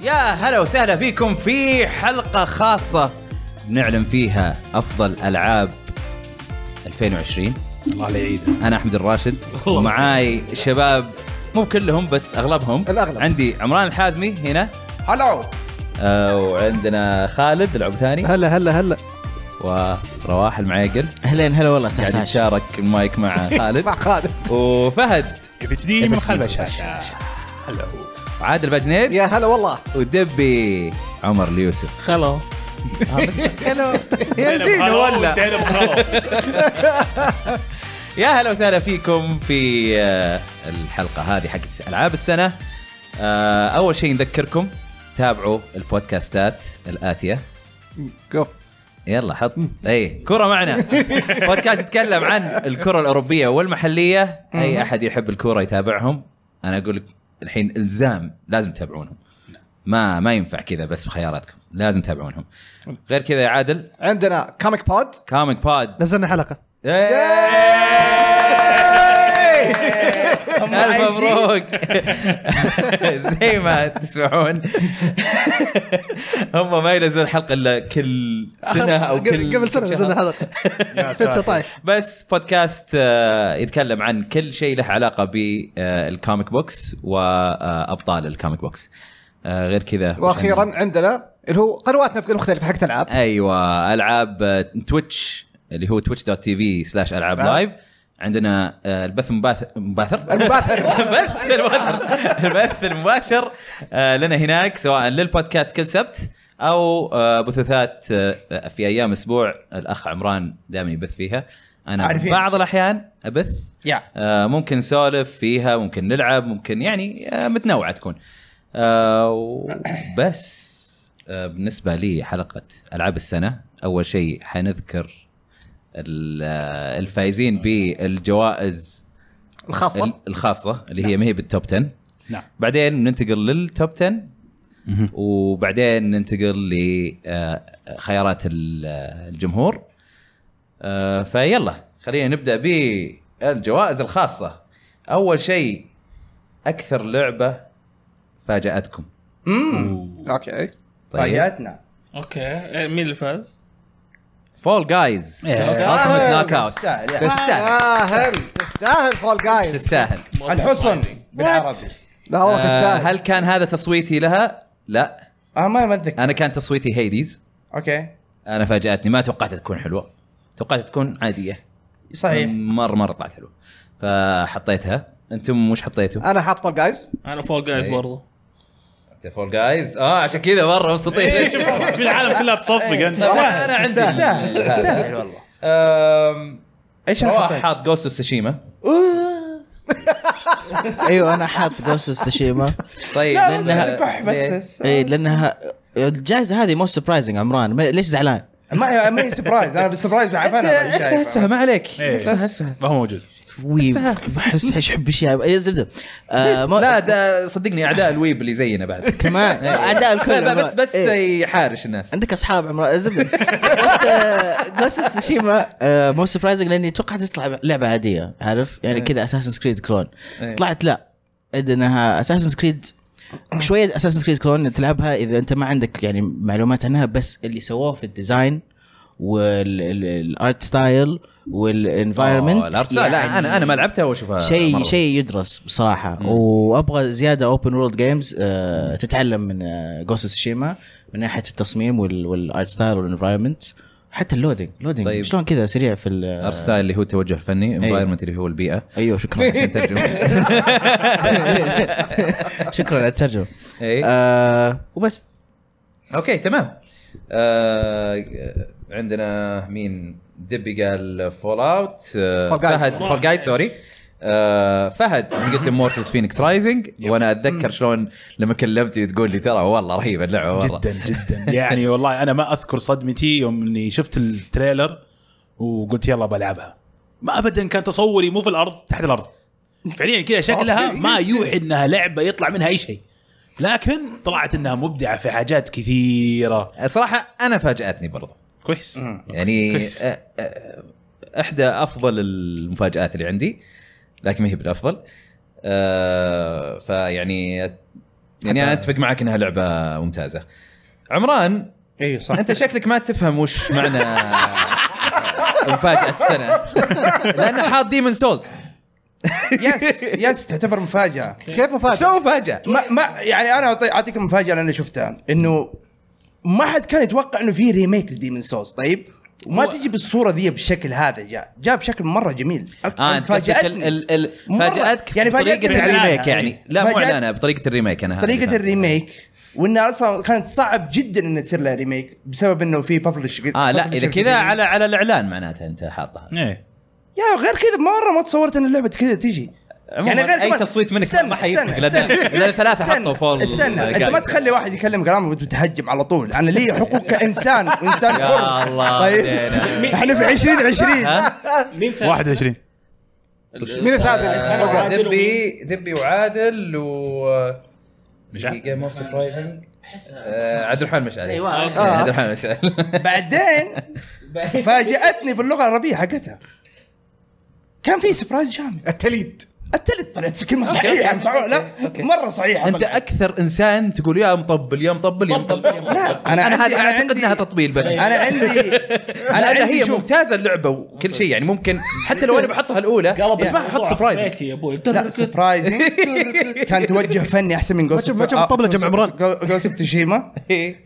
هلا وسهلا فيكم في حلقة خاصة نعلن فيها أفضل ألعاب 2020 الله لا يعيده أنا أحمد الراشد ومعاي شباب مو كلهم بس أغلبهم الأغلب. عندي عمران الحازمي هنا هلا آه، وعندنا خالد العب ثاني هلا هلا هلا ورواح المعيقل اهلين هلا والله قاعد سعسعة يتشارك المايك مع خالد مع خالد وفهد في جديد من خلف الشاشة. الشاشه هلا هو. وعادل بجنيد يا هلا والله ودبي عمر اليوسف خلو هلو يا زين هلا هو ولا تعلم خلاص. يا هلا وسهلا فيكم في آه، الحلقه هذه حقت العاب السنه آه، اول شيء نذكركم تابعوا البودكاستات الاتيه كف يلا حط اي كره معنا بودكاست يتكلم عن الكره الاوروبيه والمحليه اي احد يحب الكره يتابعهم انا اقول لك الحين الزام لازم تتابعونهم ما ما ينفع كذا بس بخياراتكم لازم تتابعونهم غير كذا يا عادل عندنا كوميك بود كامينج بود نزلنا حلقه الف مبروك زي ما تسمعون هم ما ينزلون حلقه الا كل سنه او كل قبل قبل سنه كل شهر. نزلنا حلقه يا في ساتر. 19 بس بودكاست آه، يتكلم عن كل شيء له آه، علاقه بالكوميك بوكس وابطال الكوميك بوكس آه، غير كذا وش عندنا؟ واخيرا عندنا اللي هو قنواتنا في المختلفه حقت العاب ايوه العاب آه، تويتش اللي هو تويتش دوت تي في سلاش العاب لايف عندنا آه، البث مباثر مباثر المباثر البث المباشر البث المباشر آه، لنا هناك سواء للبودكاست كل سبت او آه، بثوثات آه، في ايام اسبوع الاخ عمران دائما يبث فيها انا عارفين. بعض الاحيان ابث يا آه، ممكن نسولف فيها ممكن نلعب ممكن يعني آه، متنوعه تكون آه، وبس آه، بالنسبه لي حلقه العاب السنه اول شيء حنذكر ال- آه، الفايزين بالجوائز الخاصه ال- الخاصه اللي هي ما هي بالتوب 10 نعم. بعدين ننتقل للتوب 10 وبعدين ننتقل آه، لخيارات الجمهور آه، فيلا خلينا نبدا بالجوائز الخاصه اول شيء اكثر لعبه فاجاتكم اوكي طيب اوكي إيه، مين اللي فاز؟ فول جايز تستاهل. ناك اوت تستاهل تستاهل تستاهل فول جايز تستاهل الحسن بالعربي لا Oh، والله آه، تستاهل هل كان هذا تصويتي لها؟ لا اه ما ما اتذكر انا كان تصويتي هيديز اوكي انا فاجاتني ما توقعت تكون حلوه توقعت تكون عاديه صحيح مره مره طلعت حلوه فحطيتها انتم وش حطيتوا؟ انا حاط فول جايز انا فول جايز إيه. برضه فول جايز اه عشان كذا مره إيه، مستطيل شوف شوف العالم كلها تصفق انت والله انا عندي إيه، تستاهل والله أم، ايش انا رواح حطيت؟ حاط جوست اوف سوشيما ايوه انا حاط جوست اوف تشيما طيب لا بس لأنها- الذبح بس اي لانها الجائزه إيه، هذه مو سربرايزنج عمران ما- ليش زعلان؟ ما ما هي سبرايز انا بالسبرايز بعرف انا ما عليك إيه. ما هو موجود ويب بحس ايش حب اشياء اي زبده آه، ما- لا ده صدقني اعداء الويب اللي زينا بعد كمان إيه. اعداء الكل لا، لا، بس عمران. بس إيه. يحارش الناس عندك اصحاب عمران زبده بس جوست اوف تشيما مو سربرايزنج لاني توقعت تطلع لعبه عاديه عارف يعني كذا اساسن سكريد كلون إيه. طلعت لا أد انها اساسن كريد شويه اساسن كريد كلون تلعبها اذا انت ما عندك يعني معلومات عنها بس اللي سووه في الديزاين والارت ستايل آه، والانفايرمنت الأرسال. لا انا انا ما لعبتها واشوفها شيء مرة. شيء يدرس بصراحه وابغى زياده اوبن وورلد جيمز آه، تتعلم من آه، جوست سوشيما من ناحيه التصميم وال- والارت ستايل والانفايرمنت حتى اللودنج لودنج طيب. آه. طيب. شلون كذا سريع في ال- ارسال اللي هو التوجه الفني انفايرمنت اللي هو البيئه ايوه شكرا عشان ترجمه شكرا على الترجمه إيه. آه وبس اوكي تمام آه عندنا مين دبي قال فول اوت آه Fall Guys. فهد فول جايز سوري آه فهد انت قلت مورتلز فينيكس رايزنج وانا اتذكر شلون لما كلمتني تقول لي ترى والله رهيبه اللعبه والله جدا جدا يعني والله انا ما اذكر صدمتي يوم اني شفت التريلر وقلت يلا بلعبها ما ابدا كان تصوري مو في الارض تحت الارض فعليا كذا شكلها ما يوحي انها لعبه يطلع منها اي شيء لكن طلعت انها مبدعه في حاجات كثيره صراحه انا فاجاتني برضو كويس يعني كويس. آه، آه، احدى افضل المفاجات اللي عندي لكن ما هي بالافضل آه، فيعني يعني انا اتفق معك انها لعبه ممتازه عمران اي صح انت شكلك ما تفهم وش معنى مفاجاه السنه لانه حاط ديمن سولز يس يس تعتبر مفاجاه كيف مفاجأة؟ شو مفاجاه ما ما يعني انا أعطي- اعطيك المفاجاه اللي انا شفتها انه ما حد كان يتوقع انه في ريميك لديمن سوز طيب وما تجي بالصوره ذي بالشكل هذا جاء جاء بشكل مره جميل اه انت قصدك ال- ال- ال- مرة. فاجاتك يعني يعني فاجأتني بطريقه بالإعلان الريميك يعني. يعني لا مو فاجأت- اعلانها بطريقه الريميك انا هذا اللي طريقه فاهم. الريميك وانها اصلا كانت صعب جدا انها تصير لها ريميك بسبب انه في ببلش اه لا اذا كذا على على الاعلان معناته انت حاطها ايه يا غير كذا مره ما تصورت ان اللعبه كذا تجي يعني غير اي كمان- تصويت منك استنى ما استنى حيفرق لان ثلاثه استنى، حطوا فول استنى انت ما تخلي واحد يكلم كلامه وتهجم على طول انا لي حقوق كانسان وانسان يا حر. الله طيب علينا. احنا في 2020 ها؟ مين ثاني؟ 21 مين الثالث اللي فوقه؟ آه، عادل ذبي ذبي وعادل و مش عارف. دقيقة مو سربرايزنج عبد الرحمن مشعل ايوه آه. عبد الرحمن مشعل بعدين فاجاتني باللغه العربيه حقتها كان في سبرايز شامل التليد التلت طلعت كلمه صحيحه مفعول- لا مره صحيحه انت اكثر انسان تقول يا مطبل يا مطبل يا مطبل يا مطبل. لا، أنا انا عندي- هذه أنا انا اعتقد عندي- انها تطبيل بس انا عندي انا انا عندي هي شوف ممتازه اللعبه وكل شيء يعني ممكن حتى لو انا بحطها الاولى قلب بس ما الموضوع ححط في سبرايز بيتي يا ابوي لا سبرايزنج كان توجه فني احسن من آه، جوست ما جاب طبلة جمع عمران. إيه. جوست اوف تشيما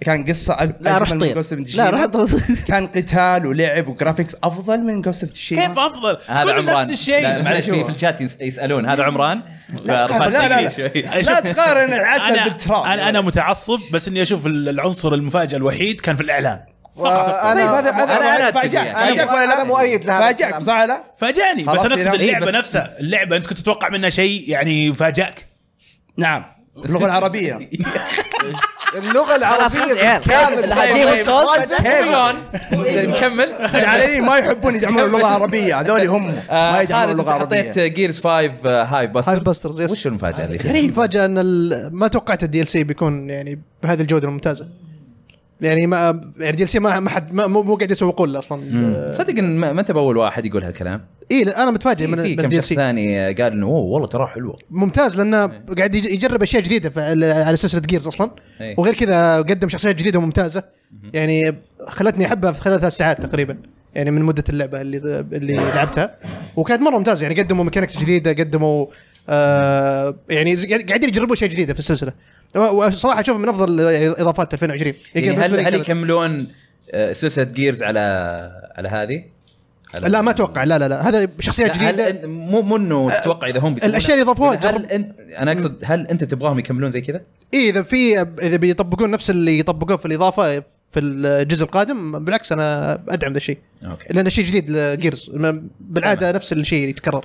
كان قصه أج- لا أجمل روح من طير طيب. Ghost of Tsushima. لا روح طير كان قتال ولعب وجرافيكس افضل من جوست اوف تشيما كيف افضل؟ هذا كل عمران نفس الشيء لا، معلش في في الشات يس- يسالون هذا عمران لا لا لا شوي. لا لا تقارن العسل بالتراب انا انا متعصب بس اني اشوف ال- العنصر المفاجئ الوحيد كان في الاعلان طيب هذا وأنا هذا أنا- أنا أتفق فاجأك. وياك. فاجأك أنا- ولا لا؟ أنا مؤيد لهذا فاجأك الكلام. بصح لا؟ فاجأني بس خلاص انا اقصد إلهام. إيه، اللعبه بس- نفسها اللعبه انت كنت تتوقع منها شيء يعني فاجاك نعم باللغه العربيه اللغة خلاص خلاص العربية عيال. بالكامل الهجيم الصوص. كيفون نكمل الزعلانين ما يحبون يدعمون اللغه العربيه هذول هم آه، ما يدعمون خالد، اللغه حطيت العربيه جيرز 5 هايف باسترز Hive Busters، يس. آه، آه، وش المفاجاه اللي غريب مفاجأة ان يعني ال- ما توقعت الدي ال سي بيكون يعني بهذه الجودة الممتازة يعني ما يعني الدي ال سي ما ما حد ما مو مو قاعد يسوقون له اصلا تصدق ان ما ما انت باول واحد يقول هالكلام اي انا إيه، متفاجئ من إيه، في من كم الدي ال شخص سي ثاني آه، قال انه اوه والله ترى حلوه ممتاز لانه قاعد يج- يجرب اشياء جديده فعلى- على سلسله جيرز اصلا إيه. وغير كذا قدم شخصيات جديده وممتازه يعني خلتني احبها في خلال ثلاث ساعات تقريبا يعني من مده اللعبه اللي اللي لعبتها وكانت مره ممتازه يعني قدموا ميكانكس جديده قدموا آه يعني ز- قاعد- قاعدين يجربوا اشياء جديده في السلسله و- وصراحه اشوفها من افضل يعني اضافات 2020 يعني بالنسبة هل لي هل كانت- يكملون آه، سلسله جيرز على على هذه؟ على- لا ما اتوقع لا لا لا هذا شخصيات لا، هل جديده أنت- مو مو انه تتوقع اذا هم بيسوون أه، الأشياء اللي ضافوها هل جرب- انت انا اقصد هل انت تبغاهم يكملون زي كذا؟ إيه اذا في اذا بيطبقون نفس اللي يطبقوه في الاضافه في الجزء القادم بالعكس انا ادعم ذا الشيء اوكي لانه شيء جديد لجيرز أمم. ما- بالعاده نفس الشيء يتكرر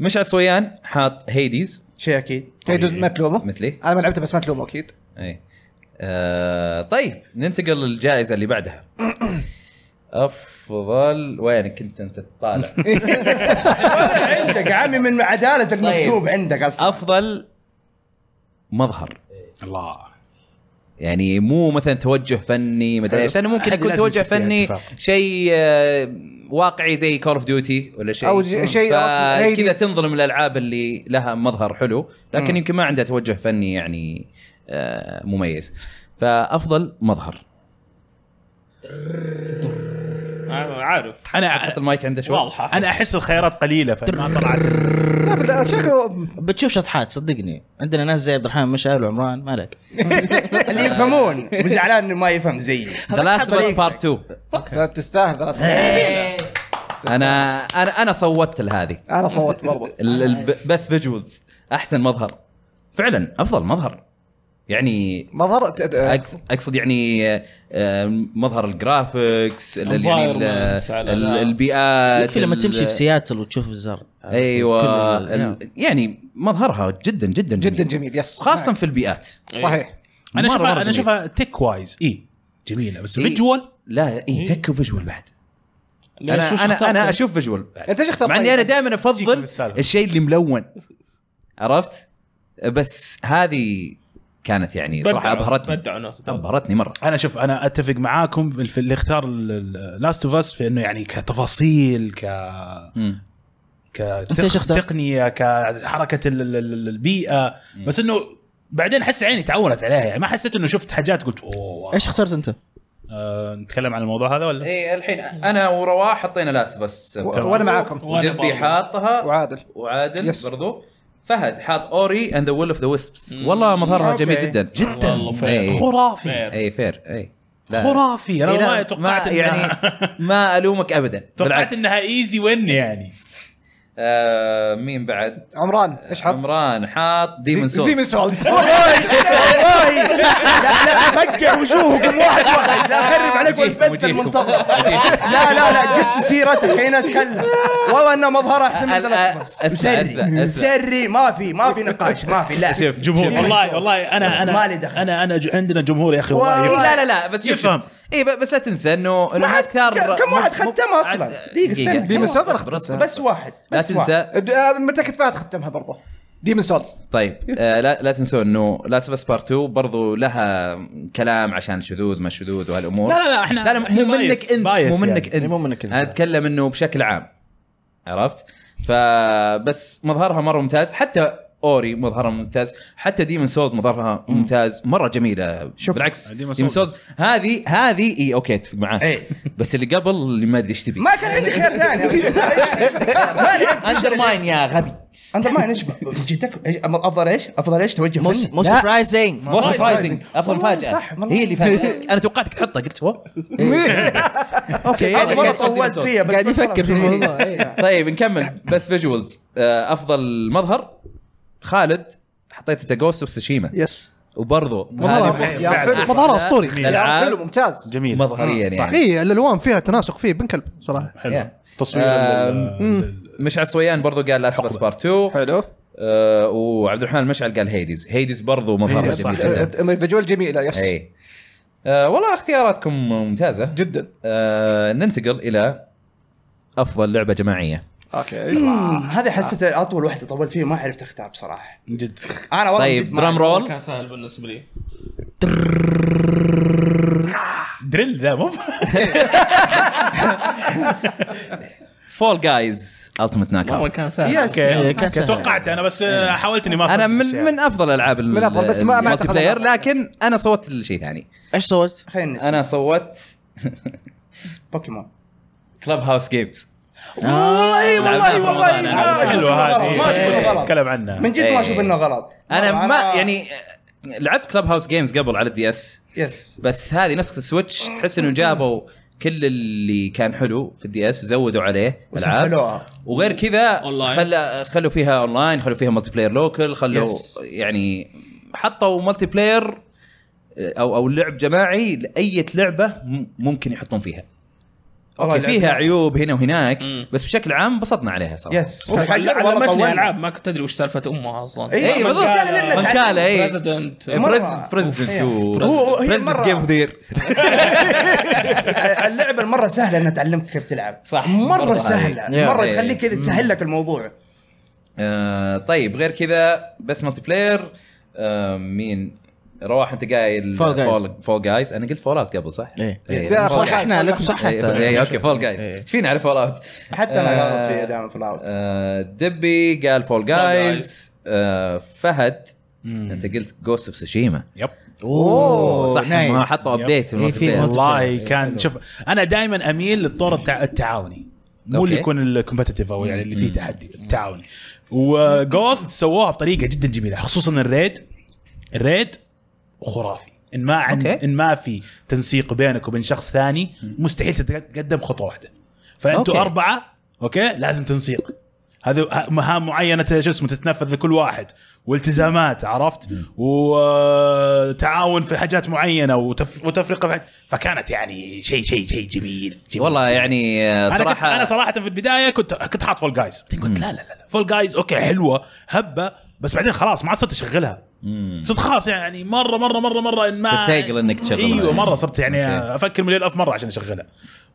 مشعل صويان حاط هيديز شيء اكيد هيدوز متلومة مثلي انا ما لعبتها بس متلومة اكيد اي آه طيب ننتقل للجائزه اللي بعدها افضل وين كنت انت تطالع عندك عمي من عداله طيب. المكتوب عندك اصلا افضل مظهر الله يعني مو مثلا توجه فني مدري ايش لانه ممكن هذه يكون لازم توجه يصير فيها فني اتفاق. شيء آه، واقعي زي كول اوف ديوتي ولا شيء أو زي- شيء رسمي. كذا Hades. تنظلم الالعاب اللي لها مظهر حلو لكن يمكن ما عندها توجه فني يعني آه، مميز فافضل مظهر أنا عارف انا حط المايك عنده شوي واضحه انا احس الخيارات قليله فما طلعت لا بال- شكله بتشوف شطحات صدقني عندنا ناس زي عبد الرحمن مشعل وعمران مالك اللي يفهمون وزعلان انه ما يفهم زيي ذا لاست اوف بارت 2 تستاهل خلاص انا انا انا صوتت لهذه انا صوت برضه ال- ال- بس فيجوالز احسن مظهر فعلا افضل مظهر يعني مظهر ت- ت- أقص- اقصد يعني آه، آه، مظهر الجرافيكس ال- ال- يعني ال- Environments على- ال- البيئات يكفي لما آه، ال- تمشي في سياتل وتشوف الزر ايوه كل- ال- يعني مظهرها جدا جدا جميل نعم. جدا جميل يس خاصه في البيئات إيه. صحيح انا مرة- مرة اشوفها انا جميل. اشوفها تك وايز اي جميله بس إيه. فيجوال لا اي تك وفيجوال بعد ليش انا وش انا انا اخترت؟ اشوف فيجوال بعد. انت ايش اخترت؟ مع اني انا دائما جيك افضل بالسالفة. الشيء اللي ملون عرفت بس هذه كانت يعني صراحه بدعوا- ابهرتني بدعوا الناس ابهرتني مره انا شوف انا اتفق معاكم في اللي اختار لاست اوف اس في انه يعني كتفاصيل ك مم. كتق- إيش اخترت؟ تقنيه كحركه ال- ال- ال- البيئه بس انه بعدين حس عيني تعودت عليها يعني ما حسيت انه شفت حاجات قلت اوه واو. ايش اخترت انت؟ آه نتكلم عن الموضوع هذا ولا؟ اي إيه، الحين انا ورواح حطينا لاس بس و- وانا معاكم وأنا دبي برضو. حاطها وعادل وعادل يس. برضو فهد حاط اوري اند ذا ويل اوف ذا ويسبس مم. والله مظهرها جميل أوكي. جدا جدا والله إيه. فير خرافي فير. اي فير اي لا. خرافي انا إي لا، والله إيه، ما- توقعت يعني يعني ما الومك ابدا توقعت بالعكس. إيه. انها ايزي وين يعني آه، مين بعد؟ عمران ايش حط؟ عمران حاط ديمون سولز ديمن سولز والله لا لا فقع وجوهكم واحد واحد لا اخرب عليكم البث المنتظر لا لا لا جبت سيرته الحين اتكلم والله انه مظهره احسن من الآن- ذا اسمع، اسمع، اسمع. شري ما في ما في نقاش ما في لا شوف جمهور شوف. إيه. والله والله انا انا ما لي دخل. انا انا ج- عندنا جمهور يا اخي والله والله. يبقى. لا لا لا بس شوف يفهم. شوف اي بس لا تنسى انه انه ما ناس حد- كثار كم واحد مو- مو- ختمها أصلا؟ عاد- دقيقة، استنى. دقيقة. Demon's Souls أنا اصبر، اصبر، بس اصبر. واحد لا بس واحد. تنسى د- آه، متى كنت فات ختمها برضه ديمن سولز طيب آه، لا لا تنسوا انه لاست اوف بارت 2 برضو لها كلام عشان شذوذ ما شذوذ وهالامور لا لا لا يعني احنا لا لا إحنا مو منك بايس- انت مو بايس منك انت مو منك أنت. انا اتكلم انه بشكل عام عرفت فبس مظهرها مره ممتاز حتى اوري مظهرها ممتاز حتى ديمن سولز مظهرها ممتاز مره جميله شكرا. بالعكس ديمون ديمن سولز. سولز هذه هذه اي اوكي اتفق معاك إي. بس اللي قبل اللي ما ادري ايش تبي ما كان عندي خيار ثاني اندر ماين يا غبي انت ما نشبه جيتك إيش- افضل ايش؟ افضل ايش؟ توجه مو فني مو لا. سربرايزنج مو سربرايزنج افضل والله مفاجاه صح، والله. هي اللي إيه. فاجأتك انا توقعتك تحطها قلت هو اوكي أنا مرة طولت فيها بس قاعد بس يفكر في خلاص. الموضوع إيه. طيب نكمل بس فيجوالز افضل مظهر خالد حطيت ذا جوست اوف سوشيما يس وبرضو مظهرها هذه يا فعلاً فيلم، أحد مظهرها اسطوري الألعاب. حلو ممتاز جميل مظهريا يعني اي الالوان إيه، فيها تناسق فيه بن كلب صراحه حلو Yeah. تصوير آم، ال- ال- مش عصويان برضو قال لاست بس بارت 2 حلو آه، وعبد الرحمن المشعل قال هيديز هيديز برضو مظهرها هيديز، صح. جميل جدا فيجوال جميله يس اي آه، والله اختياراتكم ممتازه جدا آه، ننتقل الى افضل لعبه جماعيه اوكي مم، هذه حسيتها اطول واحده طولت فيها ما عرفت اختار بصراحه من جد انا والله طيب جد ما- درام رول كان سهل بالنسبه لي دريل ذا مو فول جايز التيمت ناك والله اوت كان سهل يس اوكي كان سهل. توقعت انا بس آه، حاولت اني ما أصدق انا إيه. من الأشياء. من افضل العاب من أفضل، بس ما- ما أعتقد بلاير أنا- لكن انا صوت لشيء ثاني ايش صوت؟ خلينا نسمع. انا صوت بوكيمون كلب هاوس جيمز والله والله والله أنا- ما أشوف حلوه إنه غلط، هذه ما اشوف انه غلط نتكلم عنها من جد إيه. ما اشوف انه غلط انا والله ما يعني لعبت كلب هاوس جيمز قبل على الدي اس يس بس هذه نسخه السويتش تحس انه جابوا كل اللي كان حلو في الدي اس زودوا عليه العاب وسهلوها. وغير كذا أونلاين. خلى خلوا فيها اونلاين خلوا فيها ملتي بلاير لوكل خلوا يس. يعني حطوا ملتي بلاير او او لعب جماعي لاي لعبه م- ممكن يحطون فيها والله اوكي فيها لعبنا. عيوب هنا وهناك مم. بس بشكل عام انبسطنا عليها صراحه يس أوف، حجر، على- والله علمتني طولنا. العاب ما كنت ادري وش سالفه امها اصلا إيه، إيه، بالضبط، سهل إنه تعلم. منكالة، إيه. بريزدنت مرة. بريزدنت بريزدنت هو- هي بريزدنت مرة- جيم ذير اللعبه المره سهله انها تعلمك كيف تلعب صح. مرة مره هاي. سهله يا. مره إيه. تخليك كذا تسهل لك الموضوع طيب غير كذا بس ملتي بلاير آه، مين رواح انت قايل Fall Guys. فول جايز انا قلت فول اوت قبل صح؟ إيه. إيه، لا، Fall Guys. صححنا لكم إيه، صححت إيه، اوكي فول جايز إيه. ايش فينا على فول اوت؟ حتى انا آه، غلط فيها دائما في الاوت آه، دبي قال فول جايز فهد انت قلت جوست اوف سوشيما يب اوه صح ما حطوا Yep. ابديت إيه، في والله كان شوف انا دائما اميل للطور التع... التعاوني مو اللي أوكي. يكون الكومبتتف او يعني اللي فيه تحدي التعاوني وجوست سووها بطريقه جدا جميله خصوصا الريد الريد خرافي ان ما عند أوكي. ان ما في تنسيق بينك وبين شخص ثاني مستحيل تتقدم خطوه واحده فانتوا أوكي. اربعه اوكي لازم تنسيق هذا مهام معينه شو اسمه تتنفذ لكل واحد والتزامات عرفت وتعاون في حاجات معينه وتف... وتفرقه في حاجات فكانت يعني شيء شيء شيء جميل, جميل والله يعني آه، انا صراحة صراحه انا صراحه في البدايه كنت كنت حاط فول جايز بعدين قلت لا لا لا فول جايز اوكي حلوه هبه بس بعدين خلاص ما عاد صرت اشغلها مم. صرت خلاص يعني مره مره مره مره ان ما تتثاقل إنك تشغلها. ايوه مره صرت يعني أوكي. افكر مليون الف مره عشان اشغلها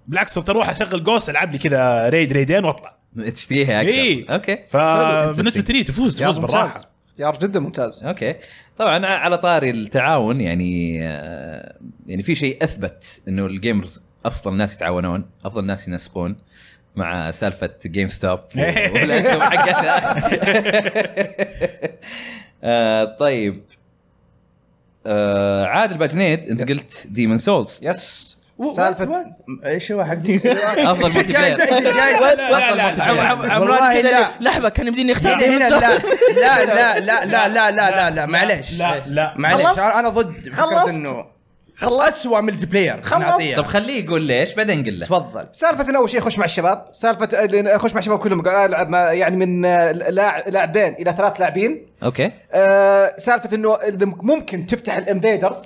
بالعكس صرت اروح اشغل جوست العب لي كذا ريد ريدين واطلع تشتريها اكثر إيه. اوكي فبالنسبه لي تفوز اختيار تفوز بالراحه ممتاز. اختيار جدا ممتاز اوكي طبعا على طاري التعاون يعني آه، يعني في شيء اثبت انه الجيمرز افضل ناس يتعاونون افضل ناس ينسقون مع سالفه جيم ستوب والاسهم حقتها آه، طيب آه عادل باجنيد انت قلت ديمن سولز يس سالفه سالفه ايش هو حق دي؟ افضل ملتي جايز بلاير جايز افضل ملتي بلاير والله لا لحظه كان يمديني اختار يعني هنا هنا لا لا لا لا لا لا لا لا لا معليش لا لا معليش خلصت؟ انا ضد فكره خلصت؟ انه خلصت اسوء ملتي بلاير خلصت؟ نعطيه. طب خليه يقول ليش بعدين قل له تفضل سالفة إنه اول شيء اخش مع الشباب، سالفة إني اخش مع الشباب كلهم قاعد العب مع يعني من آه، لاع- لاعبين الى ثلاث لاعبين، اوكي آه، سالفة انه إذا ممكن تفتح الانفيدرز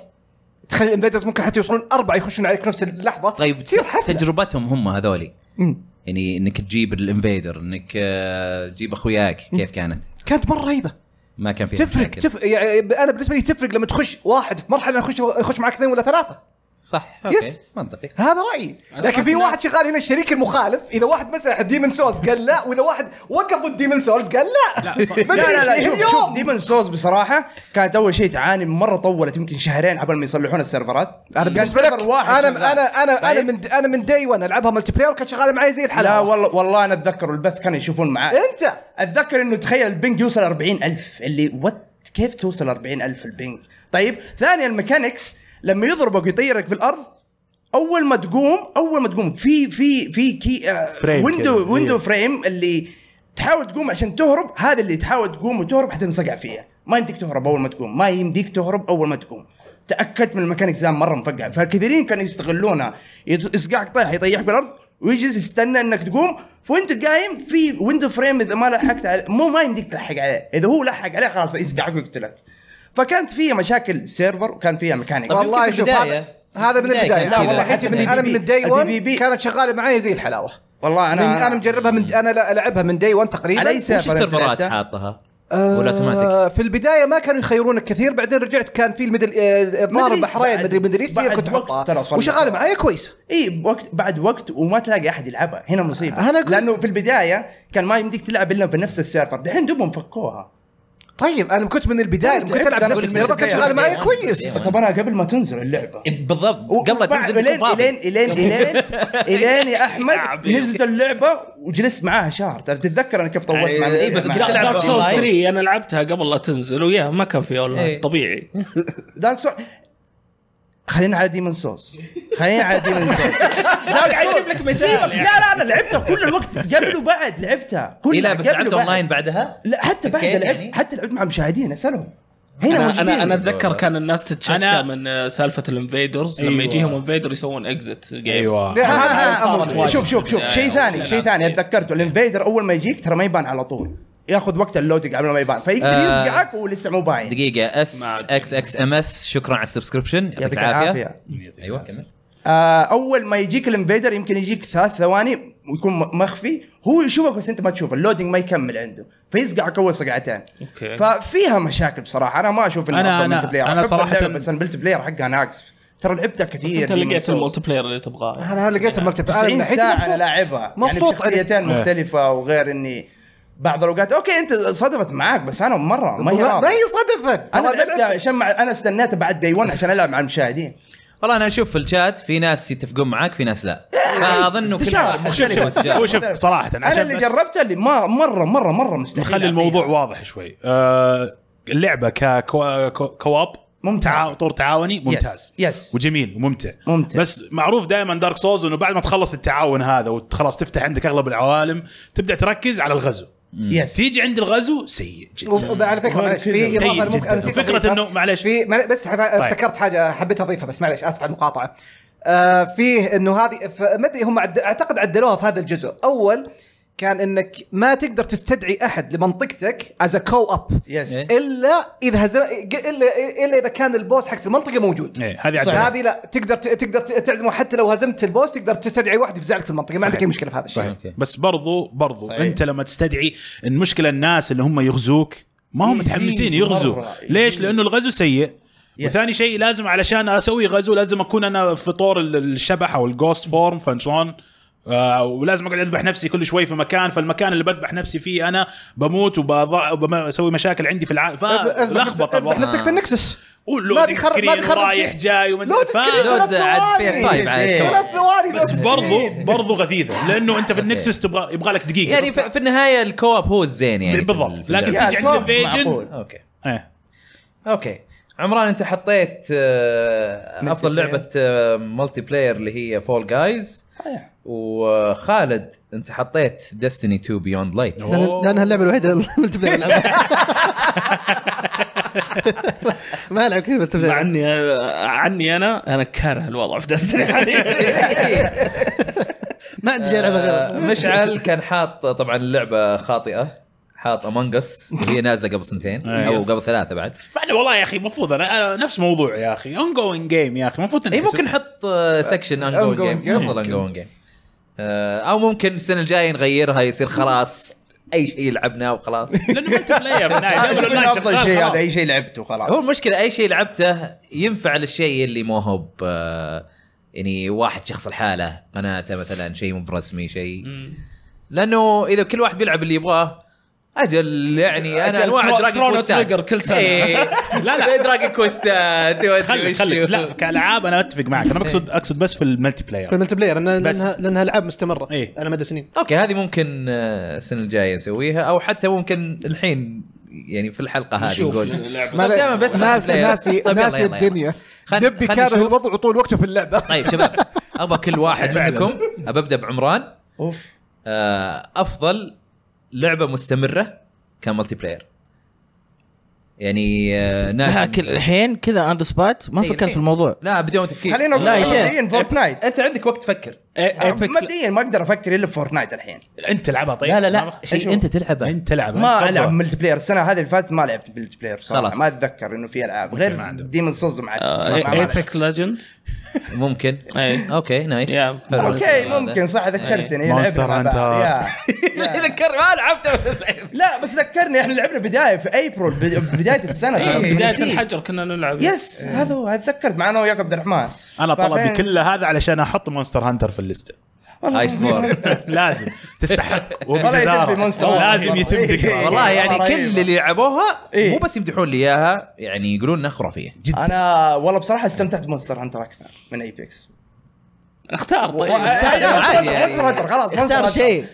تخلي الانفيدرز ممكن حتى يوصلون اربعة يخشون عليك في نفس اللحظة طيب تصير حفلة تجربتهم هم هذولي مم. يعني انك تجيب الانفيدر انك آه، تجيب اخوياك كيف كانت؟ كانت مرة رهيبة ما كان في تفرق تفرق يعني انا بالنسبة لي تفرق لما تخش واحد في مرحلة اخش اخش معك اثنين ولا ثلاثة صح اوكي يس. منطقي هذا رايي لكن في واحد شغال هنا الشريك المخالف اذا واحد مسح ديمن سولز قال لا واذا واحد وقف ضد ديمن سولز قال لا لا، صح- بدري، لا لا لا شوف اليوم. شوف ديمن سوز بصراحه كانت اول شيء تعاني مره طولت يمكن شهرين قبل ما يصلحون السيرفرات انا بالنسبه لك سيرفر واحد انا شغال. انا انا انا طيب؟ من انا من داي 1 العبها ملتي بلاير وكانت شغاله معي زي الحلاوه لا والله والله انا اتذكر البث كانوا يشوفون معاه انت اتذكر انه تخيل البنج يوصل 40000 اللي وات كيف توصل 40000 البنج طيب ثانيا الميكانكس لما يضربك ويطيرك في الارض اول ما تقوم اول ما تقوم في في في كي آه، فريم كده. ويندو ويندو إيه. فريم اللي تحاول تقوم عشان تهرب هذا اللي تحاول تقوم وتهرب حتنصقع فيها ما يمديك تهرب اول ما تقوم ما يمديك تهرب اول ما تقوم تاكدت من الميكانكس ذا مره مفقع فكثيرين كانوا يستغلونها يط- يصقعك طيح يطيحك بالارض ويجلس يستنى انك تقوم وانت قايم في ويندو فريم اذا ما لحقت عليه مو ما يمديك تلحق عليه اذا هو لحق عليه خلاص يصقعك ويقتلك فكانت فيها مشاكل سيرفر وكان فيها ميكانكس طب والله يمكن شوف بالبداية. هذا هذا من بالبداية كانت البدايه لا كذا، والله حتى حتى من من انا من داي 1 الدي بي بي. كانت شغاله معي زي الحلاوه والله انا من انا انا مجربها من انا لا- العبها من داي 1 تقريبا على أي سيرفر ايش أنت السيرفرات لعبتها؟ حاطها؟ آه، ولا اوتوماتيك؟ في البدايه ما كانوا يخيرونك كثير بعدين رجعت كان في الميدل آه، الظاهر ميدل إيست البحرين بعد- مدري ميدل ايست هي بعد كنت وقت ترى احطها صار وشغاله معي كويسه اي إيه، بوقت بعد وقت وما تلاقي احد يلعبها هنا مصيبه أنا أقول- لانه في البدايه كان ما يمديك تلعب الا في نفس السيرفر دحين دوبهم فكوها طيب انا كنت من البدايه طيب، كنت تعبت العب أنا نفس في السيرفر كانت البداية. شغاله معي أنا كويس في طب انا قبل ما تنزل اللعبه بالضبط إيه، قبل وبعد- تنزل الين يكون فاضي. الين الين الين الين يا احمد نزلت اللعبه وجلست معاها شهر ترى تتذكر انا كيف طولت مع إيه، بس كنت تلعب دارك سولز online. 3 انا لعبتها قبل لا تنزل ويا ما كان في إيه. اونلاين طبيعي دارك سول خلينا على ديمون سوس خلينا على ديمون سوس دارك قاعد سول أجيب لك مثال سيبك. يعني. لا لا انا لعبتها كل الوقت قبل وبعد لعبتها كل إيه لا بس لعبت اونلاين بعدها لا حتى بعد أوكي، لعبت يعني. حتى لعبت مع مشاهدين اسالهم هنا انا موجودين انا انا اتذكر كان الناس تتشكى أنا- من آه، سالفه الانفيدرز لما أيوة. يجيهم انفيدر يسوون اكزت أيوة. ايوه لا، هذا- صارت هذا أمر. واجد. شوف شوف شوف يعني شيء ثاني لا، شيء لا. ثاني اتذكرته الانفيدر اول ما يجيك ترى ما يبان على طول ياخذ وقت اللودنج قبل ما يبان فيقدر آه. يصقعك ولسه مو باين دقيقة اس اكس اكس ام اس شكرا على السبسكريبشن يعطيك العافية ايوه كمل آه، اول ما يجيك الانفيدر يمكن يجيك ثلاث ثواني ويكون م- مخفي هو يشوفك بس انت ما تشوفه اللودنج ما يكمل عنده فيصقعك اول صقعتين اوكي ففيها مشاكل بصراحه انا ما اشوف انه أنا- أفضل أنا- ملتي بلاير. أنا أحب صراحة- اللعبة، بس البلت بلاير حقها ناقص ترى لعبتها كثير انت Demon's لقيت Souls. الملتي بلاير اللي تبغاه يعني. انا لقيت أمم. الملتي بلاير. أنا من 90 ناحيتي ساعة مبسوط. لاعبها مبسوط يعني بشخصيتين إيه. مختلفة وغير اني بعض الاوقات اوكي انت صدفت معاك بس انا مرة ما هي راضية. ما هي إيه، صدفت انا ترى لعبت عشان مع... انا استنيت بعد دي 1 عشان العب مع المشاهدين والله انا اشوف في الشات في ناس يتفقون معاك في ناس لا فاظن كل تجارب واحد مختلفة. مختلف هو شوف صراحه انا اللي جربتها اللي ما مرة مرة مرة مستحيل نخلي أعطيها. الموضوع واضح شوي آه، اللعبه ككو- كو- كواب ممتاز. تعا- طور تعاوني ممتاز Yes, yes. وجميل وممتع ممتع. بس معروف دائما دارك سولز انه بعد ما تخلص التعاون هذا وخلاص تفتح عندك اغلب العوالم تبدا تركز على الغزو يس تيجي عند الغزو سيء جدا وب- على فكره معلش في سيء اضافه أنا ممكن- جدا. أنا نسيت وفكرة أضيفها. إنه- طيب. معلش. في مع- بس حف- افتكرت حاجه حبيت اضيفها بس معلش اسف على المقاطعه آه فيه انه هذه ف- ما ادري هم عد- اعتقد عدلوها في هذا الجزء اول كان انك ما تقدر تستدعي احد لمنطقتك از كو اب Yes. الا اذا هزم الا الا اذا كان البوس حق المنطقه موجود إيه، هذه صح. عدلها. هذه لا تقدر ت- تقدر ت- تعزمه حتى لو هزمت البوس تقدر تستدعي واحد يفزعلك في المنطقه ما عندك اي مشكله في هذا الشيء صحيح بس برضو برضو صحيح. انت لما تستدعي المشكله الناس اللي هم يغزوك ما إيه، هم متحمسين يغزوا مرة. ليش لانه الغزو سيء Yes. وثاني شيء لازم علشان اسوي غزو لازم اكون انا في طور ال- الشبح او الجوست فورم فشلون آه ولازم اقعد اذبح نفسي كل شوي في مكان فالمكان اللي بذبح نفسي فيه انا بموت وبضع وبسوي مشاكل عندي في العالم اذبح فلخبط الوضع نفسك في النكسس ما بيخرب- ما بيخرب بيخرب رايح شيء. جاي ومدري لود سكرين فا- لود ثلاث عاد ثواني. PS5 عاد إيه. تو. ثلاث ثواني لود بس سكرين. برضو برضو غثيثه لانه انت في أوكي. النكسس تبغى يبغى لك دقيقه يعني في, في النهايه الكواب هو الزين يعني في ال- بالضبط في لكن اللعبة. يعني تيجي عند فوق الفيجن معقول. اوكي ايه اوكي عمران انت حطيت آه، افضل Multiplayer. لعبه ملتي بلاير اللي هي فول جايز وخالد انت حطيت ديستني 2 بيوند لايت لأن- لانها اللعبه الوحيده الملتي بلاير ألعبها. ما العب كثير ملتي مع بلاير اني عني انا انا كاره الوضع في دستني حاليا ما عندي شيء العبها غيرها آه، مشعل كان حاط طبعا اللعبه خاطئه حاط امونج اس هي نازله قبل سنتين أي. او قبل ثلاثه بعد بعد والله يا اخي المفروض انا أنا نفس موضوع يا اخي اون جوينج جيم يا اخي المفروض اي إيه، ممكن نحط آه، سكشن اون جوينج جيم افضل اون جوينج جيم او آه، ممكن السنه الجايه نغيرها يصير خلاص اي شيء لعبناه وخلاص لانه ملتي بلاير في النهايه دائما هذا الأونلاين شغال افضل شيء خلاص. هذا اي شيء لعبته خلاص هو المشكله اي شيء لعبته ينفع للشيء اللي ما هو ب- آه، يعني واحد شخص لحاله قناته مثلا شيء مو برسمي شيء لانه اذا كل واحد بيلعب اللي يبغاه اجل يعني انا أجل، انواع كرو- دراجون كرونو كويستات تريجر كل سنة. لا لا دراجون كويستات وأدري خلي وش. خلي لا كالعاب انا اتفق معك انا بقصد اقصد بس في الملتي في بلاير الملتي بلاير لأن- بس. لانها لانها العاب مستمره إيه. على مدى سنين اوكي هذه ممكن آه، السنه الجايه نسويها او حتى ممكن الحين يعني في الحلقه هذه شوف نقول اللعبة. ما دام بس ناس multiplayer. ناسي طيب يلا، ناسي يلا، يلا. الدنيا خل- دبي خل كاره نشوف. الوضع وطول وقته في اللعبه طيب شباب ابغى كل واحد منكم ابى ابدا بعمران أوف. آه، افضل لعبه مستمره كملتي بلاير يعني آه، ناس لكن الحين كذا اون ذا سبوت ما إيه، فكرت في الحين. الموضوع إيه. لا بدون تفكير خلينا لا يا نقول شيخ. مبدئيا فورتنايت انت عندك وقت تفكر إيه، إيبك- مبدئيا ما اقدر افكر الا بفورتنايت الحين انت تلعبها طيب لا لا ما لا بخ- شيء انت تلعبه انت تلعبها أنت ما تفضل. العب ملتي بلاير السنه هذه اللي فاتت ما لعبت ملتي بلاير صراحه خلاص. ما اتذكر انه في العاب ما غير عندك. ديمون سولز مع آه، مع- مع- مع- ايبك ليجند ممكن إيه. اوكي نايس يا. حلو. اوكي ممكن صح ذكرتني أي. لعبنا Monster مع Hunter. بعض. يا. يا. ذكر يعني ما لعبته لا بس ذكرني احنا لعبنا بدايه في ابريل بد- بدايه إيه، السنه ترى بدايه بالنسيب. آه، الحجر كنا نلعب يس هذا هو اتذكرت معنا وياك عبد الرحمن انا طلبي ففين- كل هذا علشان احط مونستر هانتر في اللسته ايس بورن لازم تستحق والله يتم وبجدارة. بمونستر لازم هانتر. يتم إيه. ذكرها والله يعني والله كل رهيبة. اللي لعبوها إيه. مو بس يمدحون لي اياها يعني يقولون انها خرافيه انا والله بصراحه استمتعت بمونستر هانتر اكثر من ايبكس اختار طيب إيه، عادي يعني. مونستر هانتر خلاص مونستر اختار هانتر. شيء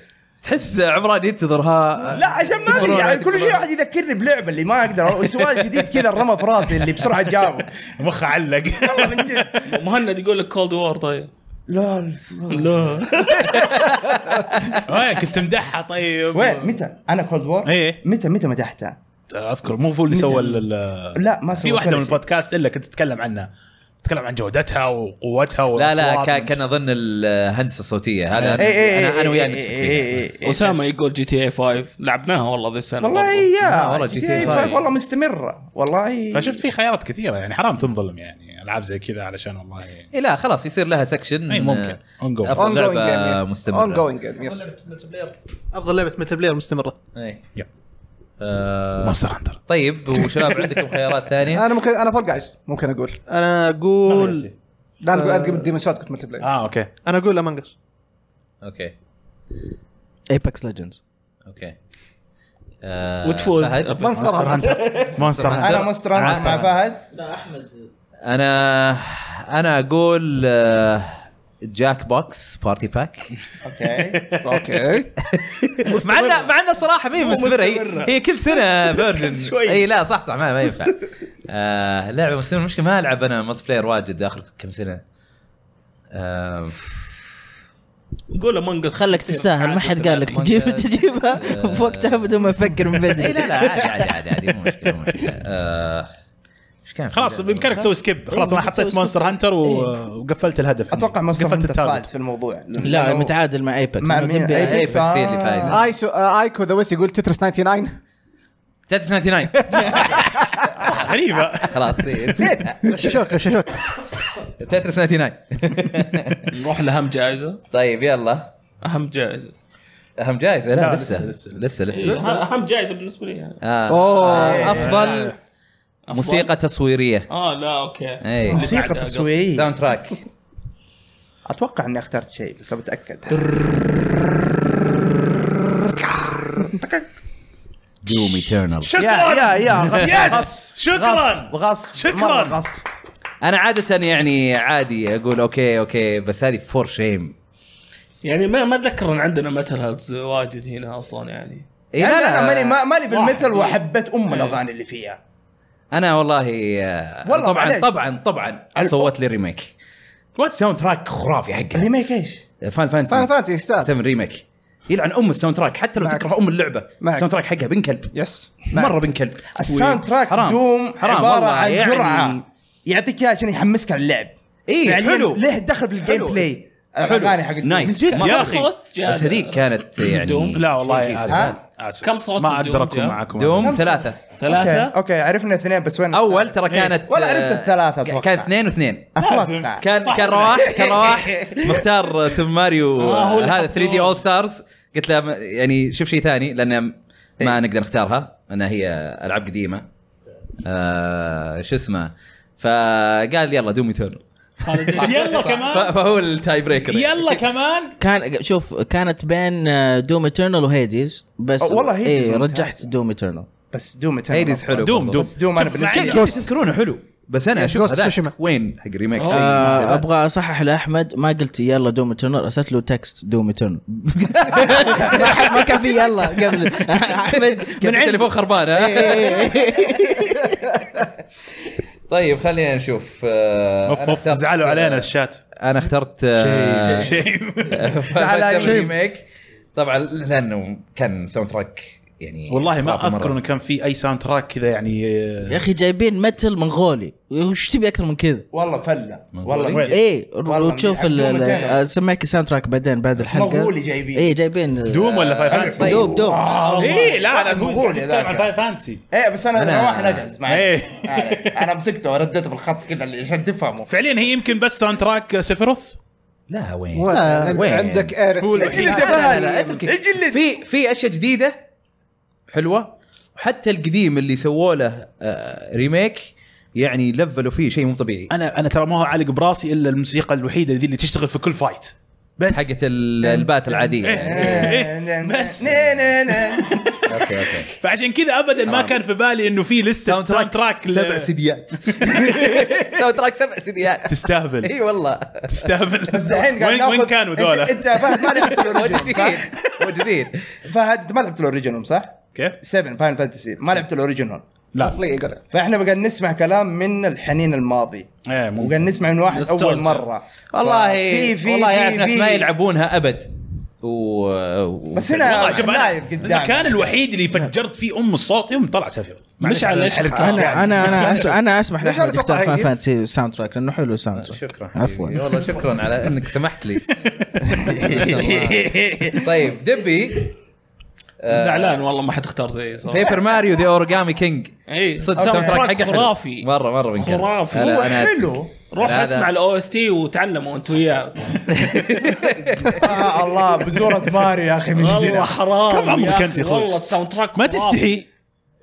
تحس عمران ينتظرها لا عشان ما ادري يعني كل شيء واحد يذكرني بلعبه اللي ما اقدر سؤال جديد كذا رمى في راسي اللي بسرعه جاوب مخ علق والله من جد مهند يقول لك كولد وور طيب لا لا وين كنت مدحها طيب وين متى انا كولد وور إيه. متى متى مدحتها اذكر مو هو اللي سوى ال- ال- لا ما سوى في واحده كل من شيء. البودكاست الا كنت تتكلم عنها تتكلم عن جودتها وقوتها لا لا والأصوات كان, ومش- كان اظن الهندسه الصوتيه هذا إيه إيه انا إيه انا وياك إيه إيه متفقين إيه إيه إيه. اسامه يقول جي تي اي 5 لعبناها والله ذي السنه والله برضو. يا آه، والله والله GTA five. والله مستمره والله فشفت في خيارات كثيره يعني حرام تنظلم يعني العاب زي كذا علشان والله إيه لا خلاص يصير لها آه، سكشن اي إيه، ممكن ongoing. افضل لعبه اون مستمره جوينج جيم يس افضل لعبه ملتي بلاير مستمره إيه. يب. آه، مونستر هانتر طيب وشباب عندكم خيارات ثانيه؟ انا ممكن انا فول جايز ممكن اقول انا اقول لا انا اقول ديمون سولز كنت ملتي آه، بلاير اه اوكي انا اقول امانجس اوكي ايباكس ليجندز اوكي آه، وتفوز فهد؟ مونستر هانتر مونستر هانتر انا مونستر هانتر مع فهد انا انا اقول آه، جاك بوكس بارتي باك اوكي اوكي مع انه مع انه صراحه ما هي مستمره هي, هي كل سنه فيرجن شوي اي لا صح صح ما, ما ينفع آه لعبه مستمره المشكله ما العب انا ملتي بلاير واجد اخر كم سنه آه نقول امونج خلك تستاهل ما حد قال لك تجيب تجيبها في وقتها بدون ما افكر من اي بدري إيه، لا لا عادي عادي عادي, عادي مو مشكله مو مشكله آه، ايش كان في خلاص لعبة؟ بامكانك تسوي إيه، سكيب خلاص انا ممكن تسوي حطيت skip. مونستر هانتر إيه. وقفلت الهدف عندي. اتوقع مونستر قفلت هانتر فاز التارجت في الموضوع لا لأنه- متعادل مع ايباكس مع مين؟ اي Apex. بس هي اللي فايزه ايسو آه، ايكو ذا ويس يقول تترس 99 تاتس 99 غريبه خلاص إيه، إي، نسيتها شاشوك شاشوك تاتس 99 نروح لاهم جائزه طيب يلا اهم جائزه اهم جائزه لا لا، لسه لسه لسه اهم جائزه بالنسبه لي يعني. آه، أوه. آه، افضل أفضل؟ موسيقى إيه. تصويريه اه لا اوكي اي موسيقى تصويريه ساوند تراك اتوقع اني اخترت شيء بس بتاكد طيب، دوم ايترنال يا شكرا يا يا غصب يس شكرا غصب غصب شكراً. مرة غصب انا عاده يعني عادي اقول اوكي اوكي بس هذه فور شيم يعني ما ما اتذكر ان عندنا متل هيلز واجد هنا اصلا يعني اي يعني إيه، لا انا لا إيه. ماني ما- ماني واحد. بالمثل وحبيت ام الاغاني اللي فيها انا والله آه، والله طبعا معليش. طبعا طبعا صوت لي ريميك وات ساوند تراك خرافي حقه الريميك ايش؟ فان فاينل فانتسي فانتسي يستاهل 7 ريميك يلعن ام الساوند تراك حتى لو تكره ام اللعبه معك. الساوند تراك حقها بنكلب يس مره بنكلب الساوند تراك حرام. دوم حرام عباره والله، عن يعني- جرعه يعطيك اياها عشان يحمسك على اللعب إيه، فعلياً حلو. له دخل في الجيم حلو. بلاي الاغاني حق نايس جد مرة يا رهيب. صوت جاد. بس هذيك كانت يعني دوم. لا والله شيء- شيء اسف آه؟ اسف كم صوت ما الدوم اقدر اكون جاء؟ معاكم دوم ثلاثة اوكي ثلاثة اوكي عرفنا اثنين بس وين اول ترى كانت إيه. ولا عرفت آه، الثلاثة ك- أتوقع. كان اثنين واثنين اتوقع كان كان رواح كان رواح مختار سوبر ماريو آه، هو اللي هذا حط 3 دي دوم. اول ستارز قلت له ما- يعني شوف شيء ثاني لان ما نقدر نختارها لانها هي العاب قديمه آه، شو اسمه فقال يلا دوم يترن خالد يلا كمان فهو التاي بريكر يلا كمان إيه، كان شوف كانت بين آه، دوم اترنال وهيديز بس أه، والله Hades إيه ممتاز. رجحت دوم اترنال بس دوم Eternal. هيديز حلو دوم برضو. دوم بس إيه، دوم انا بالنسبه لي كان تذكرونه حلو بس انا اشوف Ghost هذاك Tsushima. وين حق ريميك آه ابغى اصحح لاحمد ما قلت يلا دوم اترنال ارسلت له تكست دوم اترنال ما حد- ما كان في يلا قبل احمد من عندي تليفون خربان ها؟ طيب خلينا نشوف آه، اوف أنا اوف اخترت- زعلوا علينا الشات انا اخترت آه، شيء زعلان شيء. ريميك طبعا لانه كان ساوند تراك يعني والله ما خرافي مرة. اذكر انه كان في اي ساوند تراك كذا يعني يا اخي جايبين متل منغولي وش تبي اكثر من كذا؟ والله فله وين؟ والله ايه والله وتشوف حق ال- دوم ال- Eternal. اسمعك ساوند تراك بعدين بعد الحلقه مغولي آه، جايبين. ايه جايبين دوم طيب. ولا فايف فانسي؟ دوم دوم اي إيه، لا انا مغولي مغولي ذاك. عن فايف فانسي ايه بس انا, أنا- أنا رواح نقز معي إيه. آه، أنا- انا مسكته ورديته بالخط كذا اللي عشان تفهمه فعليا هي يمكن بس آه، ساوند تراك سيفيروث لا وين uh, وين؟ وين عندك ايرث اللي لا، لا، لا، اتركك. في في اشياء جديده حلوه وحتى القديم اللي سووا له آه، ريميك يعني لفلوا فيه شيء مو طبيعي انا انا ترى ما هو عالق براسي الا الموسيقى الوحيده ذي اللي تشتغل في كل فايت بس حقت ال- البات العاديه يعني. بس. اوكي اوكي فعشان كذا ابدا ما كان في بالي انه في لسه ساوند تراك ل- سبع سديات ساوند تراك سبع سديات تستهبل اي والله تستهبل الحين قاعد وين ناخذ- وين كانوا أنت- ذولا انت فهد ما لعبت الاوريجنال موجودين صح؟ موجودين فهد أنت ما لعبت الاوريجنال صح؟ كيف 7 فاين فانتسي ما لعبت الاوريجنال لا فاحنا بقى نسمع كلام من الحنين الماضي ايه مو وقاعد نسمع من واحد Nostalgia. اول مره والله في- في- والله في- يعرف ناس في- ما يلعبونها ابد و... و... بس هنا والله شوف انا نايف المكان قدام الوحيد اللي فجرت فيه ام الصوت يوم طلع سفير مش على معلش الاشخاص. الحلقة. انا انا انا أس- انا اسمح ليش لاحمد أنا أتوقع يختار فان هيديز؟ فانتسي الساوند تراك لانه حلو الساوند تراك شكرا عفوا حبيبي إيه، والله شكرا على انك سمحت لي ما شاء الله. طيب دبي آه، زعلان والله ما حد اختار زيي صراحه بيبر ماريو ذا اوريجامي كينج اي طيب. صدق ساوند تراك حقه حلو. خرافي مره مره من كلب. خرافي. أنا- هو أنا- حلو روح لا، لا. اسمع الاو اس تي وتعلموا انت وياه آه الله بزورة ماري يا اخي من جد والله حرام كم عمرك يا أخي، أنت يا أخوي؟ والله الساوند تراك ما خرافي. تستحي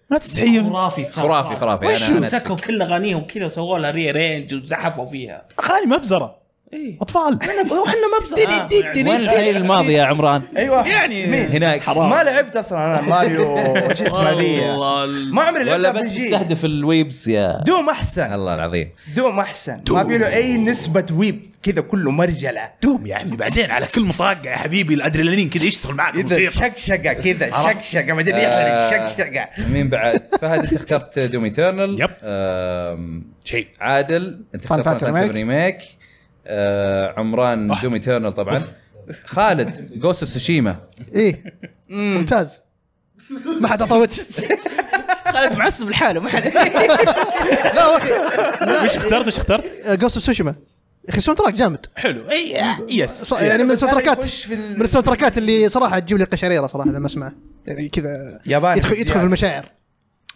ما تستحي خرافي الساوند خرافي، تراك. خرافي. أنا- وش أنا مسكوا كل اغانيهم كذا وسووا لها ري رينج وزحفوا فيها اغاني مبزره اي اطفال احنا آه، مبزر وين الحنين الماضي يا عمران؟ ايوه يعني مين؟ هناك ما لعبت اصلا انا ماريو شو اسمه ذي ما عمري ولا لعبت بس بي تستهدف الويبز يا دوم احسن الله العظيم دوم احسن ما في له اي نسبه ويب كذا كله مرجله دوم يا عمي بعدين على كل مطاقه يا حبيبي الادرينالين كذا يشتغل معك كذا موسيقى شقشقه كذا شقشقه بعدين يحرق شقشقه مين بعد؟ فهد انت اخترت دوم ايترنال يب. آم، شيء عادل انت Final اخترت Fantasy فان Remake. ريميك آه عمران دوم ايترنال طبعا خالد جوست اوف سوشيما ايه ممتاز ما حد اعطى وجه خالد معصب لحاله ما حد وش اخترت وش اخترت؟ جوست اوف سوشيما يا اخي ساوند تراك جامد حلو اي يس ص- يعني من بس هذا الساوند تراكات يخش في ال- من الساوند تراكات اللي صراحه تجيب لي قشعريره صراحه لما اسمعه يعني كذا ياباني يعني. يدخل زيادة. يدخل في المشاعر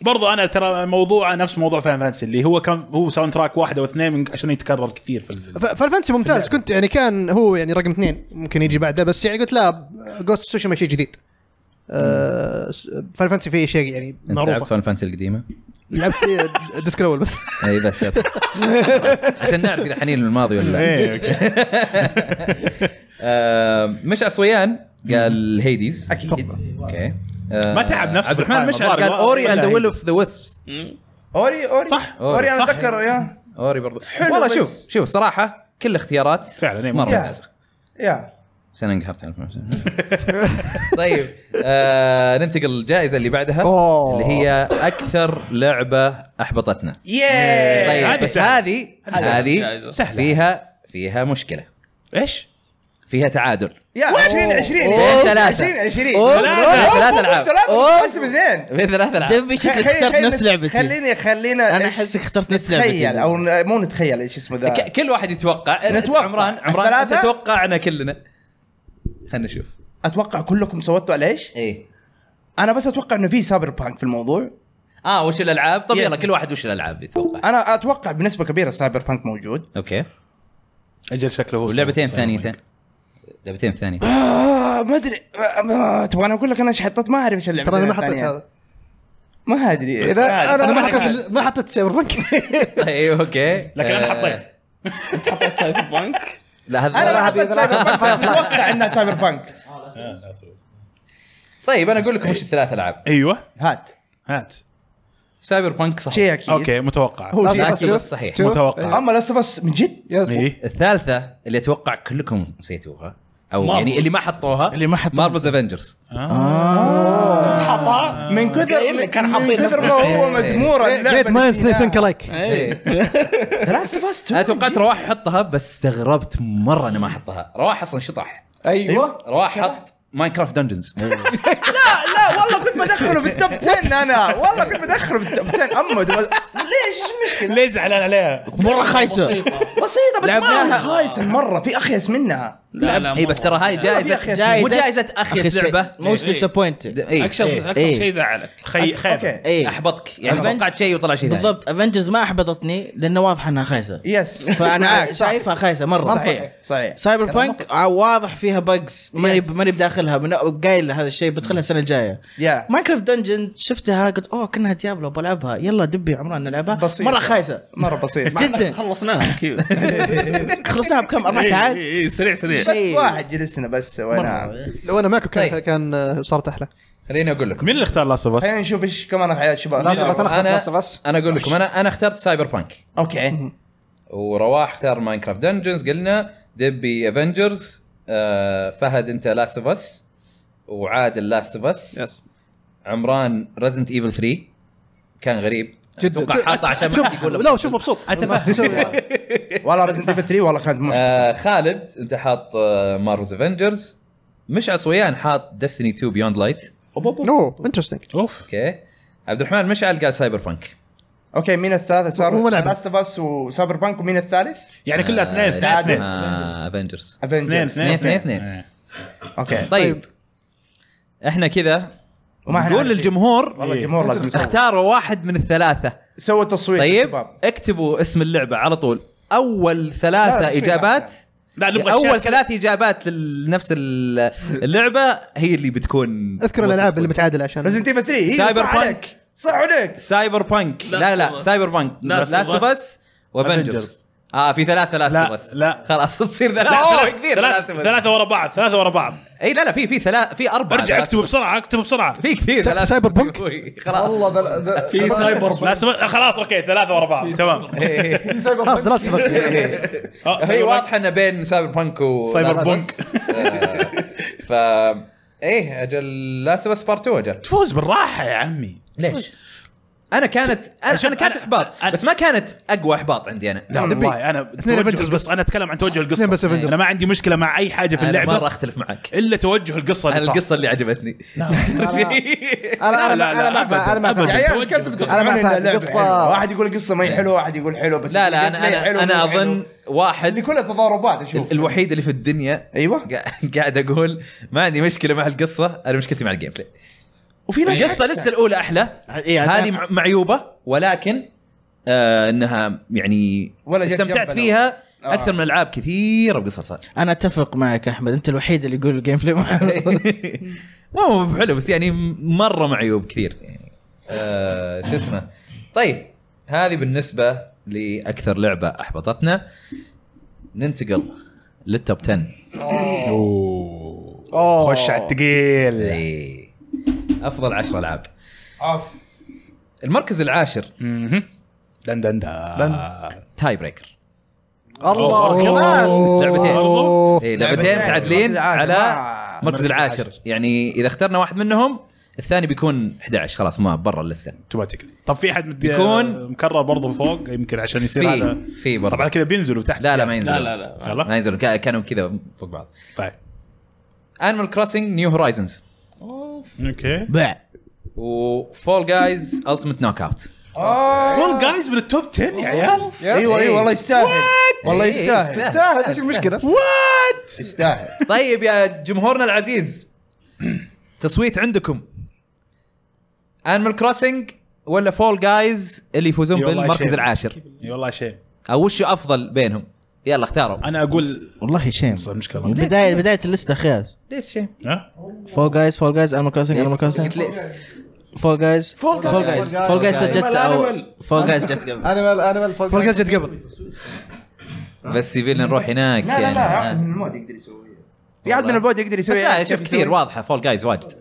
برضو انا ترى موضوع نفس موضوع فان فانسي اللي هو كان هو ساوند تراك واحد او اثنين من- عشان يتكرر كثير في ال- فالفانسي ممتاز كنت يعني كان هو يعني رقم اثنين ممكن يجي بعده بس يعني قلت لا جوست سوشيما شيء جديد آه فالفانسي فيه شيء يعني انت لعبت معروفه فان فانسي القديمه؟ لعبت الديسك الاول بس اي إيه، بس عشان نعرف اذا حنين للماضي ولا لا ايه اوكي آه، مش عصويان قال هيديز اكيد اوكي آه، ما تعب نفسه عبد الرحمن بالقائمة. مشعل قال الظاهر اوري ولا اند ذا ويل هيديز. اوف ذا ويسبس اوري اوري صح. اوري انا صح. اتذكر يا اوري برضو والله بس- شوف شوف صراحه كل اختيارات فعلا إيه، مره ممتاز. ممتازة. يا بس انا انقهرت على الفيلم. طيب آه ننتقل للجائزه اللي بعدها أوه. اللي هي اكثر لعبه احبطتنا ياي طيب هذه بس سهلة. هذه سهلة. هذه جائزة. سهلة. فيها فيها مشكله ايش؟ فيها تعادل يا 20 20 أوه. ثلاثة. 20 20 أوه. ثلاثة. ثلاثة ألعاب. أوه. ثلاثة بس اثنين في ثلاث العاب دبي شكلك اخترت نفس لعبتي خليني خلينا انا إيش- احسك اخترت نفس لعبتي نتخيل او ن- مو نتخيل ايش اسمه ذا ك- كل واحد يتوقع نتوقع. عمران عمران انت الثلاثة؟ توقعنا كلنا خلينا نشوف اتوقع كلكم صوتوا على ايش؟ ايه انا بس اتوقع انه في سايبر بانك في الموضوع اه وش الالعاب؟ طب Yes. يلا كل واحد وش الالعاب يتوقع انا اتوقع بنسبه كبيره سايبر بانك موجود اوكي اجل شكله هو واللعبتين سايبر بانك. الثانيتين لعبتين ثانية آه ما ادري آه، ما- تبغى انا اقول لك انا ايش حطيت ما اعرف ايش اللعبه ترى انا ما حطيت الثانية. هذا ما ادري ما أدري. اذا انا ما أدري. حطيت ما حطيت سايبر بنك طيب اوكي لكن انا آه، حطيت حطيت سايبر بانك لا هذا انا لا، ما هذه- حطيت سايبر بانك بس اتوقع انها سايبر بانك طيب انا اقول لكم وش الثلاث العاب ايوه هات هات سايبر بانك صح شيء اكيد اوكي متوقع هو شيء لكن أكيد. بس صحيح متوقع اما لاست اوف من جد يس ايه الثالثة اللي اتوقع كلكم نسيتوها او Marvel. يعني اللي ما حطوها اللي ما حطوها. مارفلز افنجرز حطها من كأنه كثر كان حاطين من كثر نفس ما هو الشيء. مدموره جريت ماينز ثينك لايك إيه، لاست اوف انا توقعت رواح يحطها بس استغربت مرة انا ما حطها رواح اصلا شطح أيوة. ايوه رواح حط ماينكرافت دنجنز لا والله كنت بدخله بالتوب 10 انا آه، والله كنت بدخله بالتوب 10 اما دو- ليش مشكله ليه زعلان عليها؟ مره خايسه بسيطه بس ما لعبناها. خايسه مره في اخيس منها لا لا اي إيه، بس ترى هاي ما في أخيس. جائزة مو جائزة اخيس لعبة موست ديسابوينتد إيه. اكثر اكثر إيه. شيء زعلك خي خيبه اوكي اي احبطك يعني أحبط. توقعت شيء وطلع شيء ثاني بالضبط افنجرز ما احبطتني لانه واضح انها خايسه يس معاك، فانا إيه. صح. شايفها خايسه مره صحيح صحيح سايبر بانك آه، واضح فيها بجز ماني Yes. ماني بداخلها من قايل هذا الشيء بدخلها السنه الجايه يا ماينكرافت دنجن شفتها قلت اوه كانها ديابلو بلعبها يلا دبي عمران نلعبها بسيطة. مره خايسه مره بسيط إيه. جدا خلصناها كذا خلصناها بكم اربع ساعات إيه، إيه، سريع سريع بس شيء. واحد جلسنا بس وانا لو انا معكم كان طيب. كان آه، صارت احلى طيب، خليني اقول لكم مين اللي اختار لاست اوف خلينا نشوف ايش كمان يا شباب Last of Us. أنا أنا- اخترت Last of Us. انا اقول لكم انا انا اخترت سايبر بانك اوكي ورواح اختار ماينكرافت دنجنز قلنا دبي افنجرز آه فهد انت لاست اوف اس وعادل لاست اوف اس يس عمران ريزنت ايفل 3 كان غريب جدا. اتوقع حاطه عشان ما حد شوف يقول له لا شوف مبسوط انت والله ريزنت ايفل 3 والله كانت مح- آه خالد انت حاط آه مارفلز افنجرز مش عصويان حاط ديستني 2 بيوند لايت اوه انترستنج اوف اوكي عبد الرحمن مشعل قال سايبر بانك اوكي مين الثالث هو صار لعبة. لاست اوف اس وسايبر بانك ومين الثالث؟ يعني كلها اثنين اثنين اثنين افنجرز اثنين افنجرز اثنين آه، اثنين، اثنين آه. اثنين. اثنين اوكي طيب احنا كذا وما إحنا طيب. نقول عارفين. للجمهور والله الجمهور لازم يسوي اختاروا واحد من الثلاثة سووا تصويت يا طيب شباب. اكتبوا اسم اللعبة على طول أول لا، ثلاثة شيء إجابات أحسن. لا نبغى أول الشاشة. ثلاث إجابات لنفس ال- اللعبة هي اللي بتكون اذكر الالعاب اللي متعادل عشان ريزنت ايفل 3 إيه، سايبر صح بانك. عليك. صح عليك سايبر بانك لا لا Last of Us. سايبر بانك Last لاست of اوف اس Avengers. وافنجرز اه في ثلاثة لاست لا، اوف اس لا. خلاص تصير لا، ثلاثة ثلاث- كثير ثلاث- ثلاثة بس. ثلاثة ورا بعض ثلاثة ورا بعض اي لا لا في في ثلاث في أربعة برجع Last of اكتب Us. بسرعة اكتب بسرعة في كثير سا- Last of سايبر Us. بانك؟ خلاص والله ذا- ذا- في ذا- سايبر Last of Us- خلاص اوكي ثلاثة ورا بعض تمام في سايبر خلاص بانك. درست بس آه، هي سايبر- واضحه انه بين سايبر بانك و سايبر Last of بانك. Us. آه، ف ايه اجل لاست اوف اس بارت 2 اجل تفوز بالراحة يا عمي ليش؟ انا كانت انا, طيب. شوف، أنا كانت أنا- احباط أنا- بس ما كانت اقوى احباط عندي انا لا والله انا Avengers توجه بس. بس انا اتكلم عن توجه القصه اثنين بس Avengers. انا ما عندي مشكله مع اي حاجه في طيب، انا مره اللعبه اختلف معك الا توجه القصه انا اللي صار. القصه اللي عجبتني نعم. انا انا انا ما أفهم- انا ما أبداً. يا أفهم. عيال الكل أنا ما بتقصدون فاهم. ان اللعبه القصة- حلوة. واحد يقول قصه ما هي حلوه واحد يقول حلوه بس لا لا انا انا انا اظن اللي واحد كلها تضاربات اشوف ال- الوحيد اللي في الدنيا ايوه قا- قاعد اقول ما عندي مشكله مع القصه انا مشكلتي مع الجيم بلاي وفي ناس يعني القصه عكسها. لسه الاولى احلى إيه، هذه مع- معيوبه ولكن آه انها يعني ولا جت استمتعت جنبنا. فيها آه. اكثر من العاب كثيره وقصصها انا اتفق معك احمد انت الوحيد اللي يقول الجيم بلاي معه. إيه. مو حلو بس يعني مره معيوب كثير يعني آه شو اسمه طيب هذه بالنسبه لاكثر لعبه احبطتنا ننتقل للتوب 10 اوه خش على الثقيل اي افضل 10 العاب المركز العاشر مهم. دن دن دن تاي بريكر الله أوكي. كمان لعبتين برضو إيه لعبتين متعادلين على ما- المركز العاشر يعني اذا اخترنا واحد منهم الثاني بيكون 11 خلاص ما برا اللسته اوتوماتيكلي طب في احد مد- يكون- مكرر برضه فوق يمكن عشان يصير في- هذا في برضه. طبعا كذا بينزلوا تحت لا لا ما لا ينزل لا لا يلا ما ينزل كا- كانوا كذا فوق بعض طيب انيمال كروسنج نيو هورايزنز اوكي باع وفول جايز التيمت نوك اوت فول جايز من التوب 10 يا عيال ايوه ايوه والله يستاهل والله يستاهل تستاهل ايش المشكله؟ يستاهل طيب يا جمهورنا العزيز تصويت عندكم انيمال كروسنج ولا فول جايز اللي يفوزون والله بالمركز شيء. العاشر اي والله شيء او وش افضل بينهم يلا اختاروا انا اقول والله شيم صار مشكله والله. بدايه بدايه اللسته خياس ليش شيء ها فول جايز فول جايز انيمال كروسنج انيمال قلت كروسنج ليش فول جايز فول جايز فول جايز جت او فول جايز جت قبل انيمال انيمال فوق فول جايز جت قبل بس يبي لنا نروح هناك لا لا يعني. لا عاد من الموت يقدر يسوي يعد من البعد يقدر بس يسوي لا شوف كثير واضحه فول جايز واجد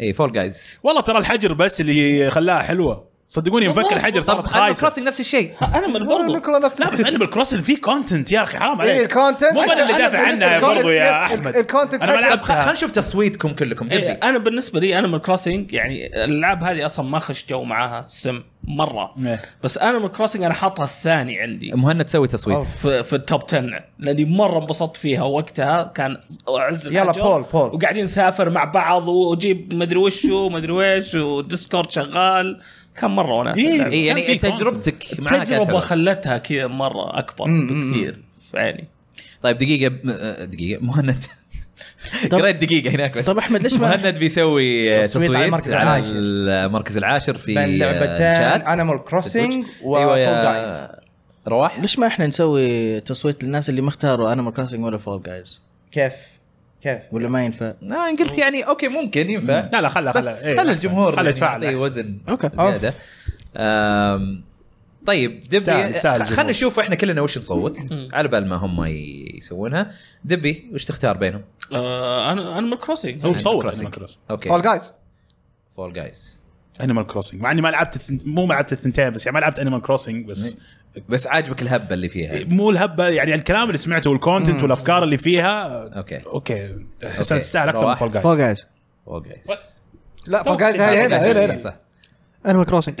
إيه، اي فول جايز والله ترى الحجر بس اللي خلاها حلوه صدقوني مفك الحجر صارت طب انيمال خايسه كروسنج نفس الشيء انا من برضو لا بس انيمال كروسن في كونتنت يا اخي حرام اي عليك الكونتنت مو انا اللي دافع عنها برضو يا احمد الكونتنت انا ما طب خ- خلينا لعبتها نشوف تصويتكم كلكم إيه، دبي انا بالنسبه لي انيمال كروسنج يعني الالعاب هذه اصلا ما خش جو معاها سم مره إيه. بس انيمال كروسنج انا حاطها الثاني عندي إيه، مهند سوي تصويت في, في التوب 10 لاني مره انبسطت فيها وقتها كان اعز يلا الحجر. بول- بول. وقاعدين نسافر مع بعض واجيب مدري وش ومدري ويش وديسكورد شغال كان مره وناس إيه. اي كان في يعني تجربتك معها كانت التجربه حلوة. خلتها كذا مره اكبر بكثير يعني طيب دقيقه ب- آه، دقيقه مهند قريت دقيقه هناك بس طب أحمد، ليش ما- مهند بيسوي آه، تصويت على تصويت على المركز المركز العاشر العاشر. المركز العاشر في بين لعبتين انا انيمال كروسنج ايوه وفول جايز يا رواح ليش ما احنا نسوي تصويت للناس اللي ما اختاروا انيمال كروسنج ولا فول جايز كيف كيف ولا ما ينفع انا قلت يعني اوكي ممكن ينفع لا لا خلها بس إيه، خلي أحسن. الجمهور خلها يعني يتفاعل يعطيه أحسن. وزن أوكي. زياده أم، طيب يستاهل- دبي يستاهل الجمهور. خلينا نشوف احنا كلنا وش نصوت على بال ما هم يسوونها دبي وش تختار بينهم؟ آه انا انيمال كروسنج هو مصوت Crossing. انيمال كروسنج اوكي فول جايز فول جايز انيمال كروسنج مع اني ما لعبت الثنت... مو ما لعبت الثنتين بس يعني ما لعبت انيمال كروسنج بس بس عاجبك الهبه اللي فيها مو الهبه يعني الكلام اللي سمعته والكونتنت والافكار اللي فيها اوكي اوكي أوكي. احسها تستاهل اكثر من رواح. فول جايز فول جايز فول جايز لا فول جايز هاي هنا هنا هنا صح انيمال كروسنج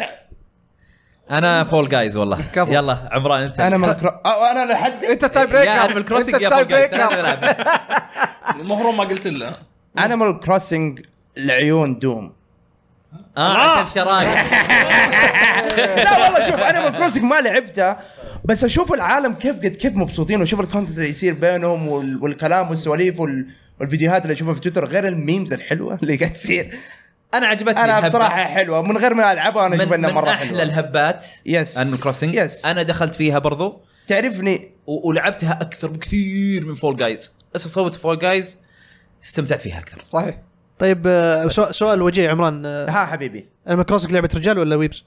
انا فول جايز والله كفو. يلا عمران انت انا من كرو... انا لحد انت تايب يا بريكر انيمال كروسنج انت يا تايب فول جايز تعال بريكر نلعب. مهرم ما قلت الا انيمال كروسنج العيون دوم اه عشان شرايح لا والله شوف انيمال كروسنج ما لعبته بس اشوف العالم كيف قد كيف مبسوطين واشوف الكونتنت اللي يصير بينهم وال- والكلام والسواليف وال- والفيديوهات اللي اشوفها في تويتر غير الميمز الحلوه اللي قاعد تصير انا عجبتني انا الهبة. بصراحه حلوه من غير ما العبها انا من, اشوف انها من مره احلى حلوه الهبات Yes. انيمال كروسنج Yes. انا دخلت فيها برضو تعرفني و- ولعبتها اكثر بكثير من فول جايز بس صوت فول جايز استمتعت فيها اكثر صحيح طيب آه، سو- سؤال وجيه عمران آه، ها حبيبي انيمال كروسنج لعبه رجال ولا ويبس؟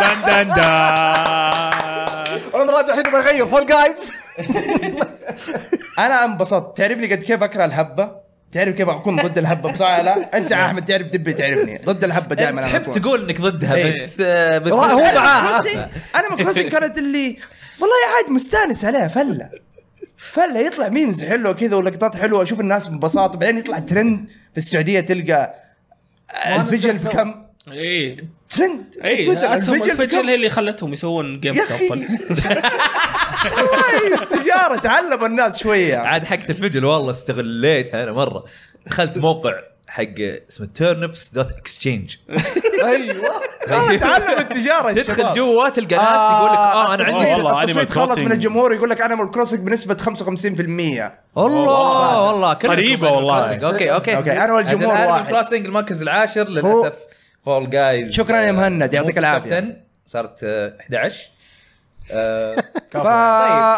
دن دن دن والله مراد الحين بغير فول جايز انا انبسطت تعرفني قد كيف اكره الهبه تعرف كيف اكون ضد الهبه بصراحه لا انت يا احمد تعرف دبي تعرفني ضد الهبه دائما تحب تقول انك ضدها إيه. بس آه، بس هو- هو معاها. انا من كروسنج كانت اللي والله عاد مستانس عليها فله فله يطلع ميمز حلوه كذا ولقطات حلوه اشوف الناس ببساطه وبعدين يطلع ترند في السعوديه تلقى الفجل بكم ايه ترند تويتر، ايه اسهم بكم؟ الفجل هي اللي خلتهم يسوون جيم يا اخي توب والله التجاره تعلم الناس شويه عاد حقت الفجل والله استغليتها انا مره دخلت موقع حق اسمه تيرنبس دوت اكسشينج ايوه والله تعلم التجاره أيوة. تدخل الشباب. جوا تلقى ناس يقول لك اه انا آه، عندي والله التصويت Animal خلص Crossing. من الجمهور يقول لك انيمال كروسنج بنسبه 55% والله والله كلكم قريبة والله. Animal Crossing. اوكي اوكي أوكي، أنا والجمهور واحد. كروسنج المركز العاشر للاسف فول جايز شكراً يا مهند، يعطيك العافية. صارت آه، 11 آه،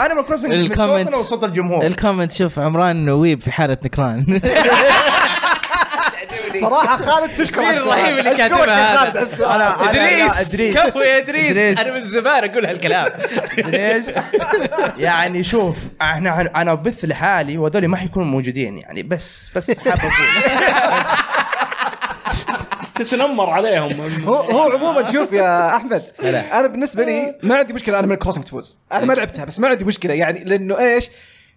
فانيمال كروسنج من الكومنتس. صوتنا وصوت الجمهور الكومنت شوف عمران ويب في حاله نكران صراحه خالد تشكر مين على السؤال. الرهيب اللي أشكرك يا كاتبها خالد هذا؟ على السؤال. أنا- أنا- لا، ادريس إدريس. كفو يا ادريس إدريس. انا من زمان اقول هالكلام إدريس، يعني شوف احنا انا بث لحالي وهذول ما حيكونوا موجودين يعني بس بس حابب اقول بس. تتنمر عليهم آه. هو هو عموما شوف يا احمد انا بالنسبه لي ما عندي مشكله انيمال كروسنج تفوز انا ما لعبتها بس ما عندي مشكله يعني لانه ايش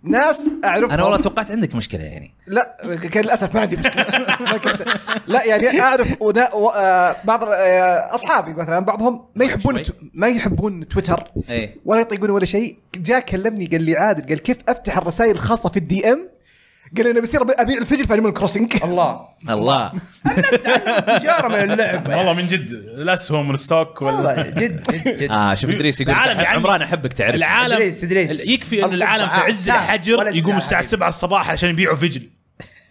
ناس اعرفهم انا والله توقعت عندك مشكله يعني لا كان للاسف ما عندي مشكله ما كنت- لا يعني اعرف ونا... و... آه، بعض آه، اصحابي مثلا بعضهم ما يحبون شوي. ما يحبون تويتر ايه ولا يطيقون ولا شيء جاء كلمني قال لي عادل قال كيف افتح الرسائل الخاصه في الدي ام قال لي انا بصير أبي- ابيع الفجر في انيمال كروسنج الله الله تجاره من اللعبه والله من جد الاسهم والستوك وال... والله جد جد جد اه شوف ادريس يقول العالم أح- يعني- عمران احبك تعرف العالم ادريس- ادريس. يكفي ان العالم في عز آه، ساعة. ولا الحجر يقوم ساعة الساعه حبيبي. 7 الصباح عشان يبيعوا فجل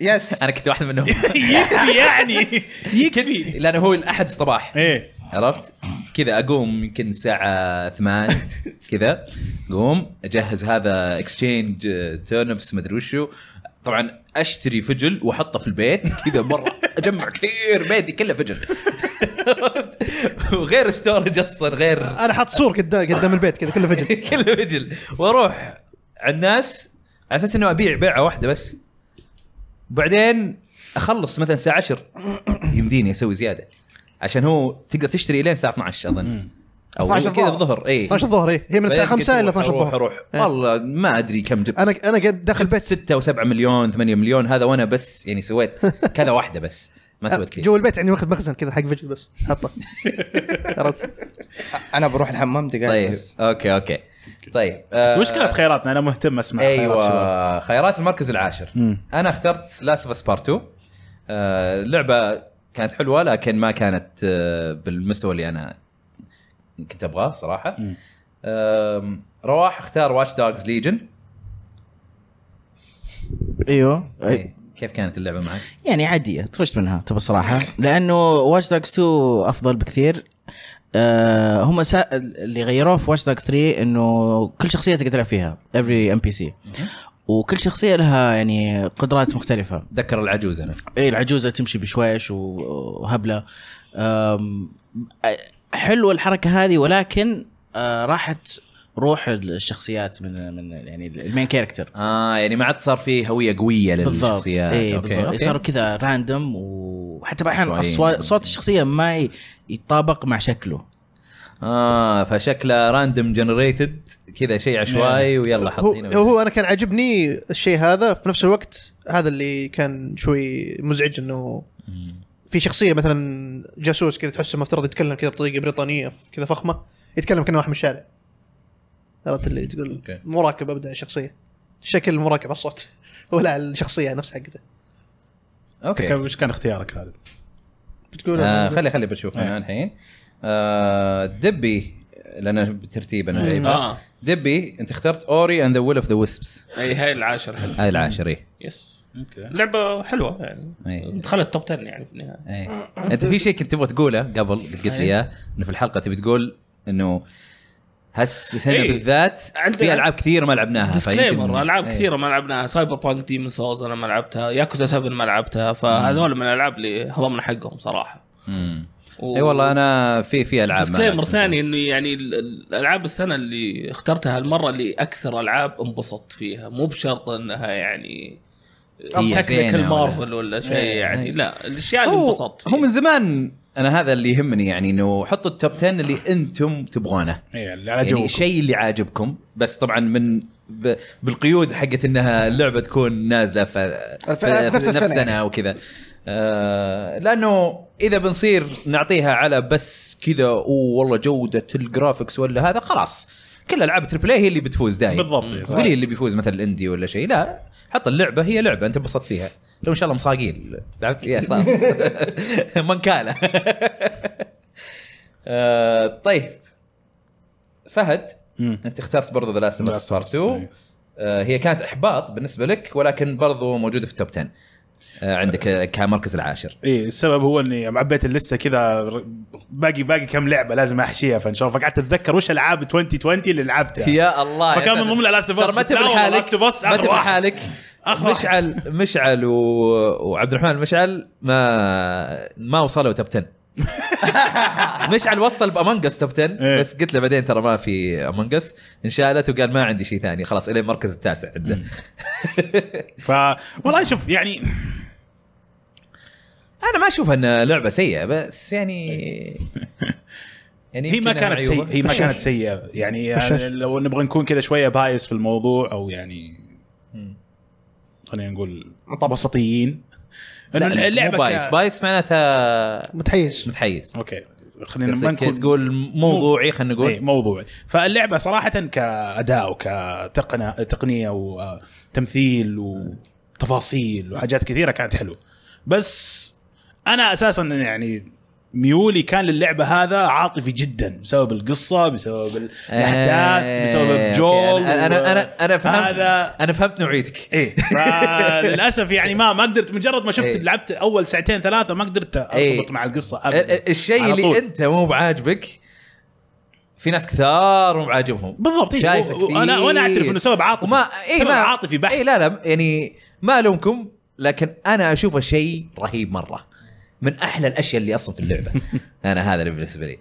يس انا كنت واحد منهم يكفي يعني يكفي لانه هو الاحد الصباح ايه عرفت؟ كذا اقوم يمكن الساعة 8 كذا اقوم اجهز هذا آه، اكسشينج تيرنبس مدري وشو طبعا اشتري فجل واحطه في البيت كذا مره اجمع كثير بيتي كله فجل وغير ستورج اصلا غير انا حاط سور قدام قدام البيت كذا كله فجر كله فجل واروح على الناس على اساس انه ابيع بيعه واحده بس بعدين اخلص مثلا الساعه 10 يمديني اسوي زياده عشان هو تقدر تشتري لين الساعه 12 اظن او 12 كذا الظهر. الظهر اي 12 الظهر إيه. هي من الساعه 5 الى 12 اروح الظهر اروح والله ما ادري كم جبت انا انا قاعد داخل البيت 6 و7 مليون 8 مليون هذا وانا بس يعني سويت كذا واحده بس ما سويت كثير جوا البيت عندي واخذ مخزن كذا حق فجر بس حطه عرفت انا بروح الحمام دقائق طيب بس. اوكي اوكي طيب آه، وش كانت خياراتنا انا مهتم اسمع أيوة. خيارات ايوه خيارات المركز العاشر مم. انا اخترت لاست اوف اس بارت 2 آه، اللعبه كانت حلوه لكن ما كانت آه، بالمستوى اللي انا كنت ابغاه صراحه مم. آم، رواح اختار واتش دوجز ليجن ايوه أي. إيه، كيف كانت اللعبه معك؟ يعني عاديه طفشت منها تبى الصراحه لانه واتش دوجز 2 افضل بكثير آه هم سا... اللي غيروه في واتش دوجز 3 انه كل شخصيه تقدر تلعب فيها افري ام بي سي وكل شخصيه لها يعني قدرات مختلفه اتذكر العجوز انا اي العجوزه تمشي بشويش و- وهبله أم، أ- حلوه الحركه هذه ولكن آه، راحت روح الشخصيات من من يعني المين كاركتر اه يعني ما عاد صار في هويه قويه بالضبط للشخصيات اي أوكي، بالضبط أوكي. صاروا كذا راندوم وحتى احيانا شوي. أصوات- صوت الشخصيه ما ي- يتطابق مع شكله اه فشكله راندوم جنريتد كذا شيء عشوائي ويلا هو, حاطينه هو انا كان عجبني الشيء هذا في نفس الوقت هذا اللي كان شوي مزعج انه في شخصيه مثلا جاسوس كذا تحسه مفترض يتكلم كذا بطريقه بريطانيه كذا فخمه يتكلم كانه واحد من الشارع عرفت اللي تقول أوكي. مراكب ابدا الشخصيه شكل المراكب على الصوت ولا على الشخصيه نفسها حقته اوكي وش كان اختيارك خالد؟ بتقول آه خلي خلي بشوف انا الحين آه دبي لان بالترتيب انا جايبها. اه دبي انت اخترت اوري اند ذا ويل اوف ذا ويسبس اي إيه، هاي العاشر حلو هاي العاشر إيه. يس اوكي لعبه حلوه يعني إيه. دخلت توب 10 يعني في النهايه ايه انت في شيء كنت تبغى تقوله قبل قلت لي اياه انه في الحلقه تبي تقول انه هس هنا إيه. بالذات عند- في العاب كثير ما لعبناها ديسكليمر فيمكن- العاب إيه. كثيره ما لعبناها سايبر بانك ديمون سولز انا ما لعبتها ياكوزا 7 ما لعبتها فهذول من الالعاب اللي هضمنا حقهم صراحه مم. اي إيه. والله انا في في العاب ما ديسكليمر لعبتها. ثاني انه يعني ال- ال- الالعاب السنه اللي اخترتها هالمره اللي اكثر العاب انبسطت فيها مو بشرط انها يعني هي تكنيكال زينة ولا- مارفل ولا شيء إيه، يعني إيه. لا الاشياء اللي هو- انبسطت هو فيها. من زمان انا هذا اللي يهمني يعني انه حطوا التوب 10 اللي انتم تبغونه ايه اللي على يعني جوكم الشيء اللي عاجبكم بس طبعا من ب... بالقيود حقت انها اللعبه تكون نازله ف... ف... في نفس السنة يعني. السنه وكذا آه لانه اذا بنصير نعطيها على بس كذا اوه والله جوده الجرافكس ولا هذا خلاص كل العاب تربل هي اللي بتفوز دائما بالضبط، إيه، صح. قليل اللي بيفوز مثلا الاندي ولا شيء لا حط اللعبه هي لعبه انت انبسطت فيها لو ان شاء الله مصاقيل لعبت فيها خلاص منكاله آه طيب فهد مم. انت اخترت برضه ذا لاست اوف اس Last of Us، إيه. بارت 2 أي. آه، هي كانت احباط بالنسبه لك ولكن برضه موجوده في التوب 10 آه، عندك آه، كمركز العاشر ايه السبب هو اني معبيت اللسته كذا ر- باقي باقي كم لعبه لازم احشيها فان شاء الله فقعدت اتذكر وش العاب 2020 اللي لعبتها يا الله يا فكان فهد. من ضمن Last of Us ترى ما تبي بتناول لحالك Last of Us ما آخر تبي واحد. لحالك آخر واحد. مشعل مشعل و... وعبد الرحمن مشعل ما ما وصلوا توب 10 مشعل وصل بامونجس توب 10 إيه. بس قلت له بعدين ترى ما في امونجس انشالت وقال ما عندي شيء ثاني خلاص الى المركز التاسع عنده ف والله شوف يعني انا ما اشوف ان لعبه سيئه بس يعني يعني هي ما يمكن كانت معيوبة. سيئه هي ما بشاش. كانت سيئه يعني, بشاش. يعني لو نبغى نكون كذا شويه بايس في الموضوع او يعني خلينا نقول وسطيين لا، إنه لا، مو بايس ك- بايس معناتها متحيز متحيز اوكي خلينا ما قصدك نكون إيه، تقول موضوعي خلينا أي، نقول موضوع فاللعبه صراحه كاداء وكتقنيه تقنيه وتمثيل وتفاصيل وحاجات كثيره كانت حلوه بس انا اساسا يعني ميولي كان للعبه هذا عاطفي جدا بسبب القصه بسبب الاحداث بسبب إيه، آه، أوكي، جول انا انا انا انا فهمت هذا انا فهمت نوعيتك ايه فللاسف يعني ما ما قدرت مجرد ما شفت إيه. لعبت اول ساعتين ثلاثه ما قدرت ارتبط إيه. مع القصه ال- ابدا ال- الشيء على اللي طول. انت مو بعاجبك في ناس كثار مو بعاجبهم بالضبط إيه. شايفه و- وانا كثير. وانا اعترف انه سبب عاطفي وما اي سبب ما عاطفي بحت اي لا لا يعني ما الومكم لكن انا اشوفه شيء رهيب مره من احلى الاشياء اللي اصلا في اللعبه انا هذا اللي بالنسبه لي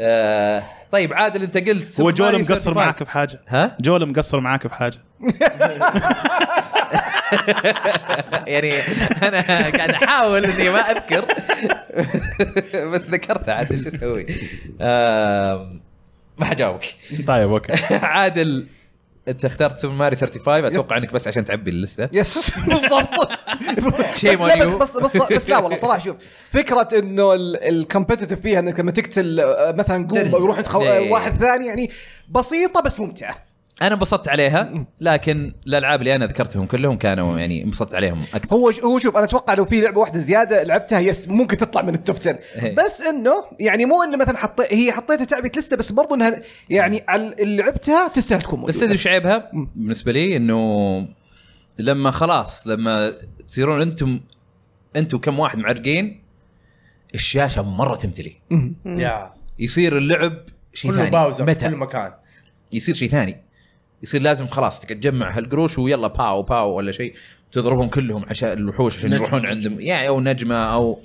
آه طيب عادل انت قلت هو سوبر جول ماريو مقصر 35. معاك في حاجه ها جول مقصر معاك في حاجه يعني انا قاعد احاول اني ما اذكر بس ذكرتها عاد ايش اسوي آم، ما حجاوبك طيب اوكي عادل انت اخترت سوبر ماري 35 اتوقع انك بس عشان تعبي اللسته يس بالضبط Shame بس, لا on you. بس, بس, بس, بس لا والله صراحه شوف فكره انه الكومبتتف فيها انك لما تقتل آه، مثلا قوم ترزع. ويروح يتخو... آه، إيه. واحد ثاني يعني بسيطه بس ممتعه انا انبسطت عليها لكن الالعاب اللي انا ذكرتهم كلهم كانوا يعني انبسطت عليهم اكثر هو هو شوف انا اتوقع لو في لعبه واحده زياده لعبتها يس ممكن تطلع من التوب 10 إيه. بس انه يعني مو انه مثلا حطي هي حطيتها تعبت لسته بس برضو انها يعني على اللي لعبتها تستاهل تكون إيه. بس موجودة. تدري ايش عيبها بالنسبه لي انه لما خلاص لما تصيرون انتم انتم كم واحد معرقين الشاشه مره تمتلي يا يصير اللعب شيء كله ثاني باوزر في كل يعني متى مكان يصير شيء ثاني يصير لازم خلاص تقعد تجمع هالقروش ويلا باو باو ولا شيء تضربهم كلهم عشان الوحوش عشان يروحون عندهم يعني او نجمه او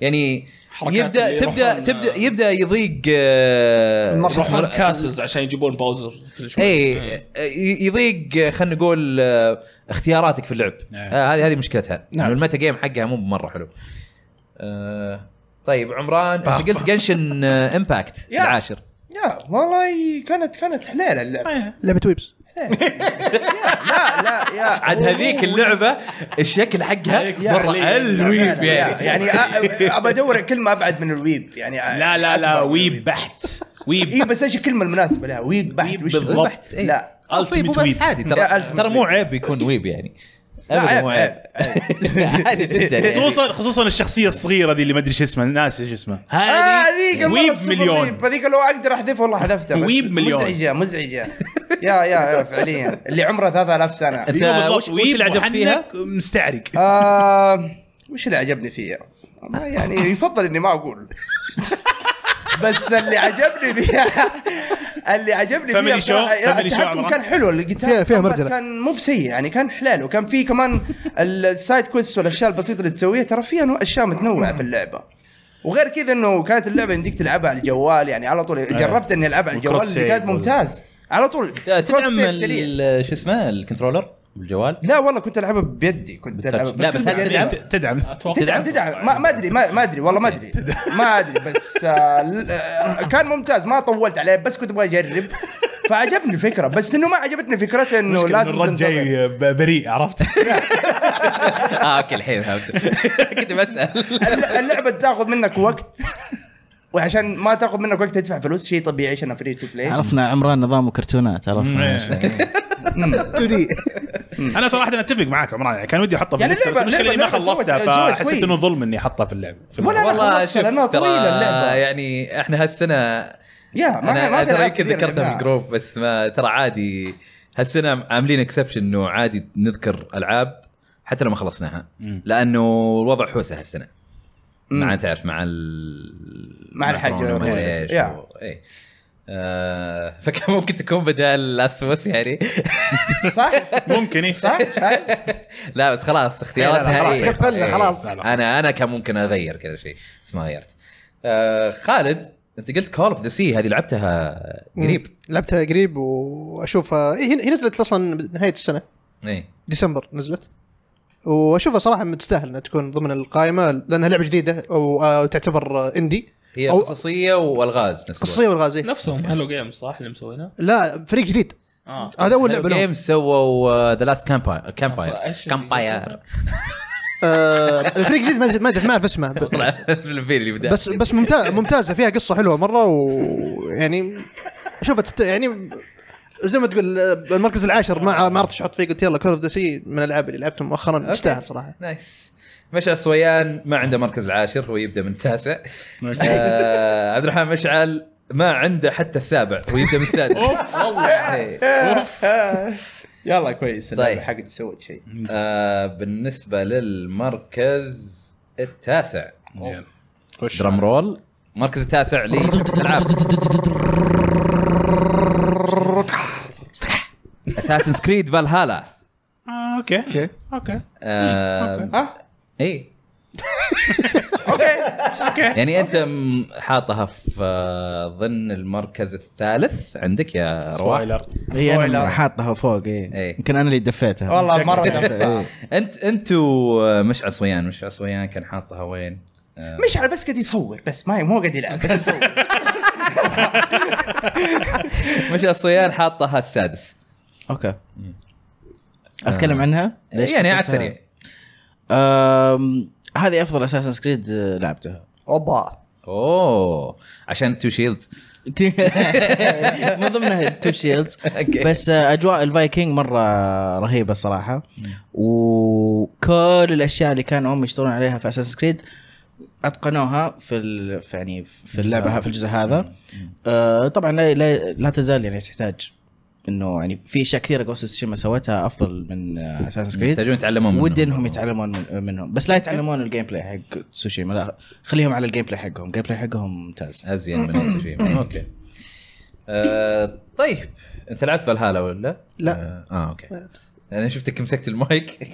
يعني حركات يبدا اللي تبدا يروحون- تبدا يبدا يضيق آه، يروحون اسمه- إيه. كاسلز عشان يجيبون باوزر كل شوي إيه. اي ي- يضيق خلينا نقول آه، اختياراتك في اللعب نعم. آه، هذه هذه مشكلتها نعم. الميتا جيم حقها مو مره حلو آه، طيب عمران انت قلت جنشن امباكت يا. العاشر يا والله كانت كانت حليله اللعبه لعبه ويبس لا لا يا عاد هذيك اللعبه الشكل حقها يا مره عليك. الويب يعني يعني يعني أ- ابى ادور كلمه ابعد من الويب يعني لا لا لا ويب بحت اي ويب بس ايش الكلمه المناسبه لها ويب بحت وش بالضبط. بحت لا ويب Ultimate آه، طيب، بس ويب عادي يا ترى Ultimate ترى مو ويب. عيب يكون ويب يعني لا، آه، ابدا مو عيب، عيب عادي جدا يعني. خصوصا خصوصا الشخصيه الصغيره ذي اللي ما ادري ايش اسمها ناسي ايش اسمها آه، هذيك المرة ويب السوبر مليون ويب. هذيك لو اقدر احذفها والله حذفتها بس ويب مليون. مزعجه مزعجه يا يا يا، فعليا اللي عمره 3000 سنه أنت أيوة بالضبط. وش- وش اللي عجبك وحنك فيها؟ مستعرق آه وش اللي عجبني فيها؟ ما يعني يفضل اني ما اقول بس اللي عجبني فيها اللي عجبني فيها Family بصراحة- show- لا، family show التحكم عمران. كان حلو القتال فيها- فيها كان- مرجلة. كان مو بسيء يعني كان حلال وكان في كمان السايد كويست والاشياء البسيطه اللي تسويها ترى فيها نوع- اشياء متنوعه في اللعبه وغير كذا انه كانت اللعبه يمديك تلعبها على الجوال يعني على طول جربت اني العبها على إيه. والcross الجوال كانت save ممتاز على طول لا، cross تدعم save سريع. ال- شو اسمه الكنترولر بالجوال لا والله كنت العبها بيدي كنت بالتاتش. العبها لا، بس هل كنت تدعم؟ ت- تدعم اتوقع تدعم تدعم ما ما ادري ما ما ادري والله ما ادري ما ادري بس آه، ل- آه، كان ممتاز ما طولت عليه بس كنت ابغى اجرب فعجبني الفكره بس انه ما عجبتني فكرته انه مشكلة إن لازم الرد تنتظر. جاي ب- بريء عرفت اه اوكي الحين فهمت كنت بسال الل- اللعبه تاخذ منك وقت وعشان ما تاخذ منك وقت تدفع فلوس شيء طبيعي عشان فري تو بلاي عرفنا عمران نظامه كرتونات عرفنا انا صراحه أنا اتفق معاك عمران يعني كان ودي احطها في يعني الليسته بس اللعبة- المشكله اني ما اللعبة سوت- خلصتها سوت فحسيت كويس. انه ظلم اني احطها في اللعبه في ولا اللعبة. أنا والله خلصت شوف لأنها طويلة اللعبة. ترى يعني احنا هالسنه يا ما انا ما في ادري ألعاب يمكن كثير ذكرتها في لعبناها. الجروب بس ما ترى عادي هالسنه عاملين اكسبشن انه عادي نذكر العاب حتى لو ما خلصناها مم. لانه الوضع حوسه هالسنه مم. مع تعرف مع ال مع الحج كورونا وما أدري والحج. إيش يا. و- إيه. آه، فكان ممكن تكون بدال لاست اوف اس يعني صح ممكن إيه. صح لا بس خلاص لا، لا، اختياراتنا خلاص، إيه. قفلنا، إيه. خلاص. لا، لا. انا انا كان ممكن اغير كذا شيء بس ما غيرت آه خالد انت قلت كول اوف ذا سي هذه لعبتها قريب لعبتها قريب واشوفها إيه، هي هي نزلت اصلا نهايه السنه اي ديسمبر نزلت واشوفها صراحه متستاهل انها تكون ضمن القائمه لانها لعبه جديده او أو تعتبر آه، اندي هي أو- قصصيه والغاز نفس قصيه والغازي نفسهم هلو جيمز صح اللي مسوينها؟ لا فريق جديد اه هذا اول لعبه الوقت لهم جيم سووا آه، ذا لاست كامباير كامباير فإيش اللي كامباير آه، الفريق الجديد ما أدري- ما أدري- ما اعرف اسمه ب- طلع الفيل اللي بدا بس بس ممتاز ممتازه فيها قصه حلوه مره ويعني شوف تت- يعني زي ما تقول آه، المركز العاشر ما ما عرفت ايش احط فيه قلت يلا كول اوف ديسي من الالعاب اللي لعبتهم مؤخرا تستاهل صراحه نايس مشعل الصويان ما عنده مركز العاشر هو يبدا من التاسع آه، عبد الرحمن مشعل ما عنده حتى السابع هو يبدا من السادس إيه. والله يلا كويس طيب. اللعبه حقتي سوت شيء بالنسبه آه، للمركز التاسع يلا. خش درام رول المركز التاسع لي العاب اساسن سكريد فالهالا آه، اوكي اوكي آه، ها؟ اي اوكي اوكي إيه. يعني انت م- حاطها في آه، ضمن المركز الثالث عندك يا رواح سبويلر هي انا حاطها فوق إيه. اي يمكن انا اللي دفيتها والله مره إيه. انت انت ومش عصويان آه، مش عصويان كان حاطها وين؟ مش على بس قاعد يصور بس ما مو قاعد يلعب بس يصور مش عصويان حاطها السادس اوكي اتكلم عنها ليش يعني على حطيتها؟ السريع أم، هذه افضل اساسن سكريد آه، لعبتها اوبا اوه عشان تو شيلدز من ضمنها تو شيلدز بس آه، اجواء الفايكنج مره رهيبه صراحه وكل الاشياء اللي كانوا هم يشتغلون عليها في اساس كريد اتقنوها في ال... في يعني في اللعبه ه- في الجزء هذا آه طبعا لا, لا, لا تزال يعني تحتاج انه يعني في اشياء كثيره جوست سوشيما سوتها افضل من اساس كريد يحتاجون يتعلمون منهم. ودي انهم يتعلمون من- منهم بس لا يتعلمون الجيم بلاي حق سوشيما لا خليهم على الجيم بلاي حقهم الجيم بلاي حقهم ممتاز ازين من هيسوشيما اوكي آه، طيب انت لعبت فالهالا ولا؟ لا. اه اوكي انا شفتك مسكت المايك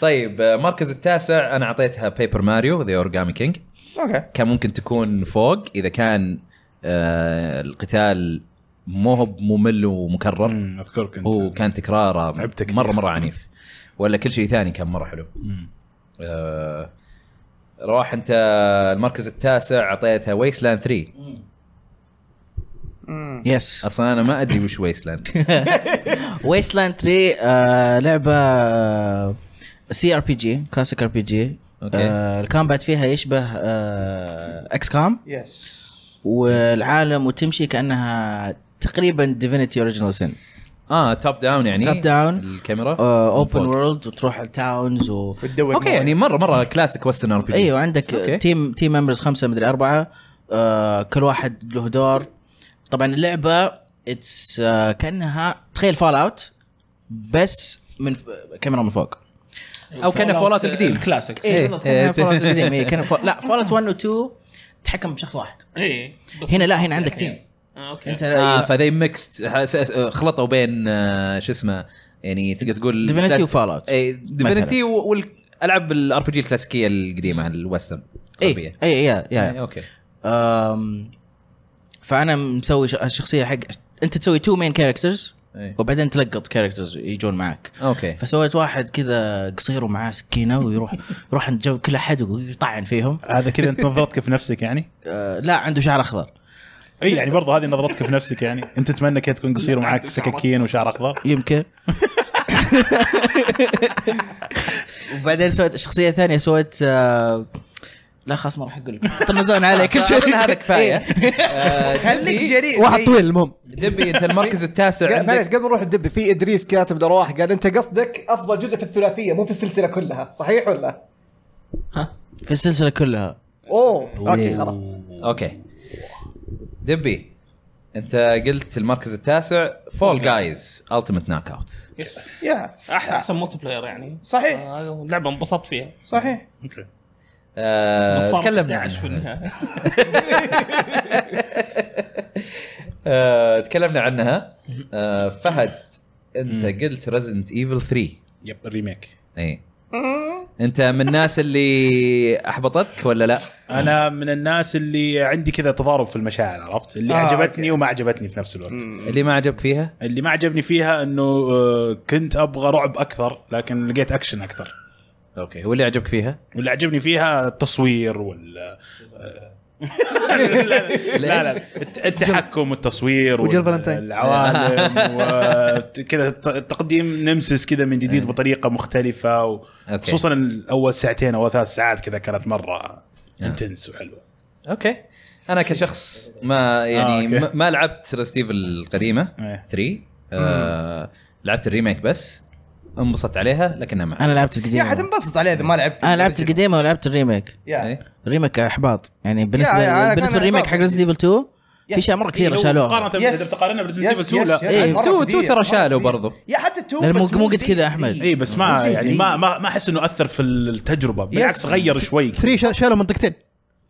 طيب آه، مركز التاسع انا اعطيتها بيبر ماريو ذا اورجامي كينج اوكي كان ممكن تكون فوق اذا كان آه القتال مو هو ممل ومكرر مم، اذكرك انت هو كان تكراره تعبت كثير. مره مره عنيف ولا كل شيء ثاني كان مره حلو مم. آه، رواح انت المركز التاسع اعطيتها ويسلاند 3 يس اصلا انا ما ادري وش ويسلاند ويستلاند 3 آه لعبه سي ار بي جي كلاسيك ار بي جي أوكي. الكامبات Uh, فيها يشبه آه اكس كام يس والعالم وتمشي كانها تقريبا ديفينيتي اوريجينال سن اه توب داون يعني Top down. آه، الكاميرا اوبن فوق. وورلد Uh, وتروح التاونز و وتدور اوكي يعني مره مره كلاسيك وسترن ار بي ايوه عندك أوكي. تيم تيم ممبرز خمسه مدري اربعه آه كل واحد له دور طبعا اللعبه اتس آه كانها تخيل فال اوت بس من كاميرا من فوق او كانه Fallout آه، فولات القديم الكلاسيك ايه إيه. بالضبط، كان فولات القديم إيه، كان فول- لا فولات 1 و 2 تتحكم بشخص واحد اي هنا لا هنا عندك تيم اوكي انت اه فذي ميكست خلطوا بين آه، شو اسمه يعني تقدر تقول إيه، ديفينيتي وفال اوت اي اي ديفينيتي والالعاب الار بي جي الكلاسيكيه القديمه الوسترن اي اي إيه، يا يعني يا اوكي أم، فانا مسوي ش- الشخصيه حق انت تسوي تو مين كاركترز إيه. وبعدين تلقط كاركترز يجون معك اوكي فسويت واحد كذا قصير ومعاه سكينه ويروح يروح عند جو كل احد ويطعن فيهم هذا كذا انت نظرتك في نفسك يعني؟ أه، لا عنده شعر اخضر اي يعني برضه هذه نظرتك في نفسك يعني انت تتمنى كذا تكون قصير ومعك سكاكين وشعر اخضر يمكن وبعدين سويت شخصيه ثانيه سويت آه، لا خلاص ما راح اقول لك طنزون علي كل أظن شيء إيه. هذا كفايه آه، خليك دبي- جريء واحد زي- طويل المهم دبي انت المركز التاسع معليش عندك قبل نروح الدب في ادريس كاتب لرواح قال انت قصدك افضل جزء في الثلاثيه مو في السلسله كلها صحيح ولا؟ في السلسله كلها اوه اوكي خلاص اوكي دبي انت قلت المركز التاسع فول جايز التيمت ناك اوت يا أح- احسن ملتي بلاير يعني صحيح. آه، لعبه انبسطت فيها صحيح آه، بس تكلمنا تكلمنا 11 في عنها النهايه آه، تكلمنا عنها آه، فهد انت قلت ريزنت ايفل 3 يب الريميك اي إيه. انت من الناس اللي احبطتك ولا لا؟ انا من الناس اللي عندي كذا تضارب في المشاعر عرفت اللي آه، آه عجبتني أوكي. وما عجبتني في نفس الوقت اللي ما عجبك فيها؟ اللي ما عجبني فيها انه آه، كنت ابغى رعب اكثر لكن لقيت اكشن اكثر اوكي واللي عجبك فيها؟ واللي عجبني فيها التصوير وال آه، لا لا, لا, لا الت- التحكم والتصوير وجيل فالنتاين. والعوالم وكذا تقديم نمسس كذا من جديد بطريقه مختلفه و... أوكي. خصوصا اول ساعتين او ثلاث ساعات كذا كانت مره انتنس وحلوه اوكي انا كشخص ما آه، يعني أوكي. آه، ما لعبت ريستيف القديمه إيه. 3 آه لعبت الريميك بس انبسطت عليها لكنها ما انا لعبت يا القديمه حد انبسط عليه اذا ما لعبت انا لعبت القديمه ولعبت الريميك يا. إيه. الريميك احباط يعني بالنسبه يا- يا- أنا بالنسبه كان للريميك حق إحباط. إيه، ريزد ايفل 2 في اشياء مره كثيره شالوها مقارنه Yes. اذا بتقارنها بريزنت Yes, ايفل 2 لا yes, yes. إيه، مرة تو كبير، تو مرة ترى شالوا كبير. برضو يا حتى تو لأن بس إيه. مو- مو قد زي كذا three. أحمد. إيه. اي بس ما زي يعني three. ما ما ما احس انه اثر في التجربه بالعكس غير شوي 3 شا- شالوا منطقتين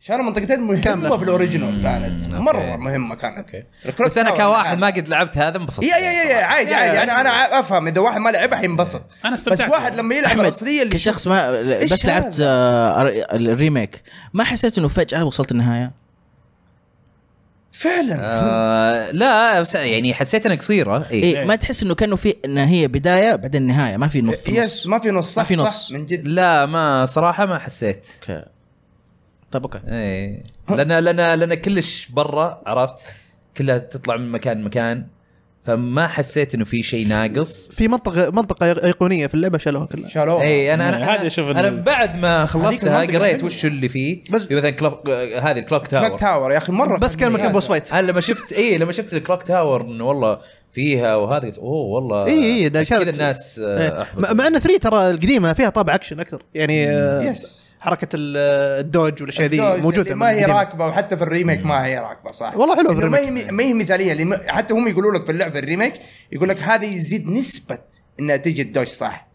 شالوا منطقتين مهمه في الاوريجنال كانت أوكي. إيه. مره مهمه كانت اوكي بس انا نعم. كواحد ما قد لعبت هذا انبسطت يا يا يا يا إيه، عادي إيه. يا- عادي يا- انا انا ع- افهم اذا واحد ما لعبها حينبسط أنا بس استمتعت واحد فيها. لما يلعب الاصليه اللي كشخص ما بس إيش لعبت هذا؟ آه، الر- الريميك ما حسيت انه فجاه وصلت النهايه فعلا آه لا بس يعني حسيت انها قصيره اي إيه ما تحس انه كانه في ان هي بدايه بعدين نهايه ما في نص يس ما في نص صح ما في صح، نص. من جد لا ما صراحه ما حسيت إيه. أوكي. طب اوكي اي لان لان لان كلش برا عرفت كلها تطلع من مكان مكان فما حسيت انه في شيء ناقص في منطقه منطقه ايقونيه في اللعبه شالوها كلها شالوها اي انا إيه، انا هذا شوف إنه- انا بعد ما خلصتها هذيك المنطقة قريت حلوة. وش اللي فيه بس- مثلا كلوك آه، هذه الكلوك كلاك تاور تاور يا اخي مره بس كان مكان فنية. بوس فايت انا لما شفت اي لما شفت الكلوك تاور انه والله فيها وهذه قلت اوه والله إيه، إي، إي، إيه، ده كذا شارك. الناس آه، إيه. أحبطوا. مع مع ان 3 ترى القديمه فيها طابع اكشن اكثر يعني آه، يس حركه ال- آه، الدوج والاشياء ذي الدوج موجوده اللي ما من هي القديمة. راكبه وحتى في الريميك ما هي راكبه صح والله حلوة في إنه الريميك. ما هي ما هي مثاليه لم- حتى هم يقولوا لك في اللعبه الريميك يقول لك هذا يزيد نسبه انها تجي الدوج صح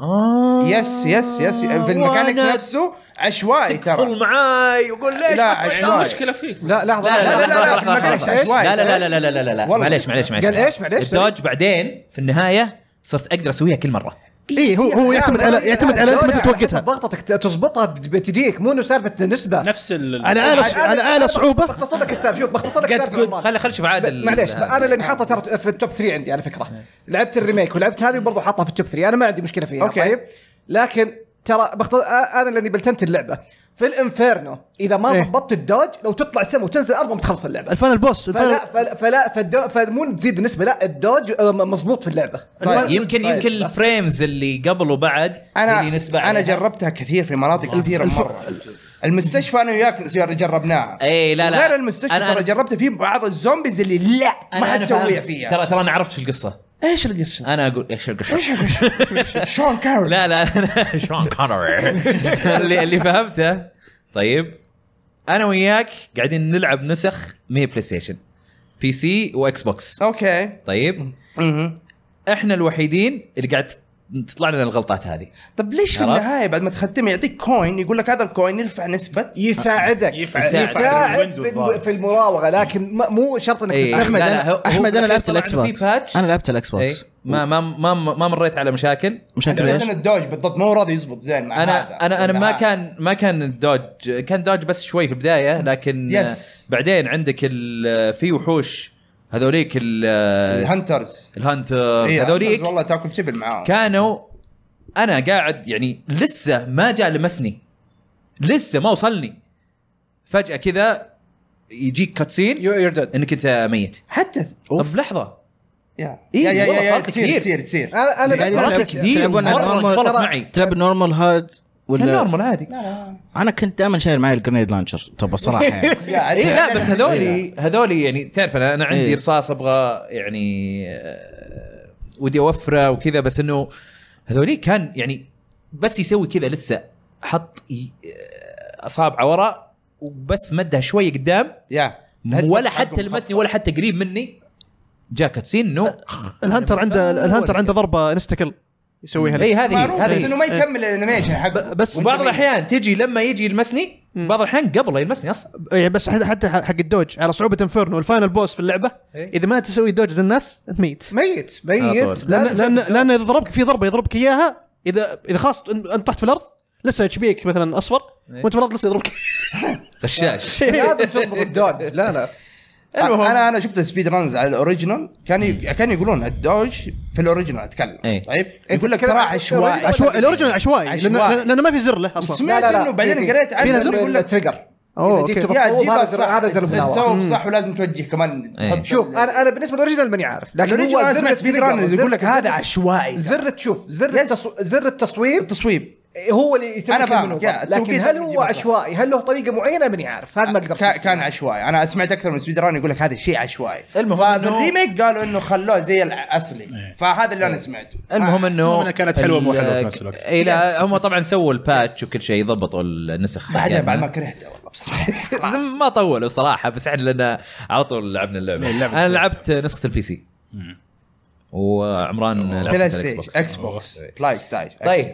آه، يس يس يس في الميكانكس وأنا نفسه عشوائي تقفل ترى معاي وقول ليش لا أقفل؟ عشوائي المشكله إيه، فيك لا لحظه لا لا لا لا لا لا، معليش، لا إيش؟ لا لا لا لا لا لا لا لا والله معليش معليش معليش قال إيش؟ معليش. الدوج بعدين في النهايه صرت اقدر اسويها كل مره اي إيه، هو هو يعتمد على يعتمد على انت متى توقتها ضغطتك تظبطها تجيك مو انه سالفه نسبه نفس ال على اعلى أنا- على اعلى صعوبه بختصر لك السالفه شوف بختصر قد لك السالفه قد عمران. خلي خلي شوف عاد ال- معليش هذا. انا لاني حاطه ترى في التوب 3 عندي على فكره لعبت الريميك ولعبت هذه وبرضه حاطها في التوب 3 انا ما عندي مشكله فيها أوكي. طيب لكن ترى بخط... آه، انا لاني بلتنت اللعبه في الانفيرنو اذا ما إيه. ضبطت الدوج لو تطلع سم وتنزل الارض ما بتخلص اللعبه الفان البوس فلا الفان فلا فلا فالدو... فمو تزيد النسبه لا الدوج آه، مضبوط في اللعبه طيب يمكن طيب. يمكن الفريمز اللي قبل وبعد انا اللي نسبه انا عليها. آه. جربتها كثير في مناطق كثيره مره المستشفى انا وياك جربناها إي، إيه، لا، لا. غير المستشفى أنا- ترى أنا- جربت فيه بعض الزومبيز اللي لا ما أنا- أنا حد سويها فاهم. فيها ترى ترى انا عرفت شو القصه ايش القصه؟ انا اقول ايش القصه شون كارول لا لا أنا- شون كونر اللي اللي فهمته طيب انا وياك قاعدين نلعب نسخ ما هي بلاي ستيشن بي سي واكس بوكس اوكي طيب مهم. احنا الوحيدين اللي قاعد تطلع لنا الغلطات هذه طب ليش في عرفت؟ النهايه بعد ما تختم يعطيك كوين يقول لك هذا الكوين يرفع نسبه يساعدك يفعل- يساعد, يساعد في, بالويندو الم... في المراوغه لكن ما- مو شرط انك إيه. تستخدم لا، لا، هو- هو احمد انا بالأخير لعبت طلع الاكس إنه في بوكس patch. انا لعبت الاكس إيه. بوكس ما ما ما ما مريت على مشاكل مشان كذا عشان إيش؟ الدوج بالضبط ما هو راضي يزبط زين مع هذا انا انا انا ما مع هذا. كان ما كان الدوج كان دوج بس شوي في البدايه لكن Yes. بعدين عندك ال- في وحوش هذوليك ال- الهنترز الهانترز إيه، هذوليك الهنترز والله تاكل شبل معاهم كانوا انا قاعد يعني لسه ما جاء لمسني لسه ما وصلني فجاه كذا يجيك كاتسين يور ديد انك انت ميت حتى طب لحظه يا إيه، يا يا والله يا فرق كثير. تصير تصير تصير انا انا يعني بس- فرق تلعب- كثير تلعبون على مرة normal. انفرط ترى- معي. تلعب نورمال هارد كان ولا نورمال عادي انا كنت دائما شايل معي الجرنيد لانشر طب الصراحه يعني يا اي إيه، لا عجيب. بس هذولي هذولي يعني تعرف انا انا عندي إيه. رصاص ابغى يعني آه، ودي اوفره وكذا بس انه هذولي كان يعني بس يسوي كذا لسه حط ي- آه، اصابعه ورا وبس مدها شوي قدام يا ولا حتى لمسني ولا حتى قريب مني جاء كاتسين انه الهنتر عنده الهنتر عنده ضربه انستا كل يسويها لك إيه. اي هذه معروف بس هذه انه ما يكمل الانيميشن حق بس وبعض الاحيان تجي لما يجي يلمسني بعض الاحيان قبل لا يلمسني اصلا إيه، بس حتى حتى حق الدوج على صعوبه انفيرنو الفاينل بوس في اللعبه إيه. اذا ما تسوي دوج زي الناس انت ميت ميت على ميت طول. لان لان لان اذا ضربك في ضربه يضربك اياها اذا اذا خلاص انت طحت في الارض لسه شبيك مثلا اصفر وانت فرض لسه يضربك غشاش لازم تضبط الدون لا لا المهم انا انا شفت السبيد رانز على الاوريجنال كان ي... كان يقولون الدوج في الاوريجنال اتكلم إيه. طيب يقول لك ترى الأوريجينال عشوائي عشوائي الاوريجنال عشوائي لأن- عشوائي. لانه ما في زر له اصلا سمعت انه بعدين قريت عنه إنه يقول لك تريجر أوه، اوه جيك أوكي. تبقى يا مفروض تجيبها هذا زر صح هذا زر المناوره تسوي صح ولازم توجه كمان إيه. تحط شوف انا انا بالنسبه للاوريجنال ماني عارف لكن الاوريجنال هو انا زر سمعت سبيد التريجر، رانز زر يقول لك هذا التريجر. عشوائي زر تشوف زر Yes. التص- زر التصويب التصويب هو اللي يسوي أنا كل فاهمك، منهم. يا، لكن التوقيت هل اللي هو يجيبه صح. عشوائي؟ هل له طريقه معينه ماني عارف هذا ما اقدر كا- آه، كان عشوائي انا سمعت اكثر من سبيد ران يقول لك هذا شيء عشوائي المهم الريميك قالوا انه خلوه زي الاصلي إيه. فهذا اللي انا سمعته آه. المهم انه آه، المهم إنها كانت حلوة مو ال- حلوة في نفس الوقت. اي لا Yes. هم طبعا سووا الباتش وكل شيء ضبطوا النسخ بعدين حقتنا. بعد ما كرهته والله بصراحه خلاص ما طولوا صراحه بس احنا لنا على طول لعبنا اللعبه إيه، اللعبة انا تصير. لعبت نسخه البي سي وعمران لعبت بلاي الاكس ستيشن بوكس اكس بوكس بلاي ستيشن طيب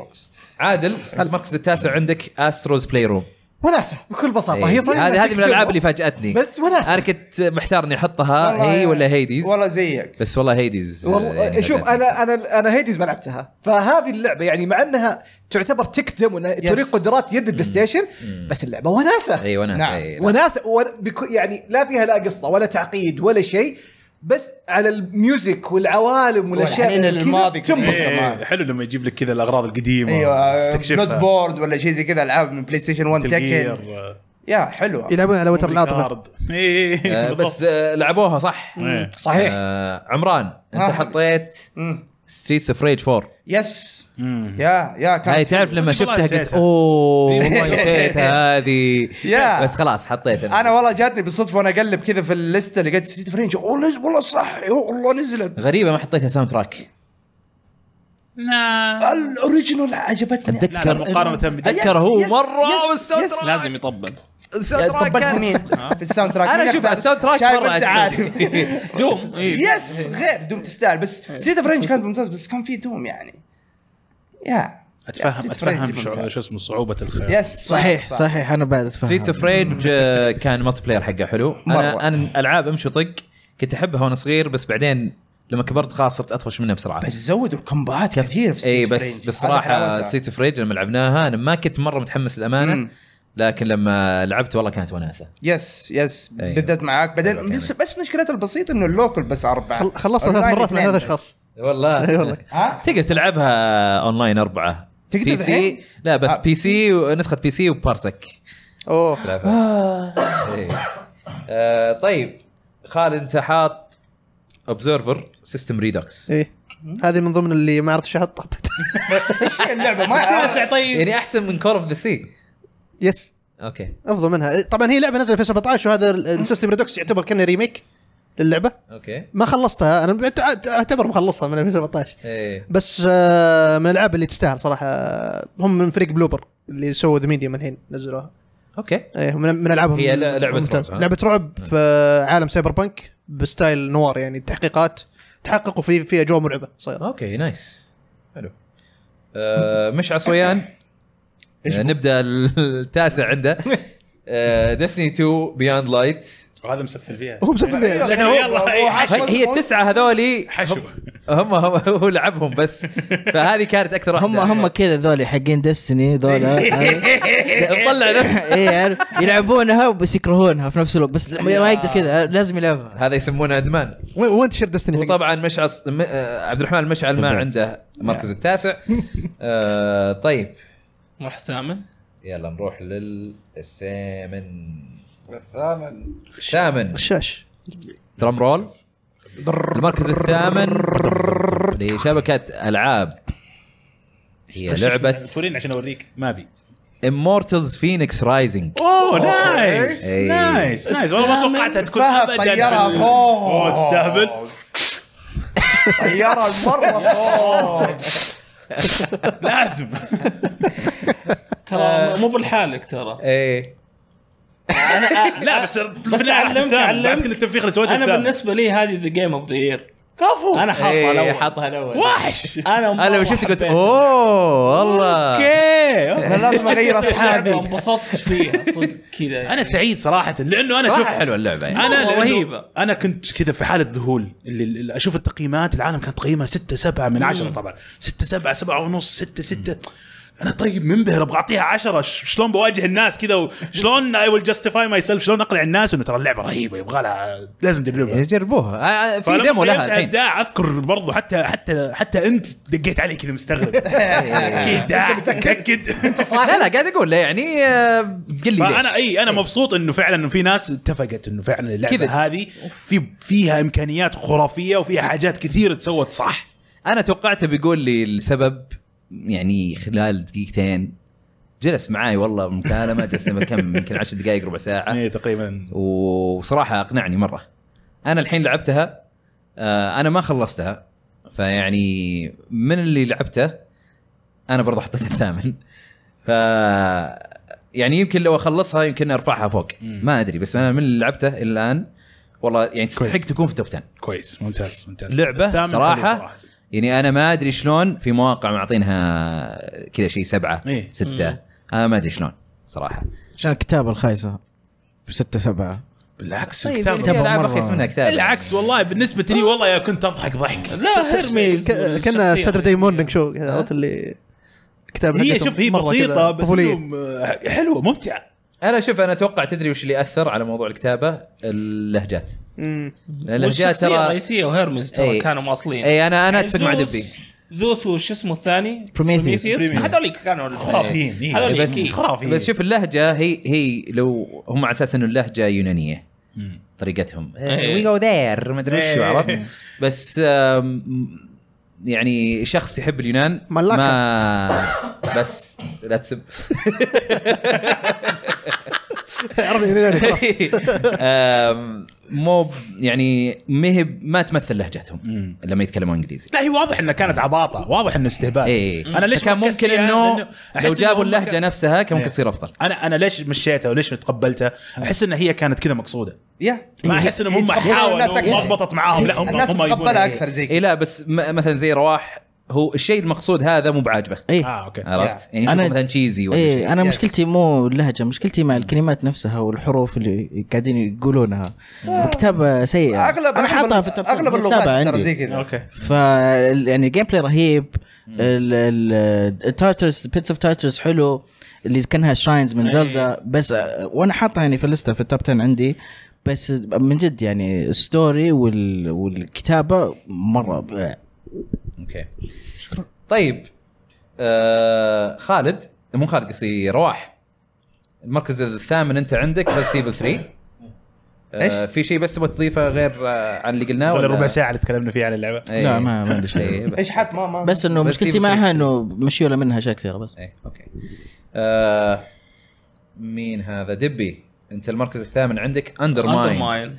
عادل المركز التاسع عندك استروز بلاي روم وناسه بكل طيب، بساطه إيه، هي صحيح هذه هذه من الالعاب اللي فاتت فاجاتني بس وناسه. انا كنت محتار اني احطها هي ولا هيديز يعني، والله زيك بس والله هيديز آه، والله يعني شوف فاجأتني. انا انا انا هيديز ما لعبتها فهذه اللعبه يعني مع انها تعتبر تكتم وتريق قدرات يد البلاي ستيشن بس اللعبه وناسه اي وناس نعم. إي، إيه، لا. وناس ون- بكو- يعني لا فيها لا قصه ولا تعقيد ولا شيء بس على الميوزك والعوالم والاشياء والحنين اللي للماضي كذا كذا. تنبسط إيه. إيه، حلو لما يجيب لك كذا الاغراض القديمه ايوه بلود تستكشفها بورد ولا شيء زي كذا العاب من بلاي ستيشن 1 تكن آه، يا حلوه يلعبون على وتر العاطفه إيه، آه، اي بس آه، لعبوها صح إيه. صحيح آه، عمران انت آه. حطيت مم. ستريتس اوف ريج 4 آه. يس يا يا هاي كان تعرف لما صدق شفتها والله قلت نسيتها. اوه والله نسيتها هذه يا. بس خلاص حطيتها انا والله جاتني بالصدفه وانا اقلب كذا في الليسته لقيت ستريت فرينج اوه نزل والله صح يا والله نزلت غريبه ما حطيتها ساوند تراك الاوريجنال عجبتني لا، اتذكر لا، مقارنة بال- اتذكر يس، هو يس، مره يس، والساوند يس. تراك لازم يطبل الساوند تراك طبلت كان- مين في الساوند تراك انا مين اشوف أكثر؟ الساوند تراك شايف مره انت عارف عجبني. دوم إيه. يس غير دوم تستاهل بس إيه. سيتا فرينج كانت ممتاز بس كان في دوم يعني يا اتفهم يا Street Fighter اتفهم ممتاز. شو- شو اسمه صعوبه الخير يس صحيح صحيح انا بعد ستريتس اوف ريج آه، كان ملتي بلاير حقه حلو انا انا العاب امشي طق كنت احبها وانا صغير بس بعدين لما كبرت خلاص صرت اطفش منها بسرعه بس زودوا الكومبات كثير في إيه. اي Street بس Fighter. هذا بصراحه حلاوتها. ستريتس اوف ريج لما لعبناها انا ما كنت مره متحمس الامانه مم. لكن لما لعبت والله كانت وناسه يس يس أيوه. بالذات معاك حلوة بعدين بس بس مشكلتها البسيطه انه اللوكل بس اربعه خل- خلصنا ثلاث أونلاين مرات مع اثنين ثلاث بس. اشخاص والله والله. ها؟ تقدر تلعبها اونلاين اربعه تقدر بي سي الحين؟ لا بس آه. بي سي نسخه بي سي وبارسك اوه تلعبها. إيه. آه، طيب خالد انت حاط اوبزرفر سيستم ريدوكس ايه هذه من ضمن اللي ما عرفت ايش احط حطيت شيء اللعبه ما تاسع طيب يعني احسن من كور اوف ذا سي يس اوكي افضل منها إيه، طبعا هي لعبه نزلت في 2017 وهذا السيستم ريدوكس يعتبر كانه ريميك للعبه اوكي ما خلصتها انا بعت- اعتبر مخلصها من 2017 ايه بس آه، من الالعاب اللي تستاهل صراحه هم من فريق بلوبر اللي سووا ذا ميديوم الحين نزلوها اوكي ايه من من العابهم هي ل- لعبة ممتاز. رعب، ها؟ لعبه رعب في عالم سايبر بانك بستايل نوار يعني تحقيقات تحقق وفي فيها جو مرعبه صايره اوكي نايس حلو آه، مش عصويان آه، نبدا ال- التاسع عنده آه، ديستني 2 بياند لايت وهذا مسفل فيها هو مسفل فيها. لكن يلا، إيه، هي التسعه هذولي حشو هم هم هو لعبهم بس فهذه كانت اكثر واحدة. يعني. هم هم كذا ذولي حقين ديستني ذولا مطلع نفسه اي عارف يلعبونها بس يكرهونها في نفس الوقت بس ما يقدر كذا لازم يلعبها هذا يسمونه ادمان وين وين تشير دستني حقك؟ وطبعا مشعل م... آه، عبد الرحمن المشعل ما عنده المركز التاسع آه طيب نروح الثامن يلا نروح للثامن الثامن الثامن غشاش درام رول المركز الثامن لشبكة ألعاب هي لعبة تورين عشان اوريك ما ابي امورتلز فينيكس رايزنج اوه نايس إيه. نايس نايس والله ما توقعتها تكون فهد ابدا طيرها في ال- فوق. اوه تستهبل طيارة المره فوق لازم ترى مو بالحالك ترى إيه. ايه انا لا بس بس علمك بعد كل علمك التنفيخ اللي سويته انا الثامن. بالنسبه لي هذه ذا جيم اوف ذا يير كفو انا حاطها إيه، الاول حاطها الأول. وحش انا انا لما شفت قلت اوه اوه والله اوكي انا لازم اغير لعبه اصحابي انبسطت فيها صدق كذا يعني. انا سعيد صراحه لانه انا شوف صراحة حلوة اللعبة يعني انا والله لأنه رهيبة. انا كنت كذا في حاله ذهول اللي, اللي اشوف التقييمات العالم كانت تقييمها 6 7 من 10 طبعا 6 7 7 ونص 6 6 انا طيب منبهر ابغى اعطيها عشرة ش- شلون بواجه الناس كذا وشلون اي ويل جاستيفاي ماي سيلف شلون اقنع الناس انه ترى اللعبه رهيبه يبغى لها لازم تجربها أه، جربوها آه، آه، في فلما إيه. ديمو لها فهمت الحين الابداع اذكر برضو حتى حتى حتى انت دقيت علي كذا مستغرب اكيد متاكد أه، لا لا قاعد اقول له يعني آه، قل لي ليش فانا اي انا مبسوط انه فعلا انه في ناس اتفقت انه فعلا اللعبه كذا. هذه في فيها امكانيات خرافيه وفيها حاجات كثير تسوت صح انا توقعته بيقول لي السبب يعني خلال دقيقتين جلس معاي والله مكالمه جلسنا كم يمكن 10 دقائق ربع ساعه اي تقريبا وصراحه اقنعني مره انا الحين لعبتها آه، انا ما خلصتها فيعني من اللي لعبته انا برضه حطيت الثامن ف يعني يمكن لو اخلصها يمكن ارفعها فوق مم. ما ادري بس انا من اللي لعبته الى الان والله يعني تستحق كويس. تكون في توب 10 كويس ممتاز ممتاز لعبة الثامن صراحة. حلو يعني انا ما ادري شلون في مواقع معطينها كذا شيء سبعه إيه. سته انا ما ادري شلون صراحه عشان الكتابه الخايسه بستة سبعة بالعكس طيب الكتاب في كتابة العاب مرة. رخيص منها كتاب بالعكس والله بالنسبه لي والله يا كنت اضحك ضحك لا ارمي ك- كنا ساتردي مورنينج شو كذا عرفت اللي كتاب هي حقتهم شوف هي مرة كذا بسيطه بس طفولية. إنهم، آه، حلوه ممتعه انا شوف انا اتوقع تدري وش اللي اثر على موضوع الكتابه اللهجات مم. اللهجات ترى الرئيسيه وهيرمز ترى إيه. كانوا مواصلين اي انا انا يعني اتفق مع زوس- دبي زوس وش اسمه الثاني؟ Prometheus. Prometheus. هذوليك كانوا الخرافيين خرافيين إيه. هذول بس- كي. خرافيين بس شوف اللهجه هي هي لو هم على اساس انه اللهجه يونانيه مم. طريقتهم إيه. وي جو ذير ما ادري وش إيه. عرفت بس آم، يعني شخص يحب اليونان ملاكة. ما بس لا تسب عرفت يعني خلاص. آم، مو ب- يعني مهب ما تمثل لهجتهم مم. لما يتكلمون انجليزي لا هي واضح انها كانت عباطه واضح انه استهبال اي انا ليش كان ركزت ممكن فيها؟ انه لأنه أحس لو جابوا إنه هم اللهجه كان- نفسها كان ممكن إيه. تصير افضل انا انا ليش مشيتها وليش تقبلتها؟ احس ان هي كانت كذا مقصوده يا ما احس انهم هم يتقبلها حاولوا إيه، الناس ما أكثر. ضبطت معاهم لا هم إيه. الناس هم يبون تتقبلها اكثر زي إيه. اي لا بس م- مثلا زي رواح هو الشيء المقصود هذا مو بعاجبه اه اوكي آه. عرفت يعني أنا- أنا مثلا تشيزي ولا شيء ايه انا Yes. مشكلتي مو اللهجه مشكلتي مع الكلمات نفسها والحروف اللي قاعدين يقولونها الكتابه سيئه اغلب انا حاطها في اغلب, التوب أغلب من اللغات السابع ترى زي عندي كذا اوكي ف يعني الجيم بلاي رهيب ال- ال- التارترس بيتس اوف تارترس حلو اللي كانها شراينز من زلدا بس آه، وانا حاطها يعني في الليسته في التوب 10 عندي بس من جد يعني الستوري وال... والكتابه مره ضع. اوكي شكرا طيب آه خالد مو خالد قصدي رواح المركز الثامن انت عندك ريزنت ايفل 3 آه في شيء بس تبغى تضيفه غير آه عن اللي قلناه ولا ربع ساعه اللي تكلمنا فيها عن اللعبه إيه. لا، ما- ما عندي شيء. إيه، بس- ايش حط ما ما بس انه بس مشكلتي Evil معها Three. انه مشيوله منها اشياء كثيره بس ايه اوكي آه مين هذا دبي انت المركز الثامن عندك اندر ماين اندرماين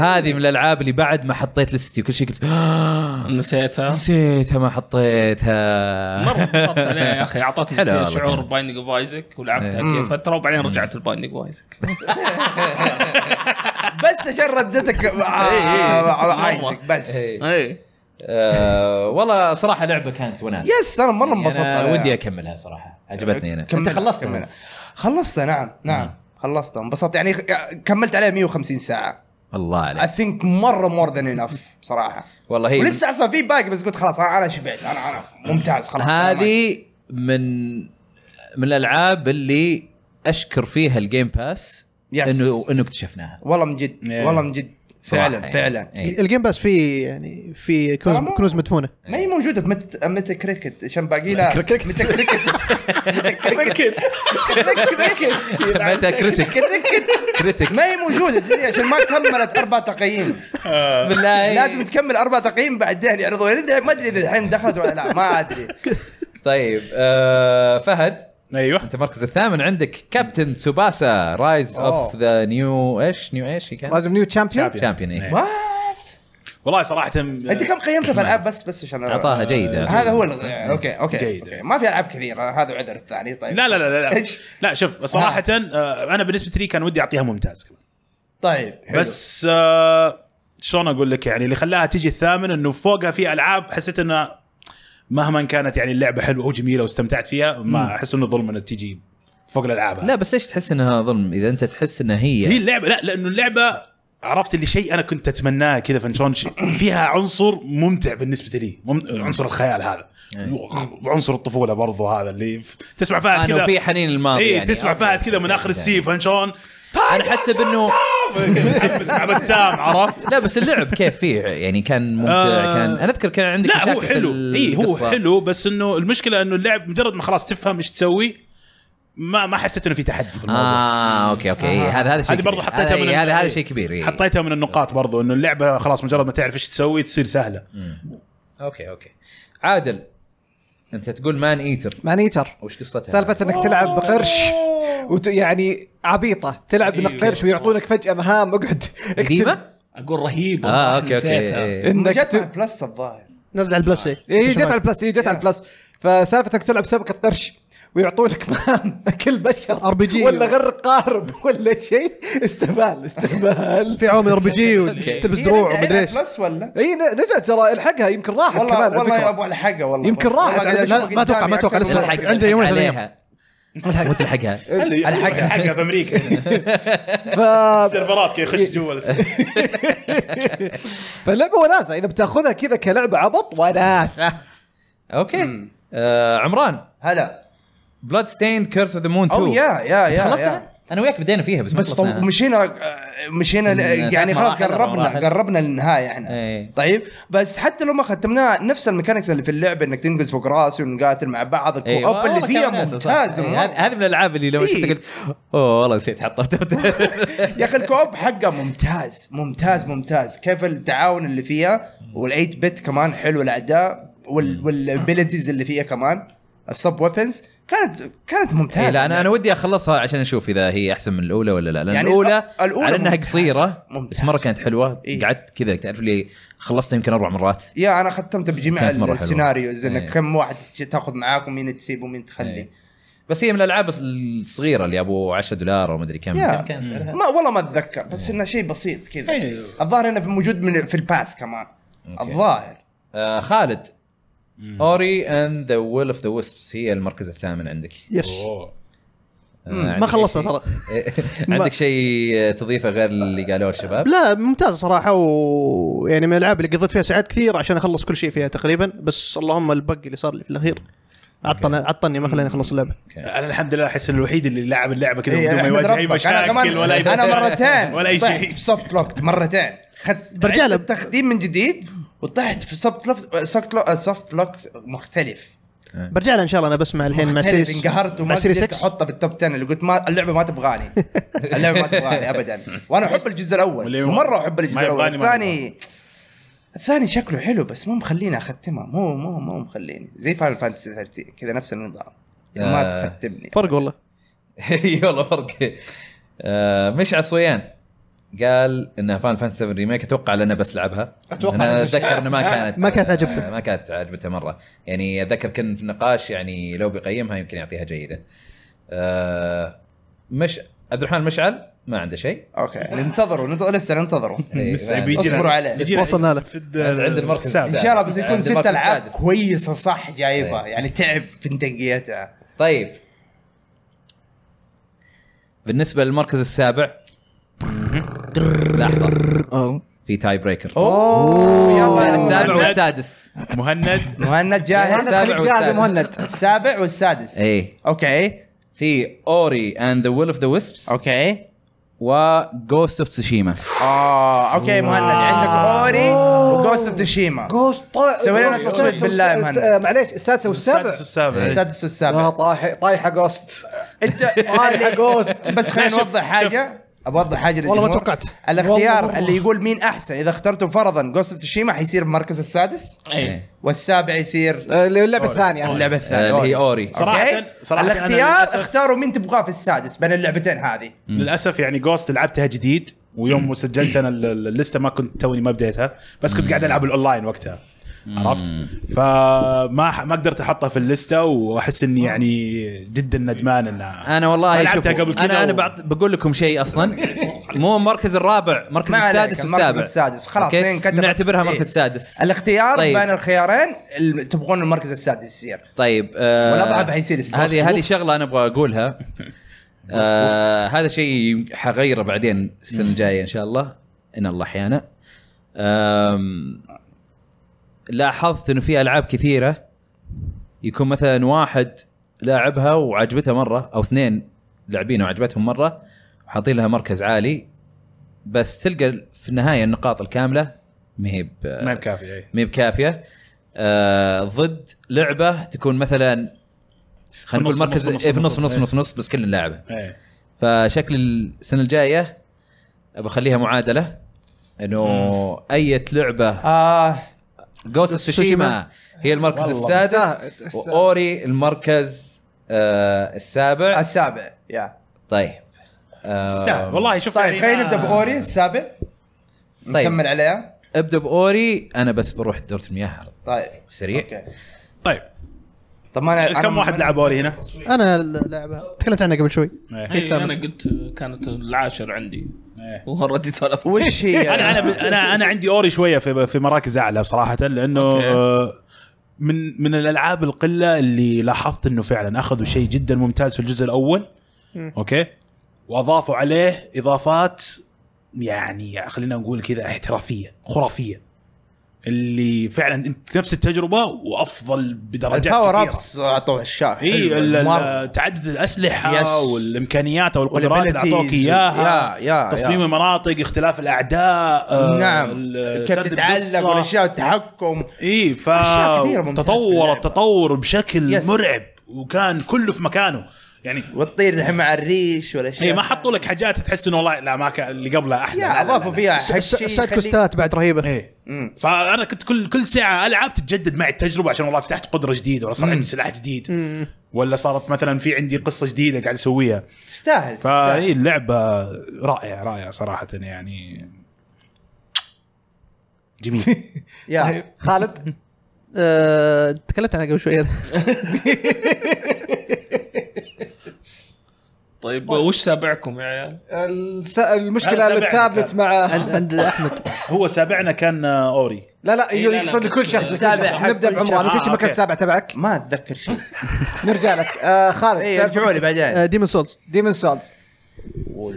هذه من الالعاب اللي بعد ما حطيت لستي وكل شيء قلت آه، نسيتها نسيتها ما حطيتها مره انبسطت عليها يا اخي اعطتني حلو كذا والله شعور كانت. بايندينج اوف ايزك ولعبتها إيه. كذا فتره وبعدين رجعت البايندينج اوف ايزك بس عشان ردتك إيه، مع مع عايزك بس إيه. اي آه والله صراحه لعبه كانت وناسه يس انا مره انبسطت يعني أنا عليها. ودي اكملها صراحه عجبتني انا كملها- انت خلصتها كملها. خلصتها نعم نعم خلصتها انبسطت يعني خ- كملت عليها 150 ساعه الله اي عليك ثينك مره مور ذان انف بصراحه والله هي ولسه اصلا في باقي بس قلت خلاص انا أنا شبعت انا انا ممتاز خلاص أنا معك. هذه من من الالعاب اللي اشكر فيها الجيم باس Yes. انه انه اكتشفناها والله من جد Yeah. والله من جد إيه. صراحة فعلا يعني. فعلا إيه. الجيم باس فيه يعني في كنوز ترى مو- كنوز مدفونه ما هي موجوده في مت... متى كريكت عشان باقي لها متى كريكت متى كريكت إيه. متى كريتك كريكت كريتك ما هي موجوده تدري عشان ما كملت اربع تقييم إيه. بالله لازم تكمل اربع تقييم بعدين يعرضوها لأن ما ادري اذا الحين دخلت ولا لا ما ادري طيب آه فهد ايوه انت المركز الثامن عندك كابتن سوباسا رايز اوف ذا نيو ايش نيو ايش هي كان لازم نيو تشامبيون Champion. شامبيون إيه. ما والله صراحه انت كم قيمتها في العاب بس بس عشان آه، اعطاها آه. جيده هذا هو الغ... اوكي اوكي جيد. اوكي ما في العاب كثيره هذا عذر الثاني طيب لا لا لا لا لا, إيش؟ لا شوف صراحه آه، انا بالنسبه لي كان ودي اعطيها ممتاز كمان طيب حلو. بس آه شلون اقول لك يعني اللي خلاها تجي الثامن انه فوقها في العاب حسيت انها مهما كانت يعني اللعبه حلوه وجميله واستمتعت فيها ما احس انه ظلم انها تجي فوق الالعاب لا بس ليش تحس انها ظلم اذا انت تحس انها هي هي اللعبه لا لانه اللعبه عرفت اللي شيء انا كنت اتمناه كذا فنشون فيها عنصر ممتع بالنسبه لي مم... عنصر الخيال هذا وعنصر الطفوله برضو هذا اللي ف... تسمع فهد انا كذا في حنين الماضي اي يعني تسمع فهد كذا من اخر السي فنشون انا احسب انه متحمس طيب، مع بسام عرفت لا بس اللعب كيف فيه يعني كان ممتع آه. كان انا اذكر كان عندك لا هو مشاكل في حلو اي هو القصة. حلو بس انه المشكله انه اللعب مجرد ما خلاص تفهم ايش تسوي ما ما حسيت انه في تحدي في الموضوع اه اوكي اوكي إيه، هذا هذا شيء آه. هذه برضو كبير. حطيتها هذا من إيه، هذا هذا إيه. شيء كبير إيه. حطيتها من النقاط برضو انه اللعبه خلاص مجرد ما تعرف ايش تسوي تصير سهله اوكي اوكي عادل انت تقول مان ايتر مانيتر وش قصتها؟ سالفه انك تلعب بقرش وت... يعني عبيطه تلعب إيه، من القرش ويعطونك فجاه مهام اقعد اكتب قديمه؟ اقول رهيب اه والله اوكي اوكي نسيتها. إيه. انك جت ت... مع البلس الظاهر نزل على البلاي ستيشن هي إيه، جت على البلس هي إيه. جت على البلس فسالفه انك تلعب سبكه قرش ويعطونك مهام كل بشر ار بي جي ولا غرق قارب ولا شيء استهبال استهبال في عوامل ار بي جي وتلبس دروع هي ومدري ايش بلس ولا اي نزلت ترى الحقها يمكن راحت يعني والله آه، كمان على والله فكرة. يا ابو الحقه والله يمكن والله راحت قاعد على- أشوف لا، ما أتوقع- ما قدامي أتوقع أكثر لسه. من- الحق- عندي يومين الحق ثلاث أيام. عليها متى الحقها؟ إيه، الحقها الحقها في امريكا ف... السيرفرات كذا يخش جوا فاللعبه وناسه اذا بتاخذها كذا كلعبه عبط وناسه اوكي آه، عمران هلا بلاد ستيند كيرس اوف ذا مون 2 او يا يا يا يا. خلصتها؟ انا وياك بدينا فيها بس ما بس طب خلصناها. مشينا آه، مشينا ل- ثلاث يعني خلاص مراحل، أربع قربنا مراحل. قربنا للنهايه احنا إيه. طيب بس حتى لو ما ختمناها نفس الميكانكس اللي في اللعبه انك تنقز فوق راسي ونقاتل مع بعض إيه، الكوب والله اللي فيها كان ناسة، صح. ممتاز إيه، مرة. هذه- هذه من الالعاب اللي لو إيه. شفتها قلت اوه والله نسيت إيه، حطيتها يا اخي الكوب حقه ممتاز ممتاز ممتاز كيف التعاون اللي فيها والايت بت كمان حلو الاعداء وال والابيلتيز اللي فيها كمان السب ويبنز كانت كانت ممتازه إيه، لا انا انا ودي اخلصها عشان اشوف اذا هي احسن من الاولى ولا لا لان يعني الاولى الأ- الأولى على انها ممتازة، قصيره بس ممتازة. مره كانت حلوه إيه. قعدت كذا تعرف اللي خلصتها يمكن اربع مرات يا انا ختمت بجميع كانت مرة حلوة. السيناريوز إيه. انك كم واحد تاخذ معاك ومين تسيب ومين إيه. تخلي بس هي من الالعاب الصغيره اللي ابو 10 دولار وما ادري كم يا. كم كان سعرها ما والله ما اتذكر بس إيه. انه شيء بسيط كذا الظاهر انه في- موجود من في الباس كمان الظاهر آه خالد اوري اند ذا ويل اوف ذا ويسبس هي المركز الثامن عندك يس آه، ما عندك خلصنا شيء- ترى عندك شيء تضيفه غير اللي قالوه الشباب لا ممتاز صراحه ويعني من الالعاب اللي قضيت فيها ساعات كثير عشان اخلص كل شيء فيها تقريبا بس اللهم البق اللي صار لي في الاخير عطنا عطني ما خلاني اخلص اللعبه انا الحمد لله احس إني الوحيد اللي لعب اللعبه كذا إيه، بدون ما يواجه أحمد اي ربك. انا مشاكل كمان ولا أي- انا مرتين ولا اي طحت شيء في سوفت لوك مرتين خدت برجع له. تخديم من جديد وطحت في سوفت لوك سوفت لوك سوفت لوك مختلف برجع لها ان شاء الله انا بسمع الحين مع مختلف سيريس انقهرت وما مع سيريس قدرت 6 احطه في التوب 10 اللي قلت ما اللعبه ما تبغاني اللعبه ما تبغاني ابدا وانا احب الجزء الاول واللي- مره احب الجزء ما الاول يبغاني ما الثاني الثاني شكله حلو بس مو مخليني اختمها مو مو مو مخليني زي فاينل فانتسي 30 كذا نفس النظام يعني ما آه. تختمني فرق والله اي والله فرق آه، مشعل صويان قال انها فان فانتسي 7 ريميك اتوقع لانه بس لعبها أتوقع انا نفس اتذكر انه ما كانت ما كانت عجبته. آه، ما كانت عجبته مره يعني اتذكر كنا في نقاش يعني لو بيقيمها يمكن يعطيها جيده آه، مش عبد الرحمن مشعل ما عنده شيء اوكي ننتظروا ننتظروا لسه ننتظروا إيه، لسه ما عنده بيجينا- شيء. اصبروا عليه. بيجينا وصلنا له. في الد- عند المركز السادس. ان شاء الله بس يكون عند ست المركز العاب السادس. كويسه صح جايبه أي. يعني تعب في تنقيتها طيب بالنسبه للمركز السابع لحظه أوه. في تاي بريكر اوه يلا السابع مهند. والسادس مهند مهند مهند جاهز السابع خليك جاهز يا والسادس. مهند السابع والسادس ايه اوكي في اوري اند ذا ويل اوف ذا ويسبس اوكي وجوست اوف تسوشيما اه اوكي مهند عندك اوري وجوست اوف تشيما جوست سوي لنا تصويت بالله يا مهند. معليش السادسه والسابع السادس والسابع السادس آه، والسابع طايح طايحه جوست انت طايحه جوست بس خلينا نوضح حاجه ابغى اوضح حاجه والله ما للجمهور. توقعت. الاختيار اللي يقول مين احسن اذا اخترتم فرضا جوست اوف تشيما حيصير المركز السادس إيه. والسابع يصير آه، اللي هو اللعبه الثانيه اللعبه آه، اللي هي الثانيه اوري صراحة- أوكي؟ صراحة أنا الاختيار للأسف- اختاروا مين تبغاه في السادس بين اللعبتين هذه للاسف يعني جوست لعبتها جديد ويوم سجلت انا ال- ال- اللسته ما كنت توني ما بديتها بس كنت قاعد العب الاونلاين وقتها عرفت فما ح- ما قدرت احطها في اللسته واحس اني آه. يعني جدا ندمان انها انا والله لعبتها شوفوا قبل كذا انا انا و- بعط- بقول لكم شيء اصلا مو المركز الرابع مركز ما عليك، السادس المركز والسابع السادس، خلاص، أوكي؟ هي انكتبت. نعتبرها إيه. مركز سادس الاختيار طيب. طيب. بين الخيارين اللي تبغون المركز السادس يصير طيب آه، والأضعف حيصير السادس. هذه هذه شغله انا ابغى اقولها آه، هذا شيء حغيره بعدين السنه الجايه ان شاء الله ان الله احيانا أم، لاحظت انه في العاب كثيره يكون مثلا واحد لاعبها وعجبته مره او اثنين لاعبينها وعجبتهم مره وحاطين لها مركز عالي بس تلقى في النهايه النقاط الكامله ما هي ب- ما بكافي اي ما هي بكافيه آه ضد لعبه تكون مثلا خلينا نقول في النص، مركز في النص، إيه، في النص في في النص النص، في النص في النص بس كل اللاعبه إيه. فشكل السنه الجايه بخليها معادله انه اي لعبه آه جوست سوشيما هي المركز والله. السادس واوري المركز آه السابع السابع يا طيب آه تستاهل. والله شوف طيب يعني خلينا ما- نبدا باوري السابع طيب. نكمل عليها ابدا باوري انا بس بروح دورة المياه على طول. طيب سريع اوكي طيب طب ما انا كم واحد لعب اوري هنا؟ انا لاعبها تكلمت عنها قبل شوي هي انا إيه، قلت كانت العاشر عندي إيه. وردي سولف وش هي؟ انا انا انا انا عندي اوري شويه في في مراكز اعلى صراحه لانه أوكي. آه، من من الالعاب القله اللي لاحظت انه فعلا اخذوا شيء جدا ممتاز في الجزء الاول اوكي واضافوا عليه اضافات يعني خلينا نقول كذا احترافيه خرافيه اللي فعلا أنت نفس التجربه وافضل بدرجات الباور كثيرة. ابس اعطوه الشاشه اي حلوة، إيه، ال- ال- مرة. تعدد الاسلحه يس. والامكانيات او القدرات اللي اعطوك والabilities. اياها يا- يا- تصميم يا. المناطق اختلاف الاعداء آه، نعم ال- كيف سرد تتعلق القصة. والاشياء والتحكم اي ف أشياء كثيرة ممتازة في تطور اللعبة. التطور بشكل يس. مرعب وكان كله في مكانه يعني وتطير الحين مع الريش والاشياء اي ما حطوا لك حاجات تحس انه والله لا ما كان اللي قبلها احلى لا، يا لا، لا، اضافوا لا. فيها حق س- شيء سايد يخليك- كوستات بعد رهيبه ايه مم. فانا كنت كل كل ساعه العاب تتجدد معي التجربه عشان والله فتحت قدره جديده ولا صار عندي سلاح جديد مم. ولا صارت مثلا في عندي قصه جديده قاعد اسويها فهي تستاهل تستاهل اللعبة رائعة رائعة صراحة يعني جميل يا خالد آه، تكلمت عنها قبل شوي أنا. طيب وش سابعكم يا عيال؟ الس... المشكله أنا تابعتك التابلت مع عند عند احمد هو سابعنا كان آه، اوري لا لا إيه، لا، لا. يقصد لكل شخص السابع السابع حق نبدا كل بعمران شخص. ايش آه، المركز أوكي. السابع تبعك؟ ما اتذكر شيء نرجع لك آه خالد اي إيه، ارجعوا لي بعدين ديمون سولز ديمن سولز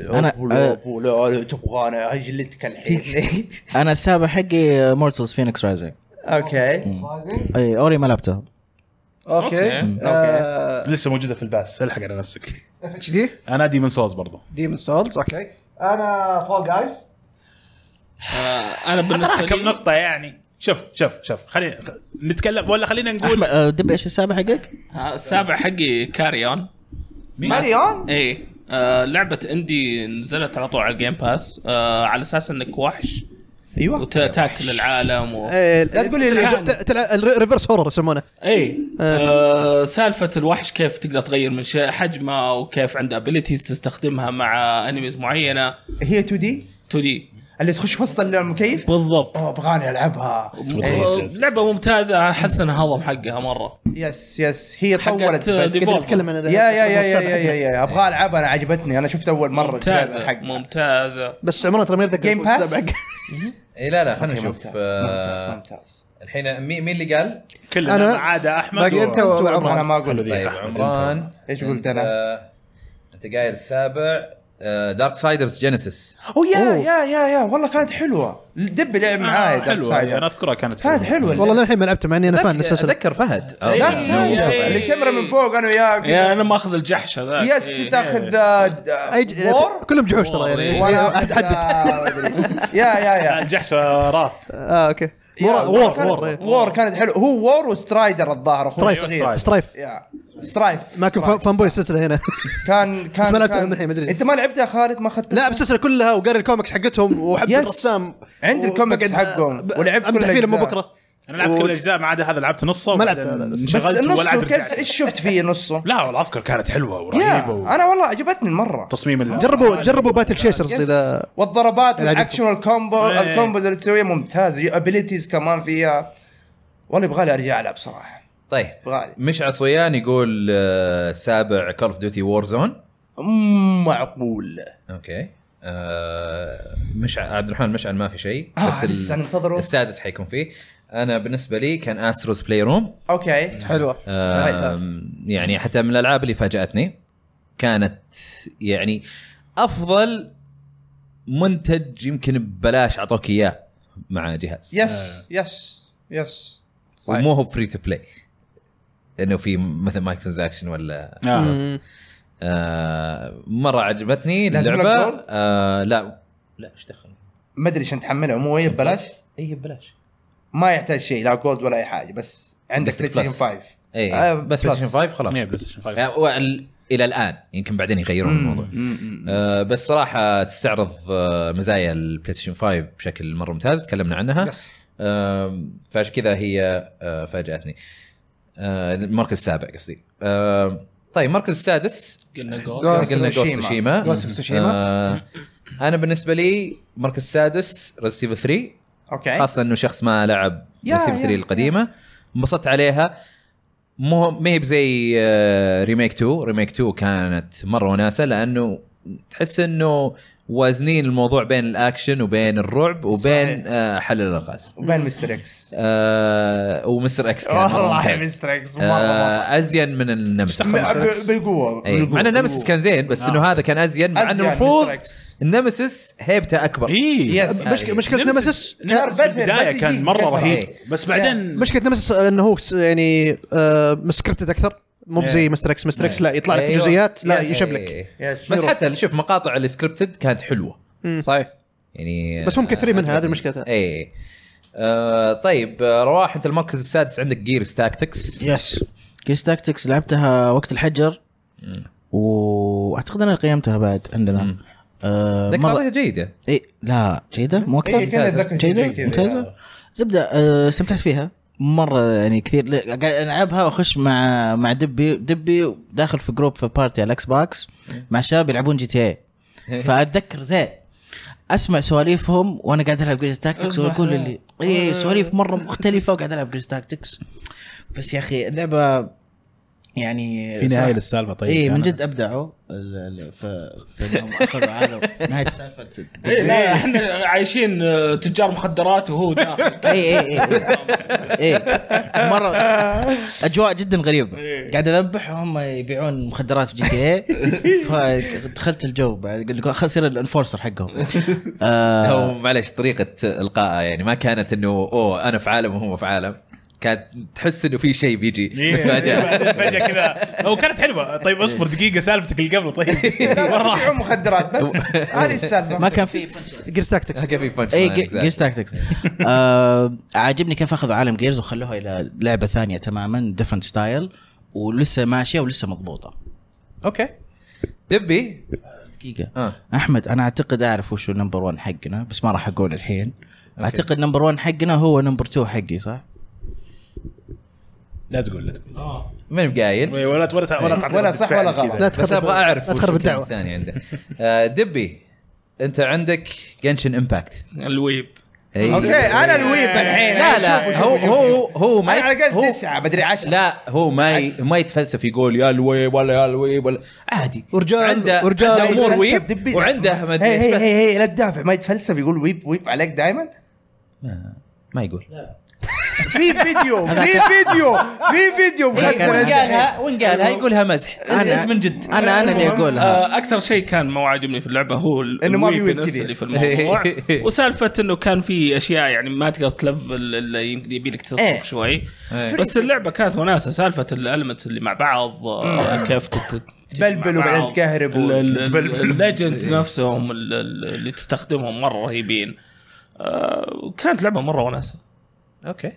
أنا- انا تبغانا اجلدك الحين انا السابع حقي مورتلز فينيكس رايزنج اوكي اي اوري ما لعبته اوكي أوكي. اوكي لسه موجودة في الباس الحق على نفسك اف اتش دي انا ديمون سولز برضو ديمن سولز اوكي انا فول جايز آه، انا بالنسبه كم لي نقطة يعني شوف شوف شوف خلينا خ- نتكلم ولا خلينا نقول أحمد- آه، دبي ايش السابع حقك؟ آه، السابع حقي كاريون ماريون ايه آه لعبه اندي نزلت على طول على الجيم باس آه على اساس انك وحش ايوه وتاكل العالم و... لا تقول لي الريفرس هورر يسمونه اي إيه. آه سالفه الوحش كيف تقدر تغير من شيء حجمه وكيف عنده ابيلتيز تستخدمها مع انميز معينه هي 2 دي 2 دي اللي تخش وسط المكيف بالضبط اوه ابغاني العبها إيه، آه، لعبه ممتازه احس انها هضم حقها مره يس يس هي حقت طولت بس ديفولفر. تكلم عن يا يا يا يا يا, يا, يا. ابغى العبها انا عجبتني انا شفت اول مره الجهاز ممتازه حق ممتازه إيه. بس عمرنا ترى ما يتذكر جيم باس السابع. اي لا لا خلينا أوكي، نشوف ممتاز، آه، ممتاز ممتاز الحين مين مين اللي قال؟ كلنا أنا- ما عدا احمد باقي و- انت وعمران انا ما اقول حلو ذي. لك. طيب أحمد، أنت. عمران إيش قلت أنت- أنا؟ انت آه، قايل آه، السابع دارك سايدرز جينيسيس اوه Oh. يا يا يا يا والله كانت حلوه الدب لعب معاي آه، دارك حلوه يعني سايدر. انا اذكرها كانت كانت حلوه والله للحين ما لعبته مع اني انا فان للسلسله اتذكر فهد دارك إيه. إنه سايدر. مبسوط إيه. عليه. اللي كاميرا يعني من فوق انا وياك يا إيه، انا ماخذ الجحش هذا يس تاخذ آه، د- أي إيه، ج- وور كلهم جحوش ترى يعني وانا حدد أحدد. يا يا يعني يا الجحش راث اه اوكي يا، وور وور كانت- وور إيه. وور كانت حلوه هو وور وسترايدر الظاهر اخوه سترايف الصغير سترايف يا سترايف ماكو فا- سترايف. فان بوي السلسله هنا كان كان بس ما لعبت كان- من الحين، ما أدري. انت ما لعبتها خالد ما اخذت لاعب السلسله كلها وقاري الكوميكس حقتهم وحب يس. الرسام عندي الكوميكس وبقعد- حقهم، ب- ولعبت كل امدح فيه لما الأجزاء. بكره انا لعبت كل الاجزاء ما عدا هذا لعبت نصه ما لعبت وبعدين هذا، بس- بس انشغلت ولا نصه عاد كيف رجعت. ايش شفت فيه نصه؟ لا والله اذكر كانت حلوه يا ورهيبه و- انا والله عجبتني مره تصميم اللعبة. جربوا جربوا باتل شيسرز يس. اذا والضربات إذا والاكشن والكومبو إيه. الكومبوز اللي تسويها ممتازه ابيلتيز كمان فيها والله يبغى لي ارجع العب صراحه طيب يبغى لي مش عصيان يقول آه، سابع كول اوف ديوتي وور زون مم، معقول اوكي آه، مشعل عبد الرحمن مشعل ما في شيء آه، بس ال- لسه ننتظره. السادس حيكون فيه انا بالنسبه لي كان استروز بلاي روم اوكي حلوه آه، آم، يعني حتى من الالعاب اللي فاجاتني كانت يعني افضل منتج يمكن ببلاش اعطوك اياه مع جهاز آه. يس يس يس صحيح. ومو هو فري تو بلاي انه في مثل مايك ترانزاكشن ولا آه. آه مره عجبتني لازم اللعبه لك جولد؟ آه لا لا ايش دخل؟ ما ادري عشان تحملها مو هي ببلاش اي إيه، ببلاش ما يحتاج شيء لا جولد ولا اي حاجه بس عندك بس بلاي ستيشن بلس. 5 اي آه، بس بلس. بلاي ستيشن 5 إيه، خلاص إيه، بلاي ستيشن فايف. آه، وال- الى الان يمكن بعدين يغيرون الموضوع آه بس صراحه تستعرض آه، مزايا البلاي ستيشن 5 بشكل مره ممتاز تكلمنا عنها يس. آم، فعشان كذا هي آه، فاجاتني آه، المركز السابع قصدي آم، طيب المركز السادس قلنا جوست Ghost of قلنا جوست Tsushima. سوشيما Ghost of Tsushima. آه، انا بالنسبه لي المركز السادس ريزيتيفل 3 اوكي خاصه انه شخص ما لعب يا- ريزيتيفل يا- 3 القديمه انبسطت عليها مو ما هي بزي آه، ريميك 2 ريميك 2 كانت مره وناسه لانه تحس انه وازنين الموضوع بين الاكشن وبين الرعب وبين صحيح. آه، حل الالغاز وبين مستر اكس آه ومستر اكس كان مرة والله ممتاز. مستر اكس مره آه ازين من النمسس استخدم- ب- بالقوه أي. بالقوة. مع ان النمسس كان زين بس انه هذا كان ازين مع انه أزيان المفروض نعم. مستر إكس. النمسس هيبته اكبر ايه يس مشك- مشكله نمسس. نمسس نمسس صار بدل، بالبدايه بس كان يجيك مره كثرة. رهيب إيه. بس بعدين مشكله نمسس انه هو س- يعني آه مسكرتد اكثر مو زي مستر اكس مستر اكس لا يطلع لك أيوة. جزئيات لا أيوة. يشب لك يس. بس حتى شوف مقاطع السكريبتد كانت حلوه صحيح يعني بس هم كثيرين منها، هذه المشكلة. اي آه طيب آه، رواح انت المركز السادس عندك جيرز تاكتكس يس كيس تاكتكس لعبتها وقت الحجر واعتقد انا قيمتها بعد عندنا مم. آه مرة... ذكرياتها جيده إيه لا جيده مو اكثر إيه، كنا نتذكر شيء زي جيده كذا. ممتازه زبده آه، استمتعت فيها مره يعني كثير ل- قاعد العبها واخش مع مع دبي دبي داخل في جروب في بارتي على الاكس بوكس مع شباب يلعبون جي تي إيه. اي فاتذكر زين اسمع سواليفهم وانا قاعد العب جريز تاكتكس واقول اللي اي إيه، سواليف مره مختلفه وقاعد العب جريز تاكتكس بس يا اخي اللعبه يعني في نهايه صراحة- للسالفه طيب إيه، اي إيه، من كانت. جد ابدعوا ال- ال- في في إنهم اخروا عالم نهايه سالفه إيه لا احنا عايشين آه، تجار مخدرات وهو داخل اي اي اي اي مره اجواء جدا غريبه قاعد اذبح وهم يبيعون مخدرات في جي تي اي فدخلت الجو بعد قلت خلاص اصير الانفورسر حقهم آه، او معلش طريقه القائها يعني ما كانت انه اوه انا في عالم وهو في عالم كانت تحس انه في شيء بيجي إيه، بس ما جاء بعدين فجاه كذا هو كانت حلوه طيب اصبر دقيقه سالفتك اللي قبل طيب لا، وين بس راحت؟ يبيعون مخدرات بس هذه السالفه ما كان في إيه، جيرز تاكتكس كان في punch اي line جيرز exactly. تاكتكس آه، عاجبني كيف اخذوا عالم جيرز وخلوها الى لعبه ثانيه تماما ديفرنت ستايل ولسه ماشيه ولسه مضبوطه اوكي دبي دقيقه اه احمد انا اعتقد اعرف وش نمبر 1 حقنا بس ما راح اقول الحين اعتقد نمبر 1 حقنا هو نمبر 2 حقي صح؟ لا تقول لا تقول طيب، من بقايل ولا ولا ولا تعطي إيه. ولا رد صح فعل ولا كذا. غلط. لا بس تخرب ابغى اعرف لا وش الكلام تخرب الدعوه الثاني عنده آه، دبي انت عندك جنشن امباكت الويب اوكي انا الويب الحين لا لا هو هو هو ما انا على يت- الاقل هو تسعه بدري 10 لا هو ما ي... ما يتفلسف يقول يا الويب ولا يا الويب ولا عادي ورجال- عنده ورجال- عنده امور يتفلسف ويب دبي. وعنده ما ادري هي إيش، هي بس هي هي لا تدافع ما يتفلسف يقول ويب ويب عليك دائما ما يقول في فيديو في فيديو في فيديو مخزن وين عندك. قالها وين قالها يقولها مزح أنت- انت من جد انا انا اللي اقولها آه، اكثر شيء كان ما عاجبني في اللعبه هو ال- نعم. إنه ما في ويب الويبنس كذي. اللي في الموضوع وسالفه انه كان في اشياء يعني ما تقدر تلفل الا يمكن يبي لك إيه. تصرف شوي إيه. بس اللعبه كانت وناسه سالفه الالمنتس اللي مع بعض آه، كيف تت- تبلبل وبعدين تكهرب و- تبلبل. الليجندز نفسهم ال- ال- اللي تستخدمهم مره رهيبين آه، كانت لعبه مره وناسه اوكي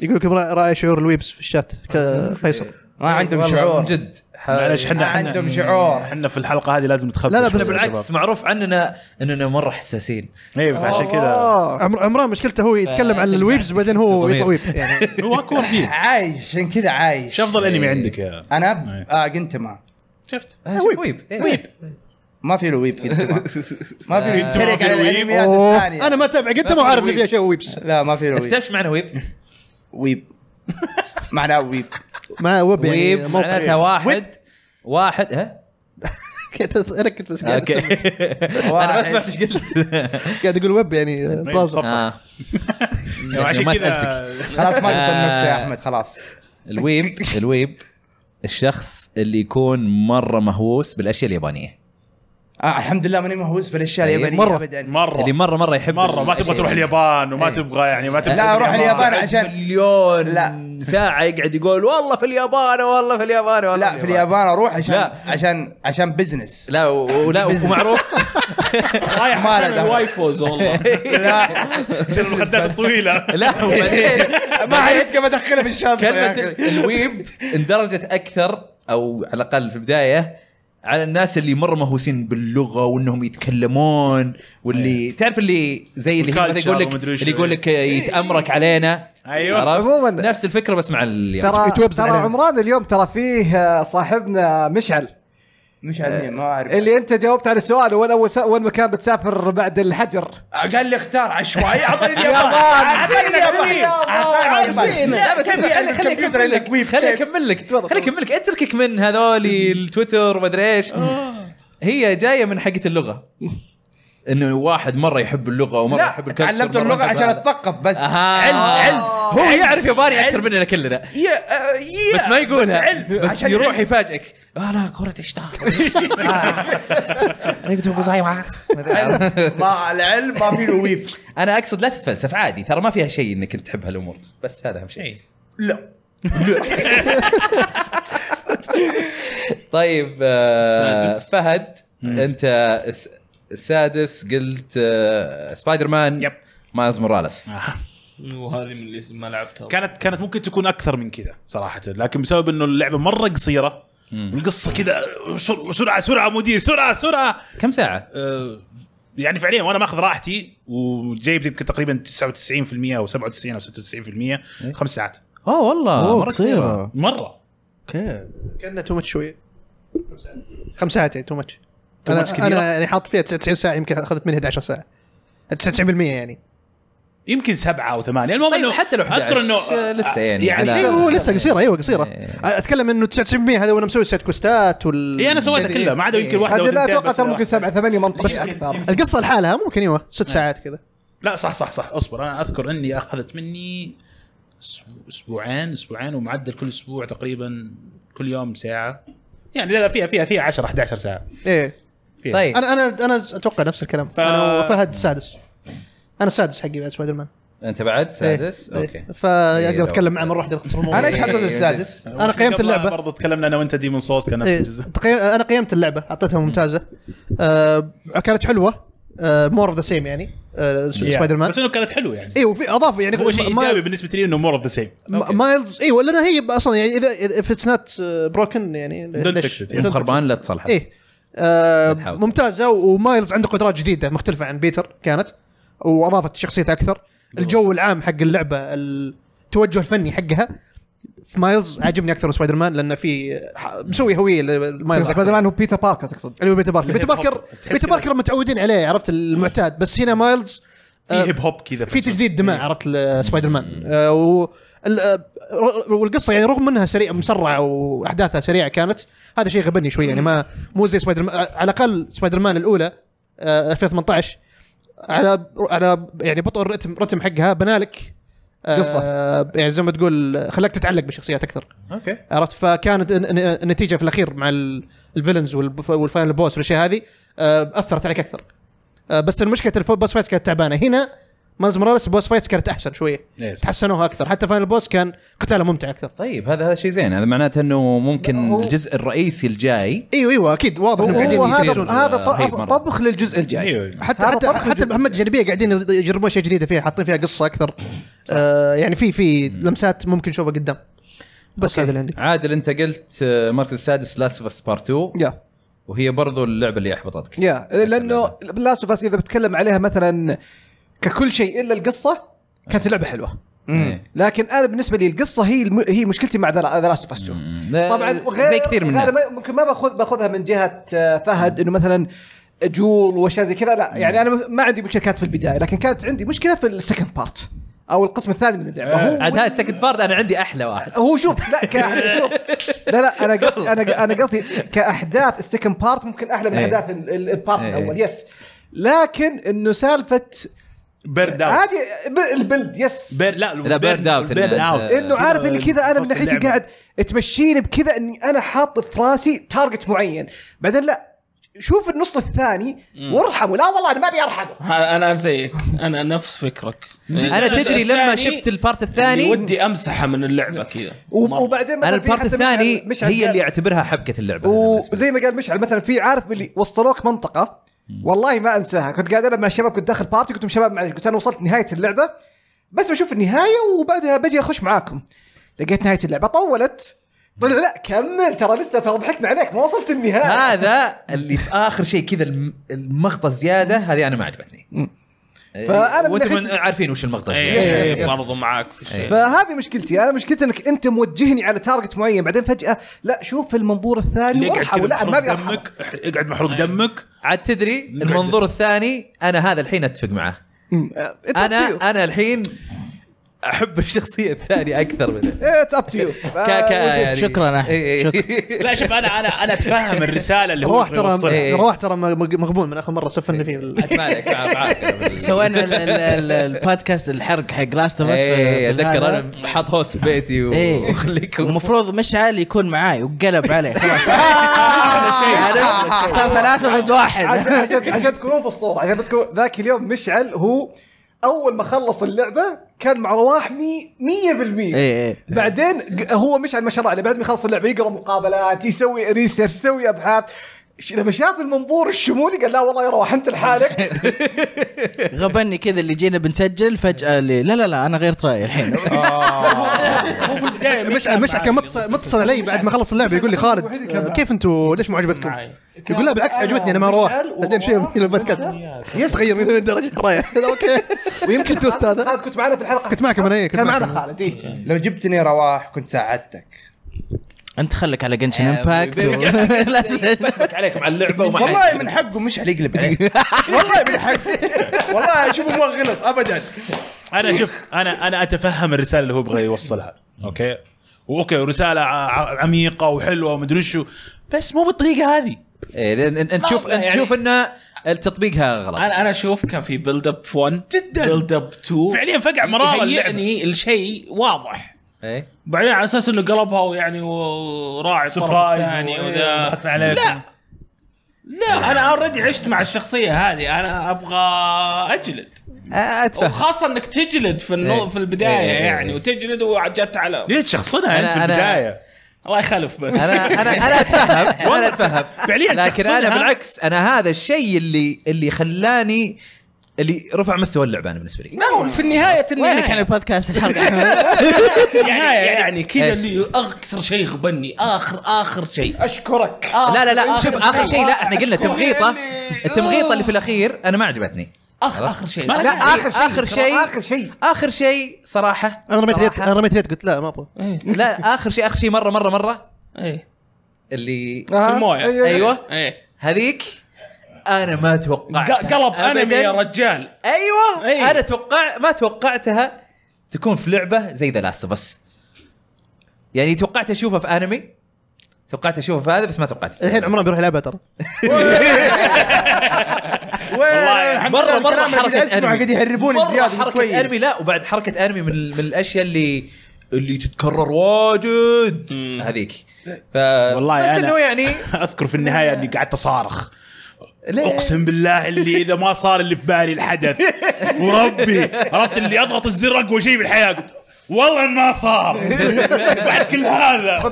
يقول لكم رأي- راي شعور الويبس في الشات ك- فيصل ما عندهم والله من شعور جد ح- معلش ما احنا عندهم شعور احنا في الحلقه هذه لازم تخبط لا، لا، احنا بس- بالعكس معروف عننا اننا مره حساسين ايوه فعشان كذا آه. عمر عمران مشكلته هو يتكلم عن الويبس بعدين هو يطلع ويب يعني هو اكبر فيه عايش عشان كذا عايش شو افضل انمي عندك يا انا اه جنتما شفت ويب إيه. ويب ويب ما في له ويب جنتما ما في له ما يتكلم في على له ويب. الانميات أوه، الثانيه انا ما اتابع قلت ما عارف نبي شيء ويبس لا ما في له تعرف ويب ايش معنى ويب؟ ويب معناه ويب ما ويب يعني ويب موقع. معناتها واحد واحد ها؟ كنت- انا كنت بس قاعد اوكي أسمع. انا ما سمعت ايش قلت قاعد اقول ويب يعني براوزر آه. طيب، يعني عشان ما كذا- سالتك خلاص ما تقدر النكته آه. يا احمد خلاص الويب الويب الشخص اللي يكون مره مهووس بالاشياء اليابانيه آه الحمد لله ماني مهووس بالاشياء إيه، اليابانيه مرة. ابدا مره اللي مره مره يحب مره ما تبغى الأشياء تروح دي. اليابان وما تبغى يعني ما تبغى إيه. لا اروح اليابان قاعد عشان مليون لا. ساعه يقعد يقول والله في اليابان والله في اليابان والله لا في اليابان اروح عشان لا. عشان عشان بزنس لا و- ولا ومعروف رايح ما له عشان دخل. الوايفوز والله لا عشان المخدات الطويله لا وبعدين ما عرفت كيف ادخلها في الشنطه يا كلمة يعني اخي الويب اندرجت أكثر أو على الأقل في البداية على الناس اللي مرة مهووسين باللغة وانهم يتكلمون واللي تعرف اللي زي اللي مثلا إيه. والculture يقول لك ومدري إيه. وش. اللي يقول لك يتأمرك علينا أيوة. عرفت؟ عموماً. نفس الفكرة بس مع يعني اليابان ترى يتوبز ترى علينا. عمران اليوم ترى فيه آه، صاحبنا مشعل مش عارف مين، ما اعرف اللي انت جاوبت على السؤال وين اول سا- وين مكان بتسافر بعد الحجر قال لي اختار عشوائي اعطاني اليابان اليابان. اعطاني اليابان. اليابان اعطاني اليابان لا بس خلي- خلي خلي الكمبيوتر أكمل عندك لك ويب خلي كيف اكمل لك خلي اكمل لك اتركك من هذول التويتر ومدري ايش آه. هي جايه من حقه اللغه انه واحد مره يحب اللغه ومره يحب لا الكلتشر، تعلمت مرة اللغه يحب عشان هذا. اتثقف بس أها. علم علم هو يعرف ياباني اكثر علم. مننا كلنا يا آه، يا بس ما بس يقولها بس, علم عشان يروح علم. يفاجئك اه لا كره اشتاق ما العلم ما في له ويب انا اقصد لا تتفلسف عادي ترى ما فيها شيء انك انت تحب هالامور بس هذا اهم شيء إيه. لا طيب آه، السادس. فهد انت الس- السادس قلت آه، سبايدر مان يب. مايلز موراليس آه. وهذه من اللي ما لعبتها كانت كانت ممكن تكون اكثر من كذا صراحه لكن بسبب انه اللعبه مره قصيره القصه كذا سر- سرعه سرعه مدير سرعه سرعه كم ساعه؟ آه، يعني فعليا وانا ماخذ راحتي وجايب يمكن تقريبا 99% او 97 او إيه. 96% خمس ساعات آه، اه والله أوه، مرة كثيرة. قصيرة مره اوكي كانها تو ماتش شويه خمس ساعات يعني تو ماتش Too much انا كبيرة؟ انا يعني حاط فيها 99 ساعه يمكن اخذت منها 11 ساعه 99% يعني يمكن سبعه او ثمانيه المهم طيب انه حتى لو 11 آه، اذكر انه لسه يعني يعني على- إيه، هو لسه قصيره ايوه قصيره إيه. اتكلم انه 99% هذا وانا مسوي سيت كوستات وال اي انا سويتها كلها ما عدا يمكن واحده هذه او لا ثنتين اتوقع بس ترى ممكن واحدة. سبعة ثمانية منطقي اكثر القصه لحالها ممكن ايوه إيه. ست ساعات كذا لا صح صح صح اصبر انا اذكر اني اخذت مني أسبوع- اسبوعين اسبوعين ومعدل كل اسبوع تقريبا كل يوم ساعه يعني لا لا فيها فيها فيها 10 11 ساعه ايه فيها. طيب انا انا انا اتوقع نفس الكلام ف- انا وفهد السادس إيه. انا السادس حقي بعد سبايدر مان انت بعد سادس؟ إيه. اوكي إيه. فاقدر إيه، اتكلم لو- معه مره واحده يختصر الموضوع انا ايش حدد إيه. السادس؟ انا قيمت اللعبه برضه تكلمنا انا وانت ديمون سوس كان نفس إيه، الجزء تقي- انا قيمت اللعبه اعطيتها ممتازه آه كانت حلوه مور اوف ذا سيم يعني آه Yeah. سبايدر مان بس انه كانت حلوه يعني اي وفي اضافه يعني هو شيء ما- ايجابي بالنسبه لي انه مور اوف ذا سيم ما- مايلز ايوه لان هي اصلا يعني اذا اف اتس نوت بروكن يعني ليش؟ fix it. Don't مو fix خربان لا تصلحه إيه. ايه آه تحاول. ممتازه و- ومايلز عنده قدرات جديده مختلفه عن بيتر كانت واضافت شخصيته اكثر الجو العام حق اللعبه التوجه الفني حقها في مايلز عاجبني اكثر من سبايدر مان لان في ح- مسوي هويه لمايلز أكثر. سبايدر مان وبيتر باركر تقصد اللي هو بيتر باركر اللي بيتر هي باركر الحب. تحس بيتر كده. باركر متعودين عليه عرفت المعتاد بس هنا مايلز في إيه. آه، هيب هوب كذا في تجديد دماء عرفت لسبايدر مان آه، و ال- آه، ر- والقصه يعني رغم انها سريعه مسرعه واحداثها سريعه كانت هذا شيء غبني شوي يعني ما مو زي سبايدر مان على الاقل سبايدر مان الاولى آه، 2018 على على يعني بطء الرتم رتم حقها بنالك آه، قصة. يعني زي ما تقول خلاك تتعلق بالشخصيات اكثر اوكي عرفت فكانت ن- ن- النتيجه في الاخير مع ال- الفيلنز والب- والفاينل بوس والاشياء هذه آه، اثرت عليك اكثر آه، بس المشكله الف- البوس فايتس كانت تعبانه هنا مانز مرالس البوس فايتس كانت احسن شويه Yes. تحسنوها اكثر حتى فاينل بوس كان قتاله ممتع اكثر طيب هذا هذا شيء زين هذا معناته انه ممكن الجزء الرئيسي الجاي ايوه ايوه اكيد واضح انهم قاعدين هو هذا يسيرون. هذا آه، هي ط- مرة. طبخ للجزء الجاي ايوه حتى هذا حتى طبخ حتى الجزء. محمد جانبيه قاعدين يجربون اشياء جديده فيها حاطين فيها قصه اكثر آه يعني في في لمسات ممكن نشوفها قدام بس هذا اللي عندي عادل انت قلت آه، المركز السادس لاست اوف اس بارت 2 يا وهي برضو اللعبه اللي احبطتك يا لانه لاست اوف اذا بتكلم عليها مثلا ككل شيء الا القصه كانت لعبه حلوه إيه. لكن انا بالنسبه لي القصه هي الم... هي مشكلتي مع ذا لاست اوف اس 2 مم. طبعا وغير آه، زي كثير من غير- الناس ممكن ما باخذ باخذها من جهه آه، فهد انه مثلا جول واشياء زي كذا لا يعني انا ما عندي مشكله كانت في البدايه لكن كانت عندي مشكله في السكند بارت او القسم الثاني من اللعبه هو آه. عاد هذا السكند بارت انا عندي احلى واحد هو شوف لا كأح- شوف لا لا انا قصدي انا انا قصدي كاحداث السكند بارت ممكن احلى من إيه. احداث ال- ال- البارت إيه. الاول يس لكن انه سالفه بيرد اوت عادي ب- البلد يس بير لا لا، بيرد out. بيرد إن- اوت إن- انه عارف اللي كذا انا من وسط ناحيتي اللعبة. قاعد تمشيني بكذا اني انا حاط في راسي تارجت معين بعدين لا شوف النص الثاني وارحمه لا والله انا ما ابي ارحمه ها- انا زيك انا نفس فكرك انا الجزء تدري لما الثاني شفت البارت اللي الثاني ودي امسحه من اللعبه كذا وب- مرة. وبعدين مثلاً انا في البارت حتى الثاني مشعل- مشعل هي قال- اللي اعتبرها حبكه اللعبه أنا بالنسبة لي. وزي ما قال مشعل مثلا في عارف اللي وصلوك منطقه والله ما انساها كنت قاعد العب مع الشباب كنت داخل بارتي كنتم شباب معي قلت انا وصلت نهايه اللعبه بس بشوف النهايه وبعدها بجي اخش معاكم لقيت نهايه اللعبه طولت طلع لا كمل ترى لسه ترى ضحكنا عليك ما وصلت النهايه هذا اللي في اخر شيء كذا الم- المغطى زياده هذه انا ما عجبتني فأنا من وانتم ناحية- عارفين وش المغطى الزياده إيه، اي يس. يعني برضو معاك في أيوة. الشيء فهذه مشكلتي انا مشكلتي انك انت موجهني على تارجت معين بعدين فجاه لا شوف المنظور الثاني يقعد وارحمه كذا لا أنا ما ابي محروق أرحمه. دمك اقعد محروق أيوه. دمك عاد تدري المنظور الثاني انا هذا الحين اتفق معه It's up انا to you. انا الحين احب الشخصيه الثانية اكثر منه إيه، It's up to you. ك- ك- يعني- شكرا أحمد. إيه، إيه. لا شوف انا انا انا اتفهم الرساله اللي هو رواح يبغى يوصلها. ترى إيه. رواح ترى مغ- مغبون من اخر مره سفلنا فيه ال- ما عليك، ما- ما عليك. سوينا ال- ال- ال- البودكاست الحرق حق لاست اوف اس إيه، اتذكر انا حاط هوس في بيتي و- إيه. ايه وخليكم المفروض مشعل يكون معاي وقلب عليه خلاص هذا شيء. صار ثلاثة ضد واحد عشان عشان, عشان تكونون في الصوره عشان بتكون ذاك اليوم مشعل هو اول ما خلص اللعبه كان مع رواح مي- 100% إيه، إيه. بعدين ق- هو مشعل ما شاء الله عليه بعد ما يخلص اللعبه يقرا مقابلات يسوي ريسيرش يسوي ابحاث ش- لما شاف المنظور الشمولي قال لا والله يا رواح انت لحالك غبني كذا اللي جينا بنسجل فجأة اللي لا لا لا أنا غيرت رأيي الحين هو في البدايه مشعل مشعل كان متص- متصل علي بعد ما خلص اللعبه يقول لي خالد آه، كيف انتم ليش ما عجبتكم؟ معي. يقول لا بالعكس عجبتني انا ما اروح بعدين شيء في البودكاست يس تغير 180 درجه رايح اوكي ويمكن توست هذا خالد كنت معنا في الحلقه كنت معكم انا إيه، كنت كان معنا معكم خالد إيه. لو جبتني رواح كنت ساعدتك أنت خلك على جنشن إيه، امباكت بحبك عليكم على اللعبه وما والله من حقه مش علي يقلب عليك والله من حقه والله اشوفه ما غلط ابدا انا شوف انا انا اتفهم الرساله اللي هو يبغى يوصلها اوكي اوكي رساله ع- ع- عميقه وحلوه ومدري شو بس مو بالطريقه هذه إيه، لأن انت أنت تشوف انت يعني- تشوف ان تطبيقها غلط انا انا اشوف كان في بيلد اب 1 جداً. بيلد اب 2 فعليا فقع مراره اللعبه يعني الشيء واضح إيه. بعدين على اساس انه قلبها ويعني وراعي الطرف سبرايز الثاني وإيه، أيوة. وذا ضحكنا عليكم. لا لا انا اوريدي عشت مع الشخصيه هذه انا ابغى اجلد اتفهم وخاصه انك تجلد في النو... إيه. في البدايه إيه. يعني وتجلد وجت على ليه تشخصنها انت أنا- في أنا- البدايه الله يخلف بس انا انا انا اتفهم انا اتفهم فعلياً لكن انا شخصنها. بالعكس انا هذا الشيء اللي اللي خلاني اللي رفع مستوى اللعبه انا بالنسبه لي لا هو في النهايه النهايه وينك عن البودكاست الحرق النهايه يعني كذا إيش؟ اللي اكثر شيء آه. غبني اخر اخر شيء اشكرك لا لا لا شوف اخر شيء لا احنا قلنا أشكرك. تمغيطه يعني- التمغيطه اللي في الاخير انا ما عجبتني اخر اخر شيء لا اخر شيء آخر شيء. اخر شيء اخر شيء صراحه انا رميت ريت صراحة- انا رميت ريت قلت لا ما ابغى إيه، لا اخر شيء اخر شيء مره مره مره ايه اللي في المويه أيوة. ايه هذيك انا ما توقعت ق- قلب انمي يا رجال ايوه أي. انا توقع ما توقعتها تكون في لعبه زي ذا لاست بس يعني توقعت اشوفها في انمي توقعت اشوفها في هذا بس ما توقعت في الحين عمران بيروح يلعبها ترى والله مره مره الكلام اللي حركه بنسمعه قاعد يهربون مرة الزيادة حركه كويس. انمي لا وبعد حركه انمي من, ال- من الاشياء اللي اللي تتكرر واجد هذيك ف... والله بس أنا- انه يعني اذكر في النهايه اني قعدت اصارخ اقسم بالله اللي اذا ما صار اللي في بالي الحدث وربي عرفت اللي اضغط الزر اقوى شيء بالحياه قلت والله إن ما صار بعد كل هذا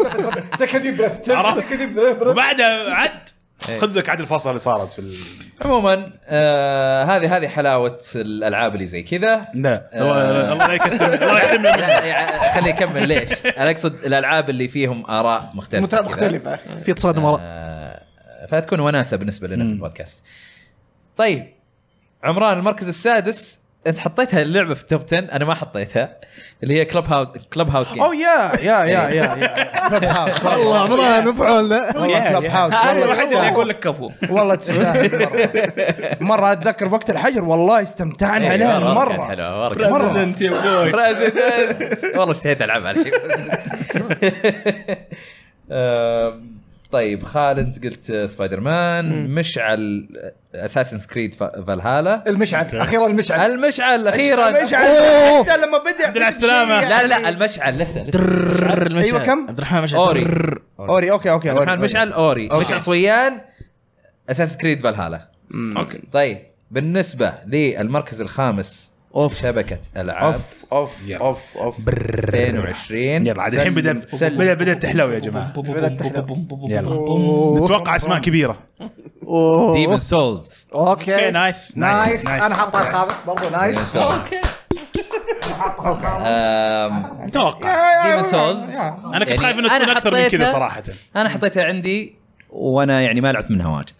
تكذيب بريث عرفت. تكذيب بريث وبعدها عد خذ لك عاد الفصل اللي صارت في ال... عموما آه، هذه هذه حلاوه الالعاب اللي زي كذا لا آه. الله الله يكثر الله يحرمنا منه. لا، يعني خليه يكمل ليش؟ انا اقصد الالعاب اللي فيهم اراء مختلفه متابعة كذا. مختلفه في تصادم وراء آه، فتكون وناسه بالنسبه لنا في البودكاست. طيب عمران المركز السادس انت حطيتها اللعبه في التوب 10 انا ما حطيتها اللي هي كلب هاوس كلب هاوس جيم. او يا يا يا يا يا كلب هاوس والله عمران مفعولنا والله كلب هاوس انا الوحيد اللي والله اقول لك كفو والله تستاهل مره مره اتذكر وقت الحجر والله استمتعنا إيه، عليها مرة كانت مره حلوة، مرة يعني كانت حلوة. بريزدنت يا ابوي President. والله اشتهيت العبها الحين أم، طيب خالد قلت سبايدر مان مشعل اساسن كريد فالهالا المشعل اخيرا المشعل المشعل اخيرا مش عارف حتى لما بدا على السلامة. لا لا لا المشعل لسه لسه. أيوة كم؟ عبد الرحمن مشعل اوري درر. اوري اوكي اوكي عبد الرحمن أوري. مشعل اوري مشعل صويان اساس كريد فالهالا اوكي طيب بالنسبه للمركز الخامس اوف شبكه العاب اوف اوف يلا. اوف اوف 2020 يلا عاد الحين بدا بدا بدا تحلو يا جماعه بوم بوم بوم بوم بوم بوم يلا. بوم بوم. نتوقع اسماء كبيره ديمن سولز اوكي اوكي نايس نايس انا حاطها الخامس برضو نايس اوكي اتوقع ديمن سولز انا كنت خايف انه تكون اكثر من كذا صراحه انا حطيتها عندي وانا يعني ما لعبت منها واجد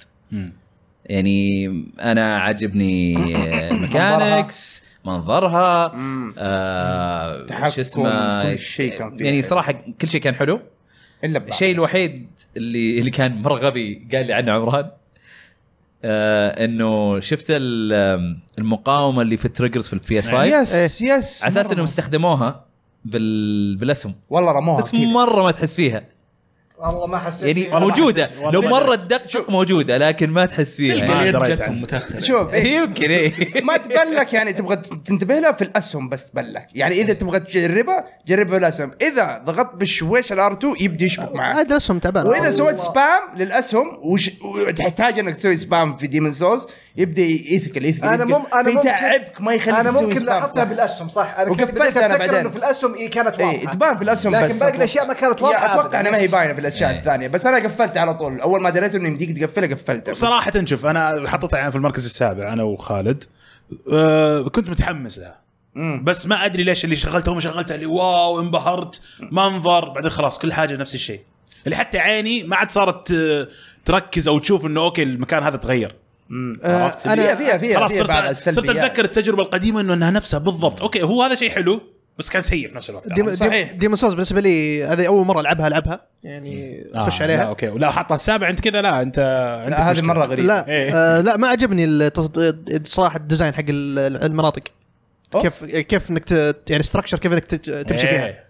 يعني انا عاجبني ميكانكس منظرها إيه. آه تحكم، شو اسمه كل شيء كان فيه يعني حلو. صراحه كل شيء كان حلو الا ببعض. الشيء الوحيد اللي اللي كان مره غبي قال لي عنه عمران آه انه شفت ال- المقاومه اللي في التريجرز في البي اس 5 يس يس على اساس مرة. انهم استخدموها بال... بالاسهم والله رموها بس مره ما تحس فيها والله ما حسيت يعني فيها. موجوده حسيت. والله لو ما مره تدقق موجوده لكن ما تحس فيها تلقى يعني. اليد دريت جتهم عنه. متاخره شوف إيه، يمكن ايه ما تبلك يعني تبغى تنتبه لها في الاسهم بس تبلك يعني اذا تبغى تجربها جربها في الاسهم اذا ضغطت بالشويش الار 2 يبدا يشبك معك عاد اسهم تعبان واذا سويت سبام للاسهم وش... وتحتاج انك تسوي سبام في ديمن سوز يبدا يثقل يثقل انا يثقل. مم انا ممكن فيتعبك ما يخليك انا تسوي ممكن سبام لاحظتها صح. بالاسهم صح انا كنت وقفلت بديت أنا اتذكر بعدين. انه في الاسهم اي كانت واضحه ايه تبان في الاسهم لكن بس باقي الاشياء ما كانت واضحه يا اتوقع أبداً. إيه. انها ما هي باينه في الاشياء الثانيه بس انا قفلت على طول اول ما دريت انه يمديك تقفلها قفلتها صراحة شوف انا حطيتها يعني في المركز السابع انا وخالد أه كنت متحمس لها مم. بس ما ادري ليش اللي شغلتها وما شغلتها اللي واو انبهرت منظر بعدين خلاص كل حاجه نفس الشيء اللي حتى عيني ما عاد صارت آه، تركز او تشوف انه اوكي المكان هذا تغير آه، عرفت فيها اللي- فيها فيها خلاص فيها بعض صرت صرت السلبيات. اتذكر التجربه القديمه انه انها نفسها بالضبط اوكي هو هذا شيء حلو بس كان سيء في نفس الوقت ديم صحيح. ديم سولز بالنسبه لي هذه اول مره العبها العبها يعني اخش عليها آه، لا اوكي ولا حاطها السابع انت كذا لا انت عندك لا، هذه مشكلة. مره غريبه لا إيه. آه لا ما عجبني التط- صراحه الديزاين حق ال- المناطق أوه. كيف كيف انك ت- يعني ستراكشر كيف انك ت- تمشي فيها إيه.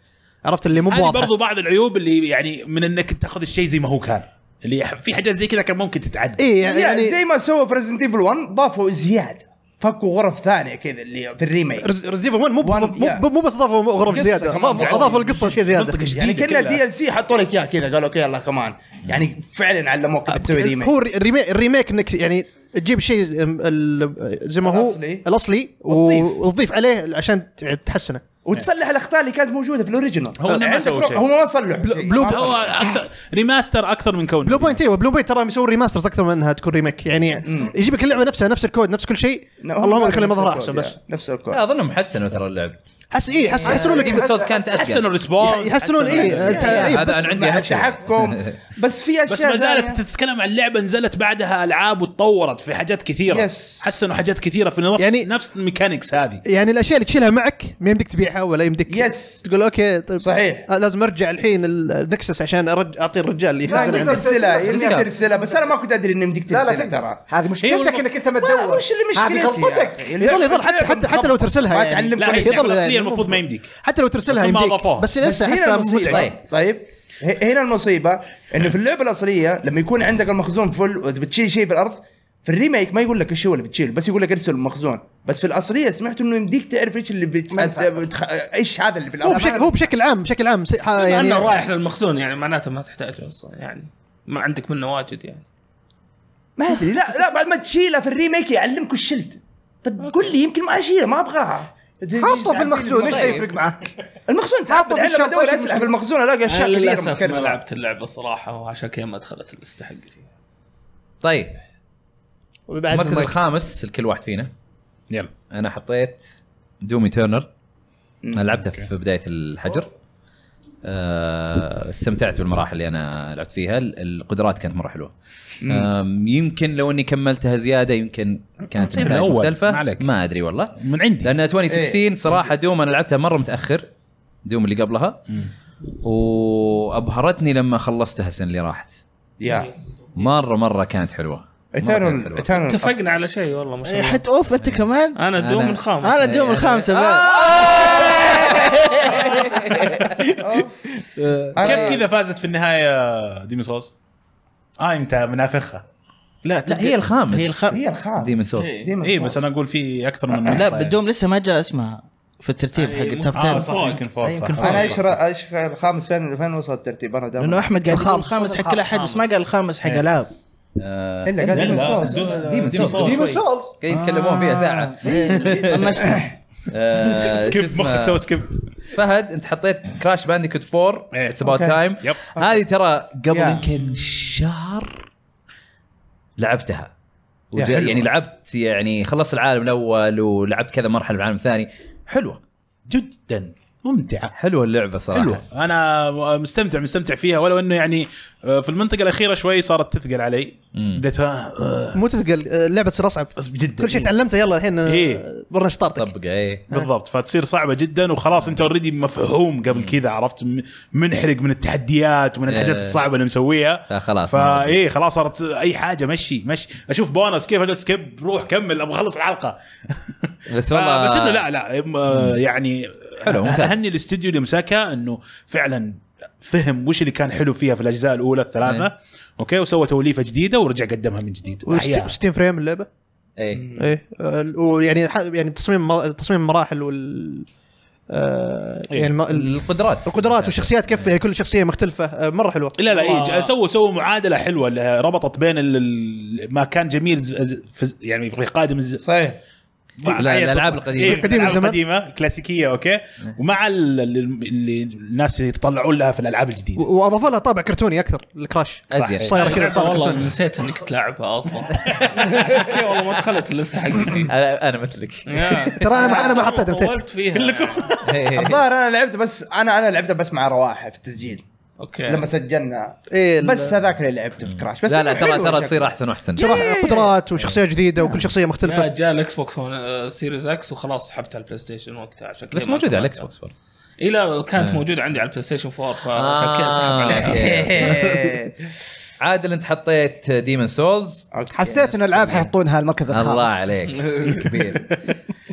عرفت اللي مو هذه واضحه برضو بعض العيوب اللي يعني من انك تاخذ الشيء زي ما هو كان اللي ح- في حاجات زي كذا كان ممكن تتعدل اي يعني, يعني زي ما سووا في ريزنت ايفل 1 ضافوا زياده فكوا غرف ثانيه كذا اللي في الريميك ريزديفل 1 مو One، مو- yeah. مو مو بس ضافوا غرف قصة زياده كمان اضافوا يعني. اضافوا القصه شيء زياده منطقه جديده يعني كانها كلها. دي ال سي حطوا لك اياه كذا قالوا اوكي يلا كمان يعني فعلا علموك كيف تسوي ريميك هو الري- الريميك الريميك انك يعني تجيب شيء ام- ال- زي ما هو الأصلي. الاصلي وتضيف. و- وتضيف عليه عشان ت- يعني تحسنه وتصلح الاخطاء اللي كانت موجوده في الاوريجنال هو إنه ما عندك سووا رو- شيء. هو ما صلح شيء. بلو- ما هو صلح. اكثر ريماستر اكثر من كونه بلو بوينت ايوه بلو بوينت ترى مسوي ريماسترز اكثر من انها تكون ريميك يعني يجيب لك اللعبه نفسها نفس الكود نفس كل شيء لا، هو اللهم نفس يخلي مظهرها الكود، احسن يا، بس نفس الكود لا اظنهم حسنوا ترى اللعب حس اي حس يحسنون لك ديمن سولز كانت حسنوا اذكى يعني الريسبونس يحسنون إيه. اي انت يعني اي إيه. هذا انا عندي مع اهم شيء التحكم بس في اشياء بس ما زالت يعني. ثانية. تتكلم عن لعبه نزلت بعدها العاب وتطورت في حاجات كثيره يس. حسنوا حاجات كثيره في نفس يعني- يعني نفس الميكانكس هذه يعني الاشياء اللي تشيلها معك ما يمديك تبيعها ولا يمديك يس تقول اوكي طيب صحيح. آه، لازم ارجع الحين ال- النكسس عشان أرج... اعطي الرجال اللي ما يخزن تقدر عندي ترسلها يمديك تذكر. ترسلها بس انا ما كنت ادري اني يمديك لا لا ترسلها تقدر ترى هذه مشكلتك انك انت ما تدور إيه، وش اللي إيه، مشكلتي هذه يا غلطتك أخي؟ يظل يظل حتى حتى حتى لو ترسلها ما يعني. تعلم لا كل هي شيء. يظل اللعبة الأصلية يعني المفروض ما يمديك حتى لو ترسلها بس ما يمديك أضافوها. بس بس لسه هنا احسها مزعج المصيبه طيب ه- هنا المصيبه انه في اللعبه الاصليه لما يكون عندك المخزون فل وبتشيل شيء في الارض في الريميك ما يقول لك ايش هو اللي بتشيله بس يقول لك ارسل المخزون بس في الاصليه سمعت انه يمديك تعرف ايش اللي بت... منفعة. بتخ... ايش هذا اللي في هو الارض بشكل هو بشكل عام بشكل عام س- ح- يعني يعني انه رايح للمخزون يعني معناته ما تحتاجه اصلا يعني ما عندك منه واجد يعني ما ادري لا لا بعد ما تشيلها في الريميك يعلمك الشلت طب قل لي يمكن ما اشيلها ما ابغاها حطه في المخزون ايش حيفرق معك؟ طيب. المخزون حطه في تعبان انا الشنطة، بدور إيش اسلحه المشكلة؟ في المخزون الاقي اشياء انا كثيره للاسف ما متكرره لعبت اللعبه صراحه وعشان كذا ما دخلت اللسته حقتي طيب وبعد المركز المايك. الخامس لكل واحد فينا يلا انا حطيت دومي تيرنر انا لعبتها في بدايه الحجر آه، استمتعت بالمراحل اللي انا لعبت فيها ال- القدرات كانت مره حلوه آم، يمكن لو اني كملتها زياده يمكن كانت تصير النتائج الأول، مختلفه ما عليك. ما ادري والله من عندي لان 2016 صراحه دوم انا لعبتها مره متاخر دوم اللي قبلها وابهرتني لما خلصتها السنه اللي راحت يا مره مره كانت حلوه مرة كانت اترنال حلوة. اترنال اتفقنا على شيء والله ما شاء الله حت اوف انت كمان انا دوم إيه، أنا- الخامس انا دوم الخامسه بعد كيف آه. كذا فازت في النهايه ديمي سولز؟ اه انت منافخها لا لا هي الخامس هي الخامس هي الخامس ديمن سولز اي إيه، بس انا اقول في اكثر من لا نقطة بدوم لسه ما جاء اسمها في الترتيب حق أي، التوب ممكن. 10 اه صح يمكن فوق صح انا ايش رأ- ايش الخامس فين فين وصل الترتيب انا دائما لانه احمد قاعد يقول الخامس، الخامس حق إيه. الخامس. كل احد بس ما قال الخامس حق العاب آه، الا قال ديمون سولز ديمون سولز. ديمون سولز قاعدين يتكلمون فيها ساعه إيه. آه، شو سكيب اسمه؟ مخك سوى سكيب فهد انت حطيت كراش بانديكوت 4 إيه. اتس اباوت تايم أوكي. يب. هذه ترى قبل يا. يمكن شهر لعبتها يا وج- حلوة. يعني لعبت يعني خلصت العالم الاول ولعبت كذا مرحله بالعالم الثاني حلوه جدا ممتعه حلوه اللعبه صراحه حلوه حلوه انا مستمتع مستمتع فيها ولو انه يعني آه، في المنطقه الاخيره شوي صارت تثقل علي مم. بديت آه، آه، مو تثقل آه، اللعبه تصير اصعب بس جدا كل شيء تعلمته يلا الحين آه، إيه. ورنا شطارتك طبقه ايه بالضبط فتصير صعبه جدا وخلاص انت اوريدي مفهوم قبل كذا عرفت م- منحرق من التحديات ومن الحاجات إيه. الصعبه اللي مسويها لا خلاص فا ايه خلاص صارت اي حاجه مشي مشي اشوف بونس كيف انا سكيب روح كمل ابغى اخلص الحلقه بس والله بس انه لا لا ام- آه، يعني حلو، ممتاز. اهني الاستوديو اللي مسكها انه فعلا فهم وش اللي كان حلو فيها في الاجزاء الاولى إيه. الثلاثه اوكي وسوى توليفه جديده ورجع قدمها من جديد أحياها. 60 فريم اللعبه إيه. ايه ايه آه، ويعني ح- يعني تصميم مر- تصميم المراحل وال آه، إيه. يعني الم- ال- القدرات القدرات والشخصيات كيف يعني كل شخصيه مختلفه آه، مره حلوه لا لا والله. إيه سووا سووا معادله حلوه اللي ربطت بين ال- ال- ما كان جميل ز- ز- في- يعني في قادم الز... إيه، صحيح لا، الألعاب القديمة. إيه. قديم القديمه الزمان. القديمه الكلاسيكيه اوكي ومع ال- ال- اللي الناس يتطلعون لها في الالعاب و- الجديده واضافوا لها طابع كرتوني اكثر الكراش ازين صايره كذا طابع والله كرتوني نسيت انك تلعبها اصلا عشان كذا والله ما دخلت اللسته حقتي انا انا مثلك يا. ترى أنا ما- أنا ما حطيتها، نسيت. طولت فيها كلكم الظاهر انا لعبت بس انا انا لعبتها بس مع رواحه في التسجيل لما اوكي سجلنا إيه ال- بس هذاك اللي لعبته في كراش بس لا لا إنه ترى حلو ترى شكله. تصير احسن واحسن صراحه قدرات وشخصيه جديده وكل شخصيه يا مختلفه جاء الاكس بوكس هون- آه، سيريز اكس وخلاص سحبت على البلاي ستيشن وقتها عشان كذا بس ما موجوده على الاكس طلعتها. بوكس برضه اي لا كانت موجوده عندي على البلاي ستيشن 4 فعشان كذا سحب آه، عليها عادل انت حطيت ديمن سولز حسيت ان الالعاب حيحطونها المركز الخامس الله عليك كبير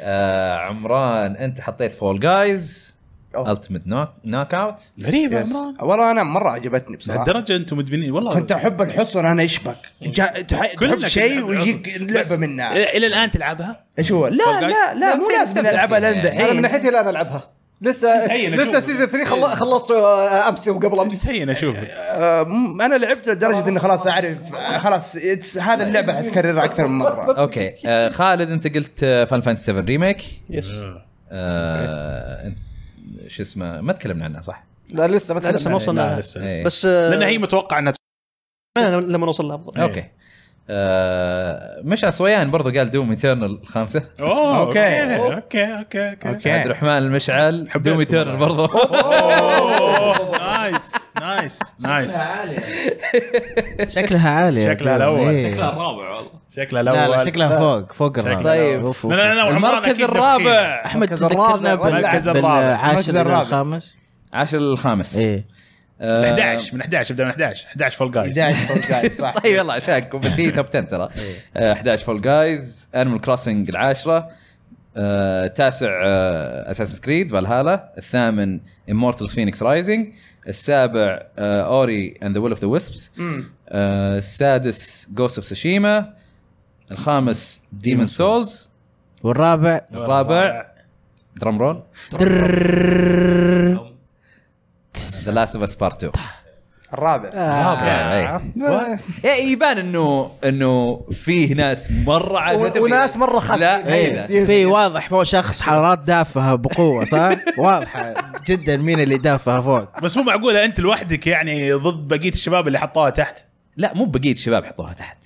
آه عمران انت حطيت فول جايز أوه. التيمت نوك اوت غريبه يس. عمران والله انا مره عجبتني بصراحه لهالدرجه انتم مدمنين والله كنت احب الحصن انا اشبك جا... تح... كلنا تحب كنا شيء نحب ويجيك الحصن. لعبه بس- إيه. منها الى الى الان تلعبها ايش هو لا Fall Guys؟ لا لا مو نفسي لازم أستمتع نلعبها فيها لين يعني. انا من دحين ناحيتي لا العبها لسه تخيل لسه أشوف. سيزون 3 خل- خلصته آه، امس وقبل امس هين اشوفك آه، م- انا لعبت لدرجه اني خلاص اعرف آه، خلاص it's- هذا اللعبه حتكررها اكثر من مره اوكي آه خالد انت قلت آه، فان فانتسي 7 ريميك يس آه انت شو اسمه ما تكلمنا عنها صح؟ لا لسه ما تكلمنا لسه ما وصلنا لا، لها. لسه إيه. لسه. بس آه، لان هي متوقع انها أتمنى لما نوصل لها افضل اوكي آه مش عصويان برضه قال دوم ايترنال الخامسه اوه أوكي. اوكي اوكي اوكي عبد اوكي الرحمن المشعل حبيت دوم ايترنال برضه أوه، نايس نايس نايس شكلها عالي شكلها الأول، شكلها الرابع والله شكله الاول لا لا شكلها فوق فوق شكلها الرابع طيب. أوف، أوف. لا لا لا وعمران المركز أكيد الرابع احمد المركز الرابع تذكرنا ولا المركز بال- الرابع. بالعاشر المركز إلى الرابع. الخامس عاشر الخامس ايه من آه، 11 من 11 ابدا من 11 11 فول جايز 11 Fall Guys، صح طيب يلا عشانكم بس هي توب 10 ترى آه، 11 فول جايز انيمال كروسنج العاشره آه، تاسع اساس كريد فالهالا الثامن امورتلز فينيكس رايزنج السابع اوري اند ذا ويل اوف ذا ويسبس مم. السادس جوست اوف سوشيما الخامس ديمون سولز والرابع الرابع درام رول ذا لاست اوف اس بارت 2 الرابع آه، إيه. إيه، يبان انه انه فيه ناس مره عادة وناس مرة خاصة. لا إيه، لا. يس، في يس. واضح فوق شخص حرارات دافها بقوه صح؟ واضحه جدا مين اللي دافها فوق بس مو معقوله انت لوحدك يعني ضد بقيه الشباب اللي حطوها تحت لا مو بقيه الشباب حطوها تحت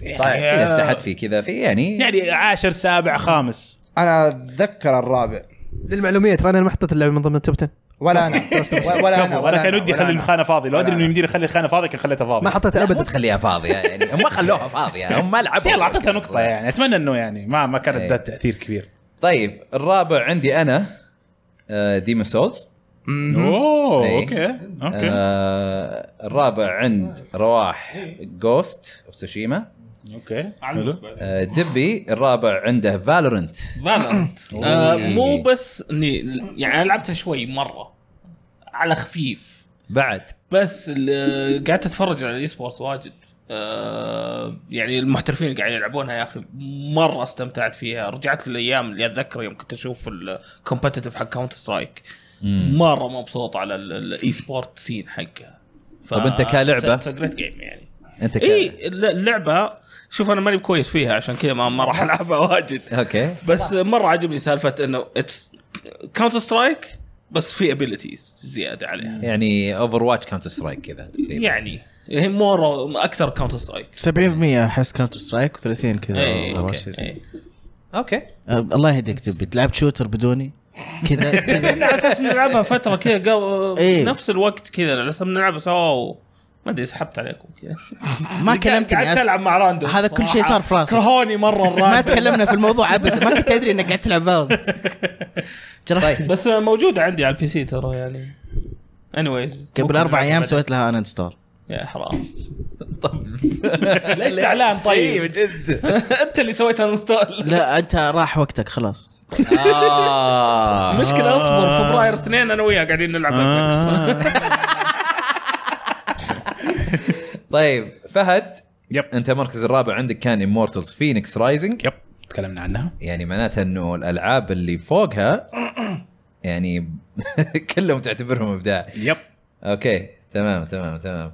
يعني- في ناس تحت في كذا في يعني يعني عاشر سابع خامس انا اتذكر الرابع للمعلوميه ترى انا ما حطيت اللعبه من ضمن التوب 10 ولا انا و- ولا انا كفو انا كان ودي ولا اخلي أنا. الخانه فاضي لو ادري ولا انه أنا. يمديني اخلي الخانه فاضي كان خليتها ما فاضي حطيتها مو ابدا تخليها فاضيه يعني هم خلوها فاضيه هم ما بس لعبوا يلا اعطيتها نقطه يعني اتمنى انه يعني ما ما إيه. كانت ذات تاثير كبير طيب الرابع عندي آه، انا ديما سولز مم. اوه إيه. اوكي اوكي آه الرابع عند رواح جوست اوف سوشيما اوكي علمك حلو بعدين. آه دبي الرابع عنده فالورنت فالورنت آه، أوه. مو بس اني يعني انا لعبتها شوي مره على خفيف بعد بس ال- قعدت اتفرج على الاي سبورتس واجد آه، يعني المحترفين اللي قاعدين يلعبونها يا اخي مره استمتعت فيها رجعت للايام اللي اتذكر يوم كنت اشوف الكومبتتف حق كاونتر سترايك مره مبسوط على الاي سبورت سين حقها ف- طب أنت كلعبة؟ It's a great game يعني انت كده اي اللعبه شوف انا ماني كويس فيها عشان كذا ما, ما راح العبها واجد اوكي بس مره عجبني سالفه انه اتس كاونتر سترايك بس في ابيلتيز زياده عليها يعني اوفر واتش كاونتر سترايك كذا إيه. تقريبا يعني هي مور اكثر كاونتر سترايك 70% احس كاونتر سترايك و30 كذا اي أو اوكي آه، شيء زي. إي. اوكي أه، الله يهديك تبي تلعب شوتر بدوني كذا كنا كذا على اساس نلعبها فتره كذا قبل إيه. نفس الوقت كذا على اساس نلعبها سوا و- ما ادري سحبت عليكم كذا ما كلمتني قعدت أصلاً. العب مع راندوم هذا كل صراحة. شيء صار في راسي كرهوني مره الراندوم ما تكلمنا في الموضوع ابدا ما كنت ادري انك قاعد تلعب فالورنت جرحت بس موجوده عندي على البي سي ترى يعني anyways قبل ممكن اربع نلعبها ايام بعدين. سويت لها ان انستول يا حرام طب ليش زعلان طيب؟ جد انت اللي سويتها انستول لا انت راح وقتك خلاص آه. اه المشكله اصبر فبراير اثنين انا وياه قاعدين نلعب اكس طيب فهد يب انت المركز الرابع عندك كان امورتلز فينيكس رايزنج يب تكلمنا عنها يعني معناته انه الالعاب اللي فوقها يعني كلهم تعتبرهم ابداع يب اوكي تمام تمام تمام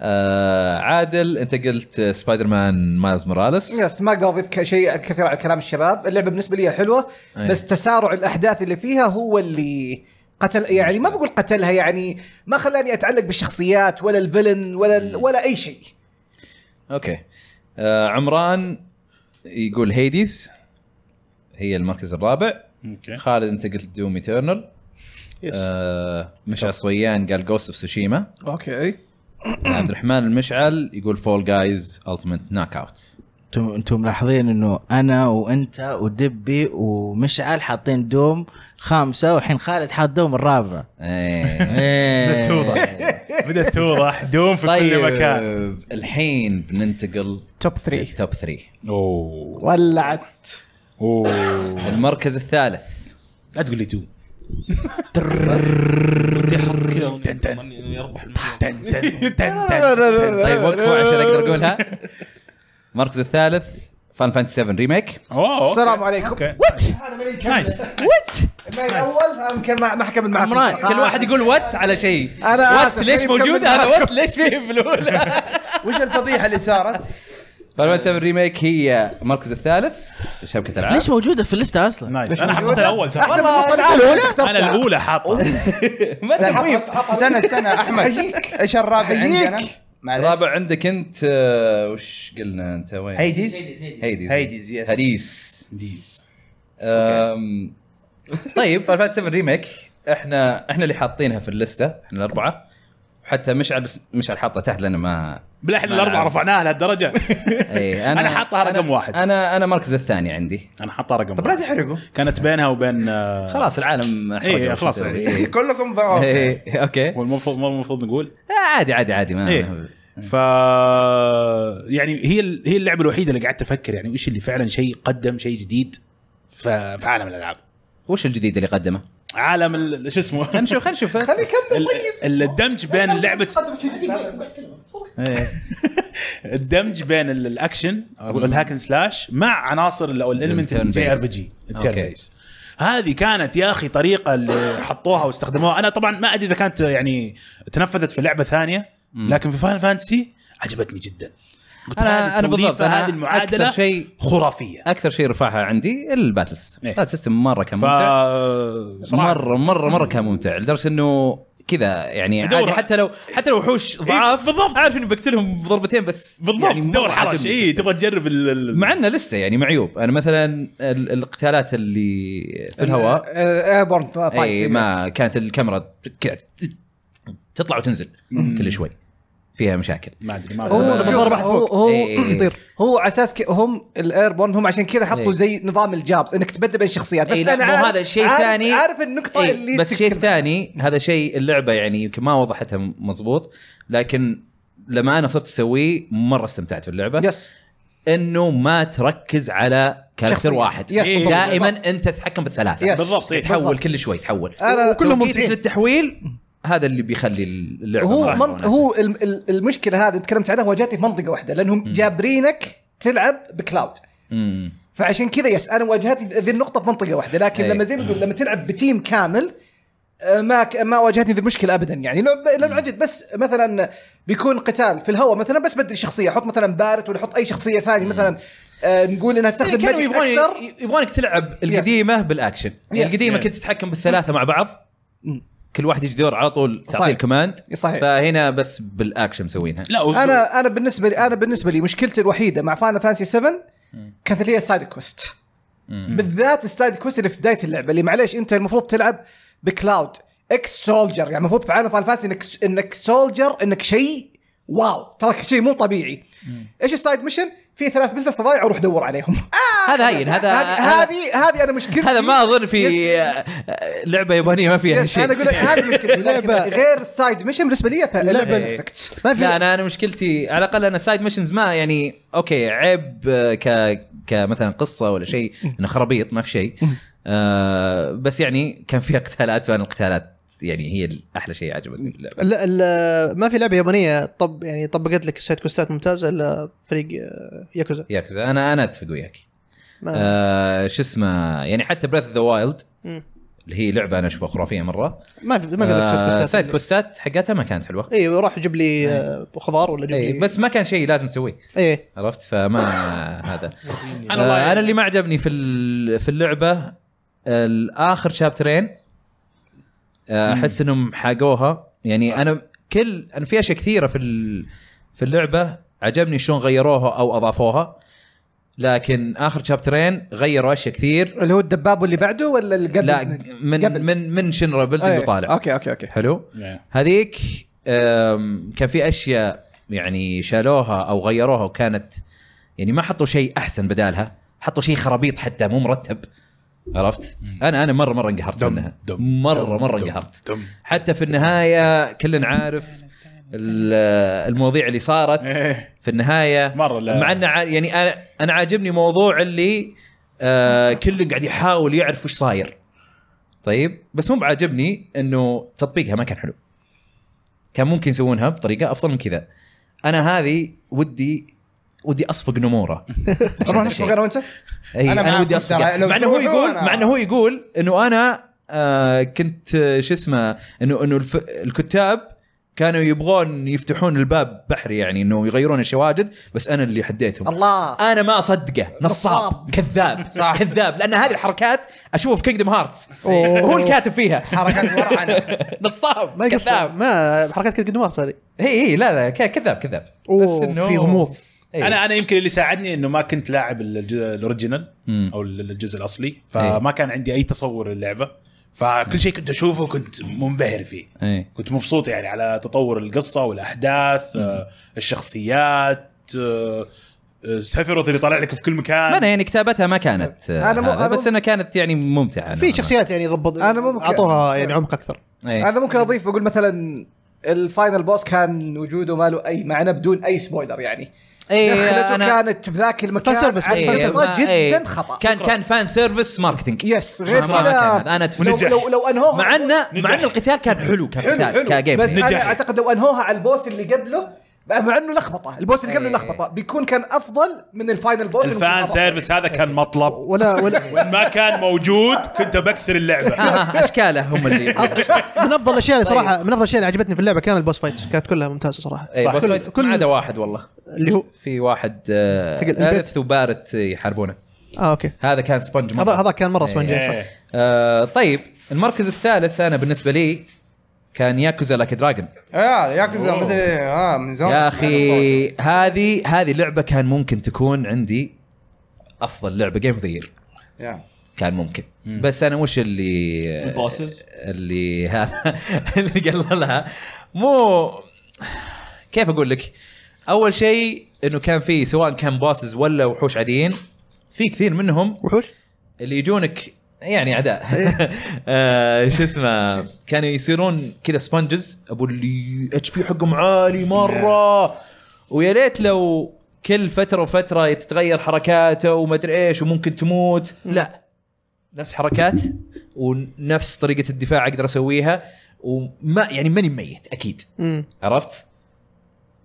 آه عادل انت قلت سبايدر مان مايلز موراليس يس ما اقدر اضيف ك- شيء كثير على كلام الشباب اللعبه بالنسبه لي حلوه أي. بس تسارع الاحداث اللي فيها هو اللي قتل يعني ما بقول قتلها يعني ما خلاني اتعلق بالشخصيات ولا الفيلن ولا ال- ولا اي شيء اوكي آه عمران يقول هيديز هي المركز الرابع اوكي خالد انت قلت دوم ايترنال يس. آه مشعل صويان قال جوست اوف سوشيما اوكي عبد الرحمن المشعل يقول فول جايز التيمت ناك اوت انتم انتم ملاحظين انه انا وانت ودبي ومشعل حاطين دوم خامسه والحين خالد حاط دوم الرابع بدأت توضح بدأت توضح دوم في كل مكان إيه. طيب الحين بننتقل توب 3 للتوب 3 اوه ولعت اوه المركز الثالث لا تقول لي تو تحط كذا ون- يربح المليون. تن تن تن تن طيب وقفوا عشان اقدر اقولها المركز الثالث فان فانتسي 7 ريميك اوه أوكي. السلام عليكم اوكي وات انا ماني نايس مكمل ما الاول انا مكمل- ما ما حكمل معكم عمران، كل واحد يقول وات على شيء آه. أنا وات آسف، ليش خليني أكمل موجوده هذا معكم. وات ليش فيه في الاولى وش الفضيحه اللي صارت؟ فان فانتسي 7 ريميك هي المركز الثالث شبكه العاب ليش موجوده في اللسته اصلا؟ نايس انا حطيتها الاول ترى انا الاولى حاطه ما تقريب استنى استنى احمد ايش الرابع عندنا؟ معلش الرابع عندك انت آه، وش قلنا انت وين؟ هيديز هيديز هيديز، يس. هيديز أم، طيب فان فانتسي 7 ريميك احنا احنا اللي حاطينها في اللسته احنا الاربعه وحتى مشعل بس مشعل حاطه تحت لانه ما بالاحلى نعم. الاربعه رفعناها لهالدرجه اي أنا حاطها رقم أنا- واحد. انا انا المركز الثاني عندي انا حاطها رقم طب لا واحد. تحرقوا كانت بينها وبين آه، خلاص العالم إيه، حرقوا خلاص شو نسوي. يعني. إيه. كلكم فوق إيه، اوكي هو المفروض مو المفروض نقول آه، عادي عادي عادي ما ايه إيه. ف يعني هي ال- هي اللعبه الوحيده اللي قعدت افكر يعني وش اللي فعلا شيء قدم شيء جديد ف- في عالم الالعاب وش الجديد اللي قدمه؟ عالم ال- شو اسمه خلينا نشوف خلينا نشوف خلينا ال- ال- الدمج بين لعبه إيه. الدمج بين ال- الاكشن او الهاكن سلاش مع عناصر ال- او الالمنت الturn الجي ار بي based. جي أوكي. هذه كانت يا اخي طريقه اللي حطوها واستخدموها انا طبعا ما ادري اذا كانت يعني تنفذت في لعبه ثانيه لكن في فاينل فانتسي عجبتني جدا قلت أنا- هذه أنا بالضبط، التوليفة، أنا هذه المعادله أكثر شيء- خرافيه اكثر شيء رفعها عندي الباتل سيستم إيه. الباتل سيستم مره كان ف ممتع صراحة مره مره مره كان ممتع لدرجه انه كذا يعني دور- عادي حتى لو حتى لو وحوش ضعاف بالضبط عارف اني بقتلهم بضربتين بس إيه، بالضبط يعني مرة دور حرش إيه، عجبني اي السيستم. تبغى تجرب ال- ال- مع انه لسه يعني معيوب انا مثلا ال- القتالات اللي في الهواء ايربورن اي إيه، إيه. ما كانت الكاميرا كذا تطلع وتنزل كل شوي فيها مشاكل ما ادري ما هو لما شوف، ضرب أحد هو فوق. هو إيه. يطير هو على اساس ك- هم الايربورن هم عشان كذا إيه. حطوا زي نظام الجابس انك تبدل بين شخصيات بس إيه، لا، انا مو عارف- هذا شيء عارف- ثاني. عارف النقطه إيه، اللي بس شيء تذكر بها. ثاني هذا شيء اللعبه يعني يمكن ما وضحتها مضبوط لكن لما انا صرت اسويه مره استمتعت في اللعبه يس انه ما تركز على كاركتر شخصية. واحد يس، إيه. بالضبط، دائما بالضبط. انت تتحكم بالثلاثه يس. بالضبط، إيه. تحول بالضبط. كل شوي تحول أنا- وكلهم وكلهم ممتعين ممتعين. للتحويل هذا اللي بيخلي اللعبه هو مرة من... وناسة. هو الم- ال- المشكله هذه تكلمت عنها واجهتني في منطقه واحده لانهم جابرينك تلعب بكلاود مم. فعشان كذا يس انا واجهت ذي النقطه في منطقه واحده لكن إيه. لما زي ما تقول لما تلعب بتيم كامل آه، ما ك- ما واجهتني ذي المشكله ابدا يعني لو لو عجد بس مثلا بيكون قتال في الهواء مثلا بس بدل شخصيه احط مثلا بارت ولا احط اي شخصيه ثانيه مثلا آه، نقول انها تستخدم كانوا ماجيك يبغون اكثر يبغونك تلعب القديمه بالاكشن القديمه Yeah. كنت تتحكم بالثلاثه مع بعض كل واحد يجي دور على طول تعطيه صحيح. الكوماند صحيح. فهنا بس بالاكشن مسوينها لا وز- انا انا بالنسبه لي انا بالنسبه لي مشكلتي الوحيده مع فاينل فانسي 7 كانت اللي هي السايد كوست بالذات السايد كوست اللي في بدايه اللعبه اللي معليش انت المفروض تلعب بكلاود اكس سولجر يعني المفروض في عالم فاينل فانسي انك انك سولجر انك شيء واو ترى شيء مو طبيعي ايش السايد ميشن؟ في ثلاث بزنس ضايع وروح دور عليهم هذا هين طيب، هذا هذا آه، هذه هذه انا مشكلتي هذا ما اظن في يس- آه، آه، لعبه يابانيه ما فيها يس، شيء انا اقول لك هذه مشكلتي لكن لعبة- غير السايد ميشن بالنسبه لي لعبة- بيرفكت ما في لا انا انا مشكلتي على الاقل انا سايد ميشنز ما يعني اوكي عيب آه، ك كمثلا قصه ولا شيء انه خرابيط ما في شيء آه بس يعني كان فيها قتالات وانا القتالات يعني هي احلى شيء عجبتني في اللعبه لا لا ما في لعبه يابانيه طب يعني طبقت لك سايد كوستات ممتازه الا فريق آه، ياكوزا ياكوزا، انا انا اتفق وياك ما- آه شو اسمه يعني حتى بريث ذا وايلد مم. اللي هي لعبه انا اشوفها خرافيه مره ما في ما في ذاك سايد آه كوستات سايد كوستات حقتها ما كانت حلوه اي روح جيب لي آه، خضار ولا جيب اي لي إيه، إيه. بس ما كان شيء لازم تسويه اي عرفت فما هذا أنا والله- آه انا اللي ما عجبني في ال- في اللعبه الاخر شابترين آه، احس انهم حاقوها يعني انا كل انا في اشياء كثيره في ال- في اللعبه عجبني شلون غيروها او اضافوها لكن اخر شابترين غيروا اشياء كثير اللي هو الدباب واللي بعده ولا اللي قبل لا من قبل. من من شنرا بيلدينج أي. وطالع اوكي اوكي اوكي حلو إيه. هذيك أم، كان في اشياء يعني شالوها او غيروها وكانت يعني ما حطوا شيء احسن بدالها حطوا شيء خرابيط حتى مو مرتب عرفت انا انا مره مره انقهرت دم- منها دم- مره دم- مره دم- انقهرت دم. حتى في النهايه كلنا عارف ال- المواضيع اللي صارت إيه. في النهايه مرة لا. مع انه ع- يعني انا انا عاجبني موضوع اللي آه كل قاعد يحاول يعرف وش صاير طيب بس مو بعاجبني انه تطبيقها ما كان حلو كان ممكن يسوونها بطريقه افضل من كذا انا هذه ودي ودي اصفق نموره نروح نشرب انا وانت اي أنا انا, معاك ودي بس اصفق ترى لو مع انه هو تروحوا يقول أنا- مع انه هو يقول انه انا آه كنت آه، شو اسمه انه انه الف... الكتاب كانوا يبغون يفتحون الباب بحري يعني انه يغيرون الشواجد بس انا اللي حديتهم الله انا ما اصدقه نصاب نصاب. كذاب كذاب لان هذه الحركات اشوفها في كينجدم هارتس أوه. هو الكاتب فيها حركات ورعنه نصاب ما يقصر كذاب ما حركات كذا قدمات هذه اي اي لا لا ك- كذاب كذاب اوه في غموض إيه. انا انا يمكن اللي ساعدني انه ما كنت لاعب الجزء الاوريجينال مم. او الجزء الاصلي إيه. فما كان عندي اي تصور للعبه فكل شيء كنت اشوفه كنت منبهر فيه إيه. كنت مبسوط يعني على تطور القصه والاحداث آه، الشخصيات آه، آه، سفيروث اللي طالع لك في كل مكان ما انا يعني كتابتها ما كانت آه، أنا مو- هذا، أنا بس مو- انها كانت يعني ممتعه في شخصيات يعني ضبط أنا مو بك- اعطوها يعني عمق اكثر انا هذا ممكن اضيف بقول مثلا الفاينل بوس كان وجوده ما له اي معنى بدون اي سبويلر يعني دخلته إيه، أنا- كانت في ذاك المكان فان سيرفيس، بس عشان إيه، فان خطأ ما- جدا إيه. خطا كان كان فان سيرفيس ماركتينج يس ما- غير ما كان كذا هذا. انا لو اتفق لو, لو انهوها مع انه مع ان القتال كان حلو حلو كقتال حلو كجيم بس بلاي. انا نجاح. اعتقد لو انهوها على البوس اللي قبله مع انه لخبطه البوس اللي قبله إيه. لخبطه بيكون كان افضل من الفاينل بوس اللي ممكن الفان هبط. سيرفيس هذا كان مطلب ولا ولا وين ما كان موجود كنت بكسر اللعبه آه، آه، اشكاله هم اللي من افضل الاشياء اللي طيب. صراحه من افضل الاشياء اللي عجبتني في اللعبه كان البوس فايتس كانت كلها ممتازه صراحه إيه، بس كل, ما كل عدا واحد والله اللي هو في واحد آه، حق البيت. ثالث وبارت يحاربونه اه اوكي هذا كان سبونج هذا مرة. هذا كان مره إيه. اسبونجي صح إيه. آه، طيب المركز الثالث انا بالنسبه لي كان ياكوزا لاك دراجون يا آه، ياكوزا مدري اه من زمان يا اخي هذه هذه لعبه كان ممكن تكون عندي افضل لعبه جيم ذير يا. كان ممكن بس انا وش اللي البوسز اللي هذا اللي قال لها مو كيف اقول لك اول شيء انه كان في سواء كان باسز ولا وحوش عاديين في كثير منهم وحوش اللي يجونك يعني اعداء إيه. آه، شو اسمه كانوا يصيرون كذا سبونجز ابو اللي اتش بي حقهم عالي مره ويا ليت لو كل فتره وفتره تتغير حركاته وما ادري ايش وممكن تموت لا نفس حركات ونفس طريقه الدفاع اقدر اسويها وما يعني ماني ميت اكيد مم. عرفت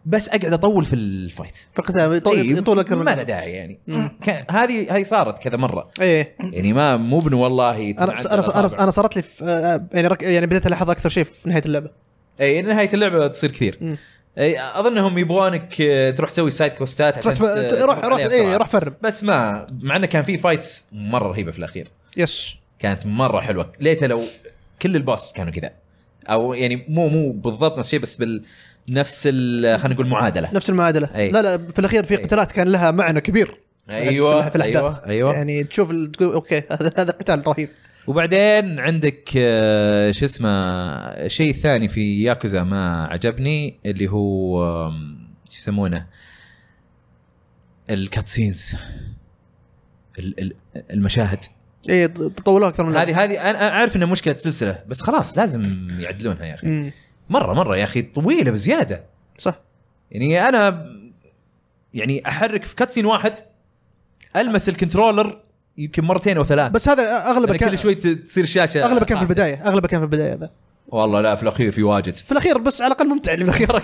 بس اقعد اطول في الفايت فقط طيب، طول اكثر من ما له داعي يعني ك- هذه هذه صارت كذا مره ايه يعني ما مو بن والله انا تنعدل انا انا, الأصابع. أنا صارت لي في آه، يعني رك... يعني بديت الاحظ اكثر شيء في نهايه اللعبه اي نهايه اللعبه تصير كثير مم. اي اظنهم يبغونك آه، تروح تسوي سايد كوستات عشان تروح ف... ت- روح تروح روح عليها ايه بسرعة. روح فرم بس ما مع انه كان في فايتس مره رهيبه في الاخير يس كانت مره حلوه ليته لو كل الباص كانوا كذا او يعني مو مو بالضبط نفس الشيء بس بال نفس ال- خلينا نقول معادله نفس المعادله أي. لا لا في الاخير في أي. قتالات كان لها معنى كبير ايوه في الأحداث. ايوه ايوه يعني تشوف ال... تقول اوكي هذا هذا قتال رهيب وبعدين عندك آه، شو اسمه الشيء الثاني في ياكوزا ما عجبني اللي هو آم، شو يسمونه الكاتسينز ال- ال- المشاهد اي تطولوها اكثر من اللعبة. هذه هذه انا أنا عارف انها مشكله سلسله بس خلاص لازم يعدلونها يا اخي مم. مره مره يا اخي طويله بزياده صح يعني انا يعني احرك في كاتسين واحد المس الكنترولر يمكن مرتين او ثلاث بس هذا اغلبه لأن كان كل شوي ت- تصير الشاشه اغلبه كان في طافية. البدايه اغلبه كان في البدايه ذا والله لا في الاخير في واجد في الاخير بس على الاقل ممتع اللي في الاخير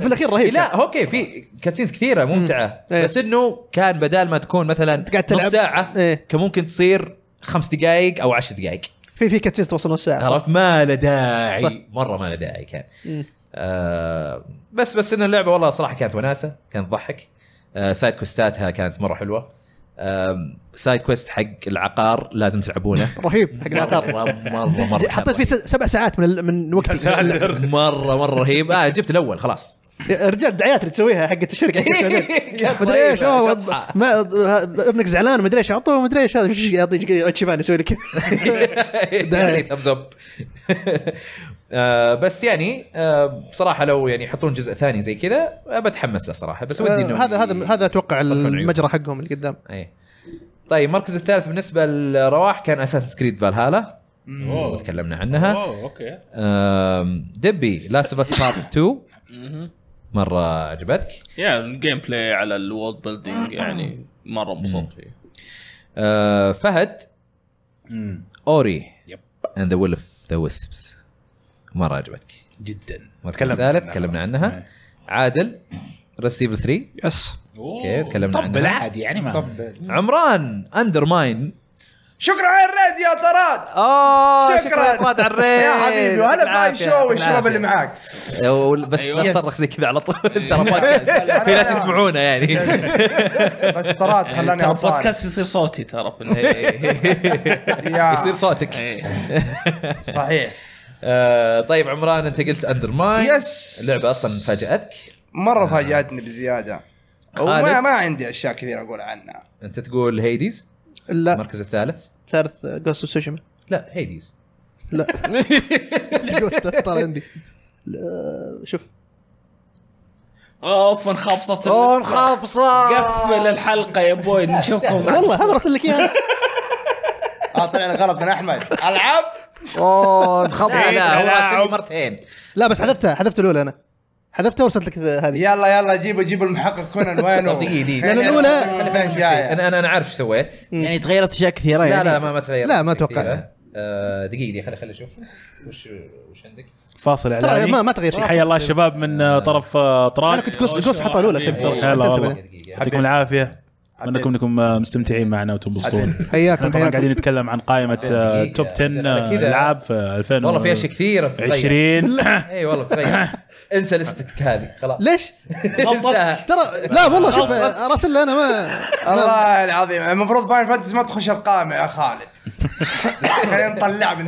في الاخير رهيب لا اوكي في كاتسينز كثيره ممتعه إيه. بس انه كان بدال ما تكون مثلا قاعد تلعب. نص ساعه إيه. كان ممكن تصير خمس دقائق او عشر دقائق في في كاتسينز توصل نص ساعه عرفت ما له داعي صح. مره ما له داعي كان مم. آه بس بس ان اللعبه والله صراحه كانت وناسه كانت تضحك آه سايد كوستاتها كانت مره حلوه آه سايد كويست حق العقار لازم تلعبونه رهيب حق العقار مره مره مره كان حطيت فيه س- سبع ساعات من ال- من وقتي مره مره رهيب آه جبت الاول خلاص رجال الدعايات اللي تسويها حقت الشركه حقت السعودية. كانت مدري ايش رهيبة، أوه، شطحة. ما ابنك زعلان مدري ايش اعطوه مدري ايش هذا ايش يعطيك كذا شيفان يسوي لك داري thumbs up. يعني آه، بس يعني آه، بصراحه لو يعني يحطون جزء ثاني زي كذا آه، بتحمس له صراحه بس ودي يعني انه آه، هذا هذا هذا اتوقع يصلحون عيوب. المجرى حقهم اللي قدام اي طيب المركز الثالث بالنسبه لرواح كان اساس سكريد فالهالا أوه. وتكلمنا عنها اوه اوكي آم، دبي لاست اوف اس بارت 2 مره عجبتك يا الجيم بلاي على الوورد بيلدينج يعني مره انبسطت فيه آه، فهد مم. اوري يب. اند ذا ويل اوف ذا ويسبس مره عجبتك جدا المركز الثالث تكلمنا عنها عادل ريسيفل 3 يس أوكي، تكلمنا طب عنها. بالعادي يعني ما طب عمران اندر ماين شكرا على الريد يا طراد اه شكراً. فؤاد على الريت. يا حبيبي يعطيك وهلا باي العافية، شو يعطيك والشباب اللي العافية. معاك أو- بس أيوة. لا تصرخ زي كذا على طول ترى بودكاست. في ناس يسمعونا يعني بس طراد خلاني ترى اصارع البودكاست يصير صوتي ترى في النهاية. يصير يا صوتك إيه. صحيح آه، طيب عمران انت قلت اندر ماين يس. اللعبه اصلا فاجاتك مره فاجاتني بزياده خالد؟ وما ما عندي اشياء كثيره اقول عنها انت تقول هيديز لا المركز الثالث ثالث جوست اوف سوشيما لا هيديز لا جوست طال عندي لا، شوف اوف انخبصت اللستة. أوه، انخبصة. قفل الحلقه يا بوي نشوفكم والله هذا راسل لك اياه اه طلع لي غلط من احمد العاب اوه انخبط لا لا هو راسلني مرتين لا بس حذفتها حذفت الاولى انا حذفتها وارسلت لك هذه يلا يلا جيبوا جيبوا المحقق كونان وينه طب دقيقة، دقيقة. لأن الأولى- خلينا فين جاي انا انا انا عارف ايش سويت يعني تغيرت اشياء كثيره لا يعني لا ما ما تغير طيب، لا، ما أتوقع. آه، دقيقه دقيقه خلي خلي اشوف وش وش عندك فاصل ترى اعلاني ما ما تغير شيء حيا الله الشباب من آه، طرف آه، انا طراد كنت جوست جوست حطها الاولى كنت أيوة. هلا حطيتها والله. بعدين. يعطيكم العافيه انكم انكم آه، مستمتعين معنا وتنبسطون حياكم احنا طبعا قاعدين حياكم نتكلم عن قائمه آه، دقيقة. توب 10 أنا كذا- العاب في 2000 والله في اشياء كثيره بتتغير. 20 اي والله بتغير انسى لستك هذه خلاص ليش؟ انساها ترى لا والله شوف راسل انا ما الله العظيم المفروض فاين فانتسي ما تخش القائمه يا خالد خلينا نطلع من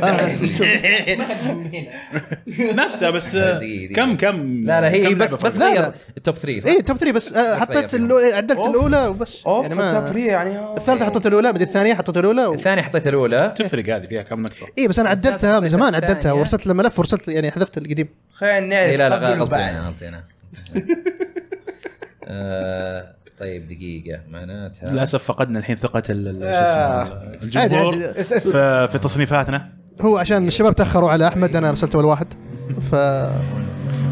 نفسها بس آه، دقيقة، دقيقة. كم كم لا لا هي هي كم بس لعبة بس لا، لا. غير التوب 3 صح؟ اي توب 3 بس آه، بس طيب. حطيت غير الأولى- عدلت أوف. الاولى وبس اوف يعني ما- التبرير يعني الثالثه حطيت الاولى بعدين الثانيه حطيت الاولى و... الثانيه حطيت الاولى تفرق هذه فيها كم آه. نقطه اي بس انا عدلتها من زمان عدلتها الثانية. وارسلت له ملف وارسلت يعني حذفت القديم خلينا اي نعرف إيه، لا لا قبل غلطي وبعد. انا غلطي انا آه، طيب دقيقه معناتها للاسف فقدنا الحين ثقه ال- ال- شو آه. اسمه عادي الجمهور عادي في- في تصنيفاتنا هو عشان الشباب تاخروا على احمد انا ارسلت اول واحد ف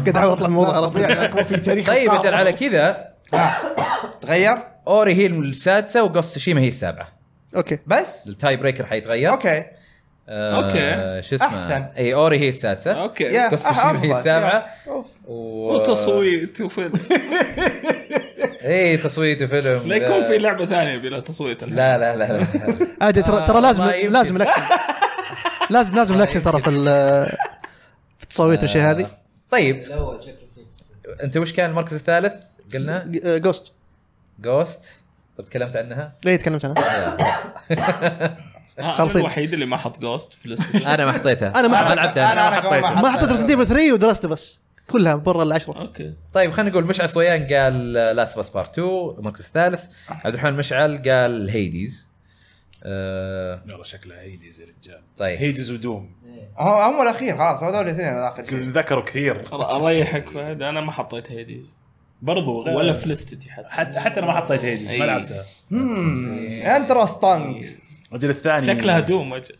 قد احاول اطلع من الموضوع عرفت طيب اجل على كذا تغير اوري هي السادسه وقص شيما هي السابعه اوكي بس التاي بريكر حيتغير اوكي آه، أوكي. شو اسمه أحسن. اي اوري هي السادسه اوكي يا قصة أح- شنو أفضل. هي السابعة يا. أوف. و... وتصويت وفيلم اي تصويت وفيلم لا يكون في لعبه ثانيه بلا تصويت لا لا لا لا عادي ترى ترى لازم آه، ما يمكن. لازم الاكشن لازم لازم الاكشن ترى في ال- في التصويت والشيء هذه طيب انت وش كان المركز الثالث؟ قلنا جوست جوست طب تكلمت عنها؟ ليه إيه، تكلمت انا؟ آه، انا خلصين. الوحيد اللي ما حط جوست في الليست انا ما حطيتها أنا ما حطيت- لعبتها أنا- أنا كمان ما ما حطيت ريزنت ايفل 3 ودرست بس كلها برا العشره اوكي طيب خلينا نقول مشعل صويان قال لاست اوف بارت 2 المركز الثالث عبد الرحمن مشعل قال هيديز آه يلا شكلها هيديز يا رجال طيب هيديز ودوم هو هم الاخير خلاص هذول الاثنين الاخر شيء ذكروا كثير أر- اريحك فهد انا ما حطيت هيديز برضو غير- ولا في لستتي حتى حتى حتى انا ما حطيت هيديز إيه. ما أي. لعبتها انترستنج الرجل الثاني شكلها دوم أجل.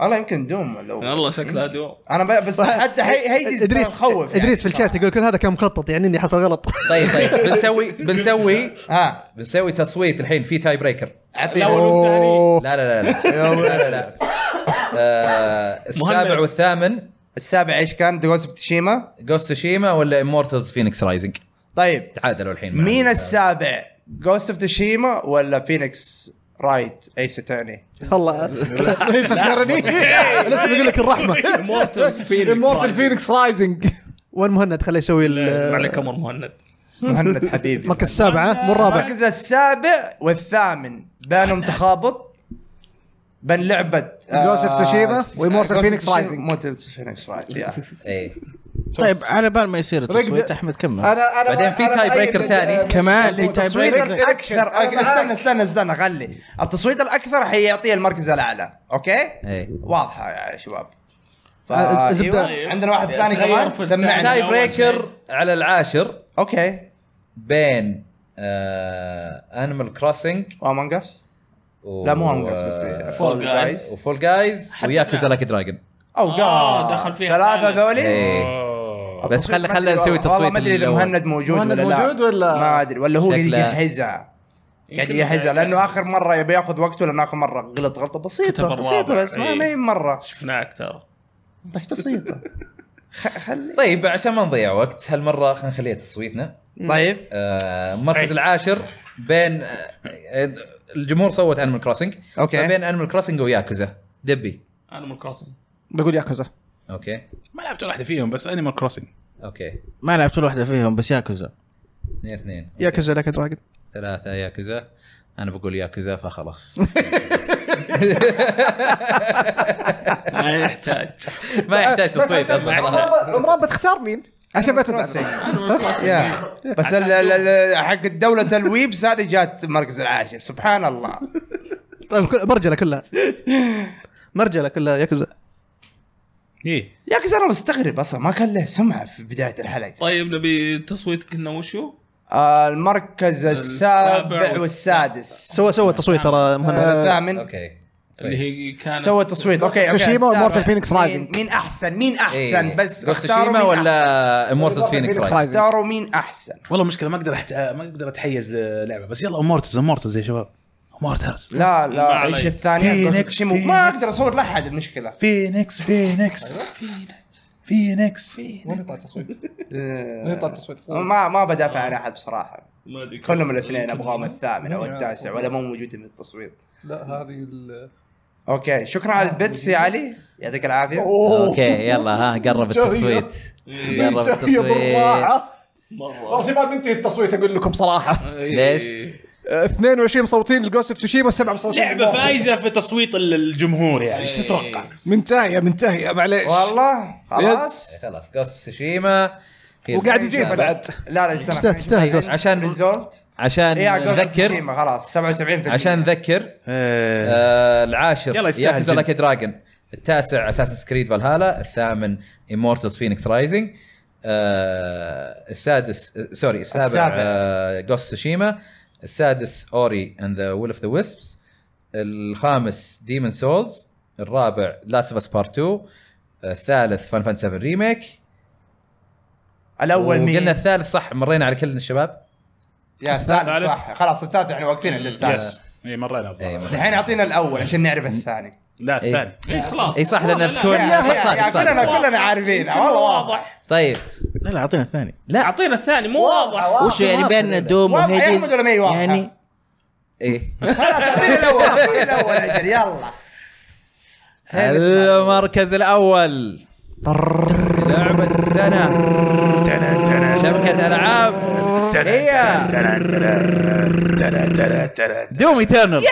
والله يمكن دوم لو والله شكلها دوم انا ب- بس حتى هي هيديز ادريس تخوف يعني. ادريس في الشات يقول كل هذا كان مخطط يعني اني حصل غلط طيب طيب بنسوي بنسوي ها بنسوي تصويت الحين في تاي بريكر الاول والثاني لا لا لا لا لا لا, لا. آه السابع مهمل. والثامن السابع ايش كان جوست اوف تشيما جوست شيما ولا امورتلز فينيكس رايزنج طيب تعادلوا الحين مع مين نعم. ال- السابع جوست اوف تشيما ولا فينيكس رايت ايش الثاني والله تشرني لسه بيقول لك الرحمه امورتل فينيكس Immortal Phoenix رايزنج وين مهند خليه يسوي ال- عليك امر مهند مهند حبيبي المركز السابع مو الرابع المركز السابع والثامن بينهم تخابط بين لعبة Ghost آه، of Tsushima و Immortal Phoenix Rising. موتل فينيكس رايت إيه. طيب على بال ما يصير تصويت احمد كمل طيب، انا انا بعدين في أنا تاي بريكر أيد- ثاني. آه، كمان في تاي التصويت بريكر. الأكثر- اكثر أنا استنى معاك. استنى استنى خلي التصويت الاكثر حيعطيه المركز الاعلى اوكي إيه. واضحه يا شباب ف- آه، الزبدة. أيوة. عندنا واحد ثاني تغير في كمان الثاني. سمعنا تاي أول بريكر على العاشر اوكي بين آه، انيمال كروسنج وامونج اس لا مو امونج اس بس إيه. فول Guys. جايز وفول جايز وياكوزا لاك دراجون او آه، جاد دخل فيها ثلاثه ثاني. ذولي إيه. بس خل- ما خلنا أدري نسوي والله- تصويت والله ما ادري اذا الأول. مهند موجود مهند ولا لا موجود ولا- ما ادري ولا هو قاعد شكله- يجهزها قاعد يمكن يجهزها بعد- لانه اخر مره يبي ياخذ وقته لانه اخر مره غلط غلطه بسيطه كتب بسيطه الرابع. بس ما إيه. ما هي مره شفناك ترى بس بسيطه خ- خلي طيب عشان ما نضيع وقت هالمره خلينا نخليها تصويتنا طيب آه، المركز العاشر بين آه، آه، الجمهور صوت انيمال كروسنج أوكي. بين انيمال كروسنج وياكوزا دبي انا من كروسنج بقول ياكوزا اوكي ما لعبت ولا واحده فيهم بس انيمال كروسنج اوكي ما لعبت ولا واحده فيهم بس ياكوزا اثنين اثنين يا كذا لك دراجون ثلاثة ياكوزا انا بقول ياكوزا فخلاص ما يحتاج ما يحتاج تصويت اصلا خلاص عمران بتختار مين؟ عشان ما تزعل انا من كروسنج يا بس ال- ال- ال- حق دولة الويبس هذه جات المركز العاشر سبحان الله طيب كل- مرجله كلها مرجله كلها يا كذا ايه يا اخي انا مستغرب اصلا ما كان له سمعه في بدايه الحلقه طيب نبي تصويت كنا وشو؟ آه، المركز السابع والس- والسادس سوى سوى تصويت ترى مهند آه، الثامن اوكي اللي هي كانت سوى تصويت اوكي اوكي تسوشيما السابع. ومورتال فينيكس مين- رايزنج. مين احسن مين احسن بس جوستشيما اختاروا مين أحسن. إيه. ولا امورتلز فينيكس رايت اختاروا مين احسن والله مشكله ما اقدر أحت... ما اقدر اتحيز للعبه بس يلا امورتز امورتز يا شباب امورتز لا ما لا علي. ايش الثاني فينيكس، جوستشيما. ما فينيكس. اقدر اصور لاحد المشكله فينيكس فينيكس أيوة. فينيكس آه، آه، ما ما بدافع عن احد بصراحه ما أدري كيف. كلهم الاثنين ابغاهم الثامن او التاسع ولا مو موجودين في التصويت لا هذه اوكي شكرا على البتس يا علي يعطيك العافيه اوكي يلا ها قرب التصويت إيه، قرب التصويت مرة شباب منتهي التصويت اقول لكم صراحه إيه. ليش؟ 22 مصوتين لجوست اوف تشيما 67 لعبه فايزه في تصويت ال- الجمهور يعني إيه. ايش تتوقع؟ منتهيه منتهيه معليش والله خلاص خلاص جوست سوشيما هي وقاعد الفينيكس يجيب رايت. بعد لا لا استنى تستاهل تستاهل جوست. عشان ريزولت عشان يا جوست اوف نذكر تسوشيما خلاص 77% عشان نذكر آه، آه العاشر يلا يستاهل ياكوزا جد. لاك دراجون التاسع اساسن سكريد فالهالا الثامن امورتلز فينيكس رايزنج آه السادس آه، سوري السابع آه، السابع. جوست سوشيما السادس اوري اند ذا ويل اوف ذا ويسبس الخامس ديمون سولز الرابع لاست اوف اس بارت 2 الثالث فان فان 7 ريميك الاول مين؟ قلنا الثالث صح مرينا على كل الشباب يا الثالث الثالث. صح خلاص الثالث يعني واقفين عند الثالث يس اي مرينا إيه، بضربة. الحين اعطينا الاول عشان نعرف الثاني لا الثاني إيه خلاص اي صح لان اذكر يا- صح يا- يا- صادق كلنا صادق كلنا عارفين والله واضح طيب لا لا اعطينا الثاني لا. اعطينا الثاني مو واضح وش يعني بين دوم آه، واضح يا احمد وهيديز ولا ما هي واضحة؟ يعني ايه خلاص اعطيني الاول اعطيني الاول اجل يلا المركز الاول لعبة السنة شبكة العاب هي دوم ايترنال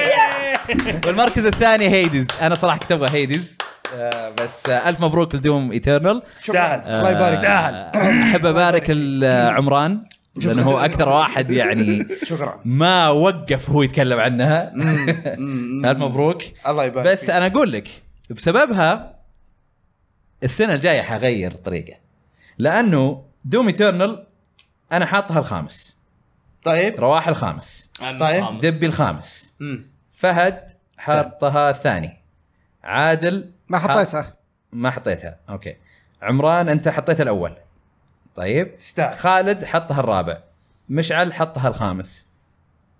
والمركز الثاني هيدز انا صراحة كنت ابغى هيدز آه، بس آه، الف مبروك لدوم ايترنال سهل الله يبارك. سهل احب ابارك لعمران لانه آه، هو اكثر واحد يعني شكرا ما وقف هو يتكلم عنها الف مبروك الله يبارك بس فيك. انا اقول لك بسببها السنه الجايه حغير طريقه لانه دوم ايترنال انا حاطها الخامس طيب رواح الخامس طيب، دبي الخامس مم. فهد حاطها الثاني عادل ما حط- حطيتها ما حطيتها اوكي عمران انت حطيتها الاول طيب تستاهل خالد حطها الرابع مشعل حطها الخامس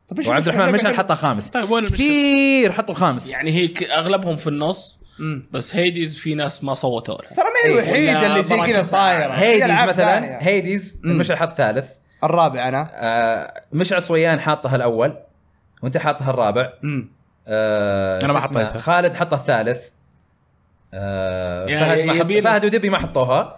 طيب إيش وعبد الرحمن المشكلة؟ مشعل حطها الخامس طيب وين المشكله؟ كثير حطوا الخامس يعني هيك اغلبهم في النص مم. بس هيديز في ناس ما صوتوا له ترى ما هي إيه. الوحيده اللي زي كذا براكة. صايره في هيديز ألعاب مثلا ثانية. هيديز مم. مشعل حط ثالث الرابع انا آه، مشعل صويان حاطها الاول وانت حاطها الرابع مم. آه، أنا ما شو اسمه؟ حطيتها. خالد حطها الثالث آه، يعني فهد ما حط... يبينا- فهد ودبي ما حطوها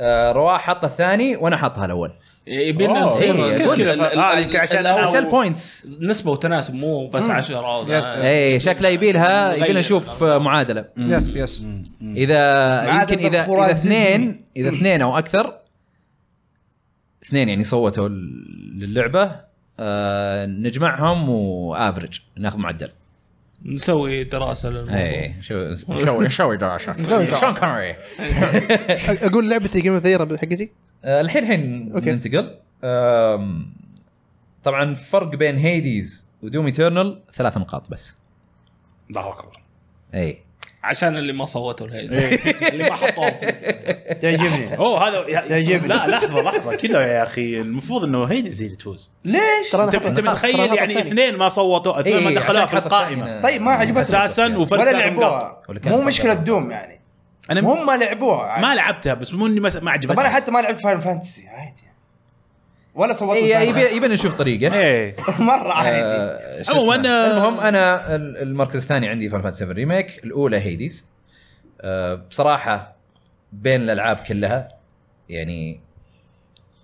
آه، رواح حطها الثاني وانا حاطها الاول يبينا أوه، إيه، نصير كيف كذا؟ ال- ال- آه، ال- يمكن عشان الأول- أنا وش البوينتس؟ نسبه وتناسب مو بس 10 او اي إيه، شكله يبي لها يبي لنا نغير نشوف آه، معادله يس يس اذا معادلة يمكن اذا اذا الخوارزمي. اثنين اذا اثنين او اكثر اثنين يعني صوتوا ل- للعبه آه، نجمعهم وافرج ناخذ معدل نسوي دراسه للموضوع اي إيه، شو شوي شوي دراسه شلون كان آه. اقول لعبتي جيم اوف ذا حقتي آه، الحين الحين أوكي. ننتقل آم، طبعا فرق بين هيديز ودوم ايترنال ثلاث نقاط بس إيه. الله اكبر اي عشان اللي ما صوتوا لهيديز إيه. اللي ما حطوهم في الست. تعجبني اوه هذا يعجبني. لا لحظه لحظه كذا يا اخي المفروض انه هيدز هي اللي تفوز ليش؟ ترى انت انا انت حطيت- ترى أنا متخيل حطيت يعني ثاني. اثنين ما صوتوا اثنين ما إي، دخلوها إيه، عشان في حط القائمه الثاني. طيب ما عجبتهم اساسا وفرق ولا ثلاث نقاط. لعبوها ولا كان مو فرق مشكله أربعة. دوم يعني انا هم ما لعبوها ما لعبتها بس مو اني ما ما طب انا عجبتني حتى ما لعبت فاين فانتسي عادي يعني. ولا سويت إي، إيه، يبي يبي نشوف طريقه ايه مره عادي آه، شو عموماً، اسمه؟ آه، المهم انا ال- المركز الثاني عندي فان فانتسي 7 ريميك الاولى هيديز آه، بصراحه بين الالعاب كلها يعني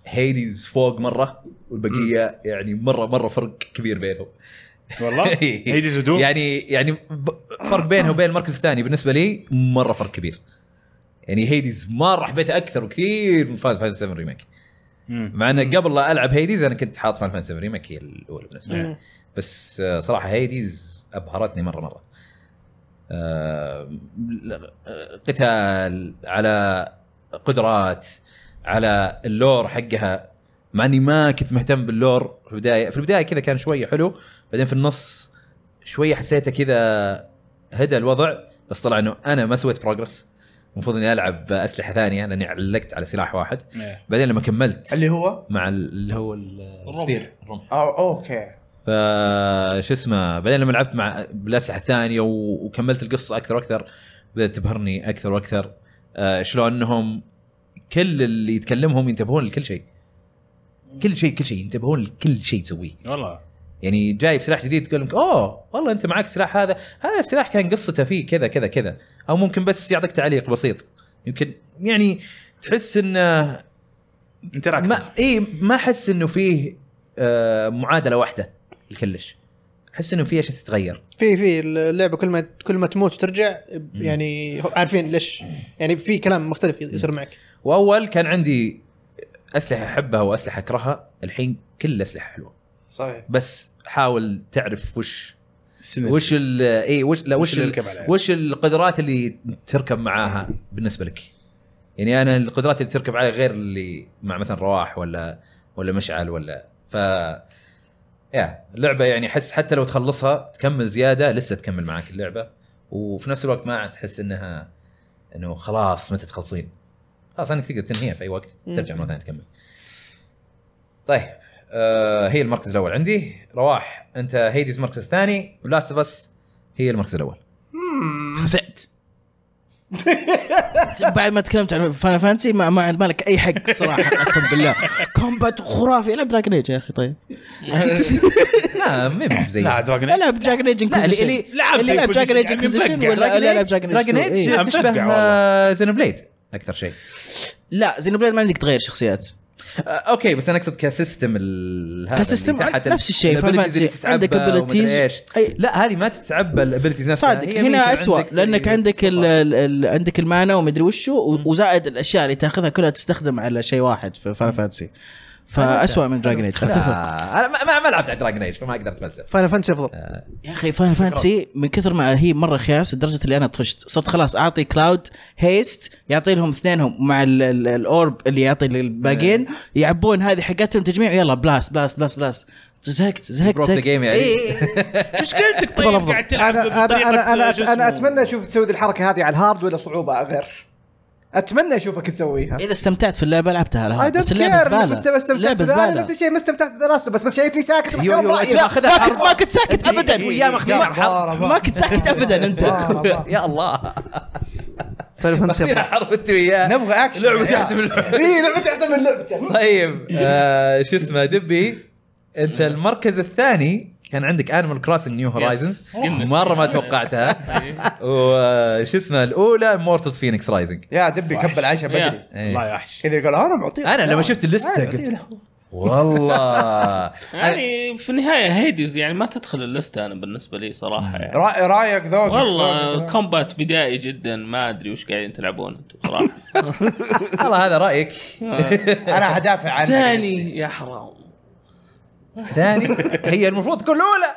هيديز فوق مره والبقيه يعني مره مره فرق كبير بينهم والله هيدز ودوم يعني يعني ب- فرق بينها وبين المركز الثاني بالنسبه لي مره فرق كبير يعني هيديز مره حبيتها اكثر بكثير من فاينل فانتسي 7 ريميك مم. مع ان قبل لا العب هيديز انا كنت حاط فاينل فانتسي 7 ريميك هي الاولى بالنسبه لي بس آه، صراحه هيديز ابهرتني مره مره آه، ل- آه، قتال على قدرات على اللور حقها مع اني ما كنت مهتم باللور في البدايه في البدايه كذا كان شويه حلو بعدين في النص شويه حسيته كذا هدى الوضع بس طلع انه انا ما سويت بروجرس المفروض اني العب اسلحه ثانيه لاني علقت على سلاح واحد إيه. بعدين لما كملت اللي هو مع ال- اللي هو ال- السبير الرمح أو اوكي فشو اسمه بعدين لما لعبت مع بالاسلحه الثانيه و- وكملت القصه اكثر واكثر بدات تبهرني اكثر واكثر آه، شلون انهم كل اللي يتكلمهم ينتبهون لكل شيء كل شيء كل شيء ينتبهون لكل شيء تسويه والله يعني جايب سلاح جديد تقول لك اوه والله انت معك سلاح هذا هذا السلاح كان قصته فيه كذا كذا كذا او ممكن بس يعطيك تعليق بسيط يمكن يعني تحس انه انتراكتف ما اي ما احس انه فيه آه معادله واحده الكلش احس انه في اشياء تتغير في في اللعبه كل ما كل ما تموت ترجع يعني عارفين ليش يعني في كلام مختلف يصير معك واول كان عندي اسلحه احبها واسلحه اكرهها الحين كل الاسلحه حلوه صحيح بس حاول تعرف وش وش ال اي وش لا وش ال- نركب عليها. وش القدرات اللي تركب معاها بالنسبه لك؟ يعني انا القدرات اللي تركب عليها غير اللي مع مثلا رواح ولا ولا مشعل ولا ف يا اللعبه يعني احس حتى لو تخلصها تكمل زياده لسه تكمل معاك اللعبه وفي نفس الوقت ما عاد تحس انها انه خلاص متى تخلصين خلاص انك تقدر تنهيها في اي وقت ترجع مره ثانيه تكمل طيب آه هي المركز الاول عندي رواح انت هيديز المركز الثاني ولاست اوف اس هي المركز الاول خسئت بعد ما تكلمت عن فاينل فانتسي ما, ما, ما لك اي حق صراحه قسم بالله كومبات خرافي العب دراجون ايج يا اخي طيب لا ما هي زي لا دراجون ايج العب دراجون ايج لا، اللي- اللي اللي- لعب اللي لعب Dragon Age دراجون ايج يعني انكوزيشن مفقع. ولا لا لعب دراجون دراجون ايج ايج إيه. تشبه أنفقع والله. زينو بليد اكثر شيء لا زينو بليد ما عندك تغير شخصيات آه، اوكي بس انا اقصد كسيستم ال- هذا كسيستم اللي تحت نفس الشيء، الabilities فاهم اللي أنت؟ عندك تتعبى ومدري abilities. ايش أي- لا هذه ما تتعبى الابيلتيز نفسها صادق هي هنا abilities اسوء عندك لانك زي- عندك ال ال ال عندك المانا ومدري وشو و- وزائد الاشياء اللي تاخذها كلها تستخدم على شيء واحد في فان فانتسي فاسوء من دراجون ايج لا، انا ما- ما ما لعبت على دراجون ايج فما اقدر اتفلسف فاينل فانتسي افضل يا اخي فان فانتسي من كثر ما هي مره خياس لدرجه اللي انا طفشت صرت خلاص اعطي كلاود هيست يعطي لهم اثنينهم مع ال- ال- الاورب اللي يعطي للباقيين يعبون هذه حقتهم تجميع يلا بلاست بلاست بلاست بلاست زهقت زهقت Broke the زهقت إيه، game يعني. إي، إي، إي. مشكلتك طيب قاعد تلعب انا انا انا انا, بطريقة شو أت- أنا اسمه؟ اتمنى اشوف تسوي ذي الحركه هذه على الهارد ولا صعوبه غير اتمنى اشوفك تسويها اذا استمتعت في اللعبه لعبتها لها I don't إيه. بس اللعبه care إنك زباله ما استمتعت اللعبه بس أنا نفس زباله الشيء ما استمتعت بدراسته بس بس شايفني ساكت أيوه، أيوه، رأيي. أنت لا ماخذها ما بحرب. كنت ما كنت ساكت ابدا وياه ماخذينها حرب إيه، ما كنت ساكت ابدا انت يا الله فاينل فانتسي فينا افضل حرب انت وياه نعم. نبغى اكشن لعبه تحسب اللعبه اي لعبتي احسن من لعبته طيب آه، شو اسمه دبي انت المركز الثاني كان عندك انيمال كراسنج نيو هورايزنز Oh. مره ما توقعتها وش اسمه الاولى مورتلز فينيكس رايزنج يا دبي كب العشاء بدري انا والله وحش كذا يقول انا معطيك لما شفت اللسته قلت والله يعني في النهايه هيديز يعني ما تدخل اللسته انا بالنسبه لي صراحه يعني رأي رايك ذوق والله كومبات بدائي جدا ما ادري وش قاعدين تلعبون انتم صراحه والله هذا رايك انا حدافع عنك ثاني يا حرام ثاني هي المفروض تكون الاولى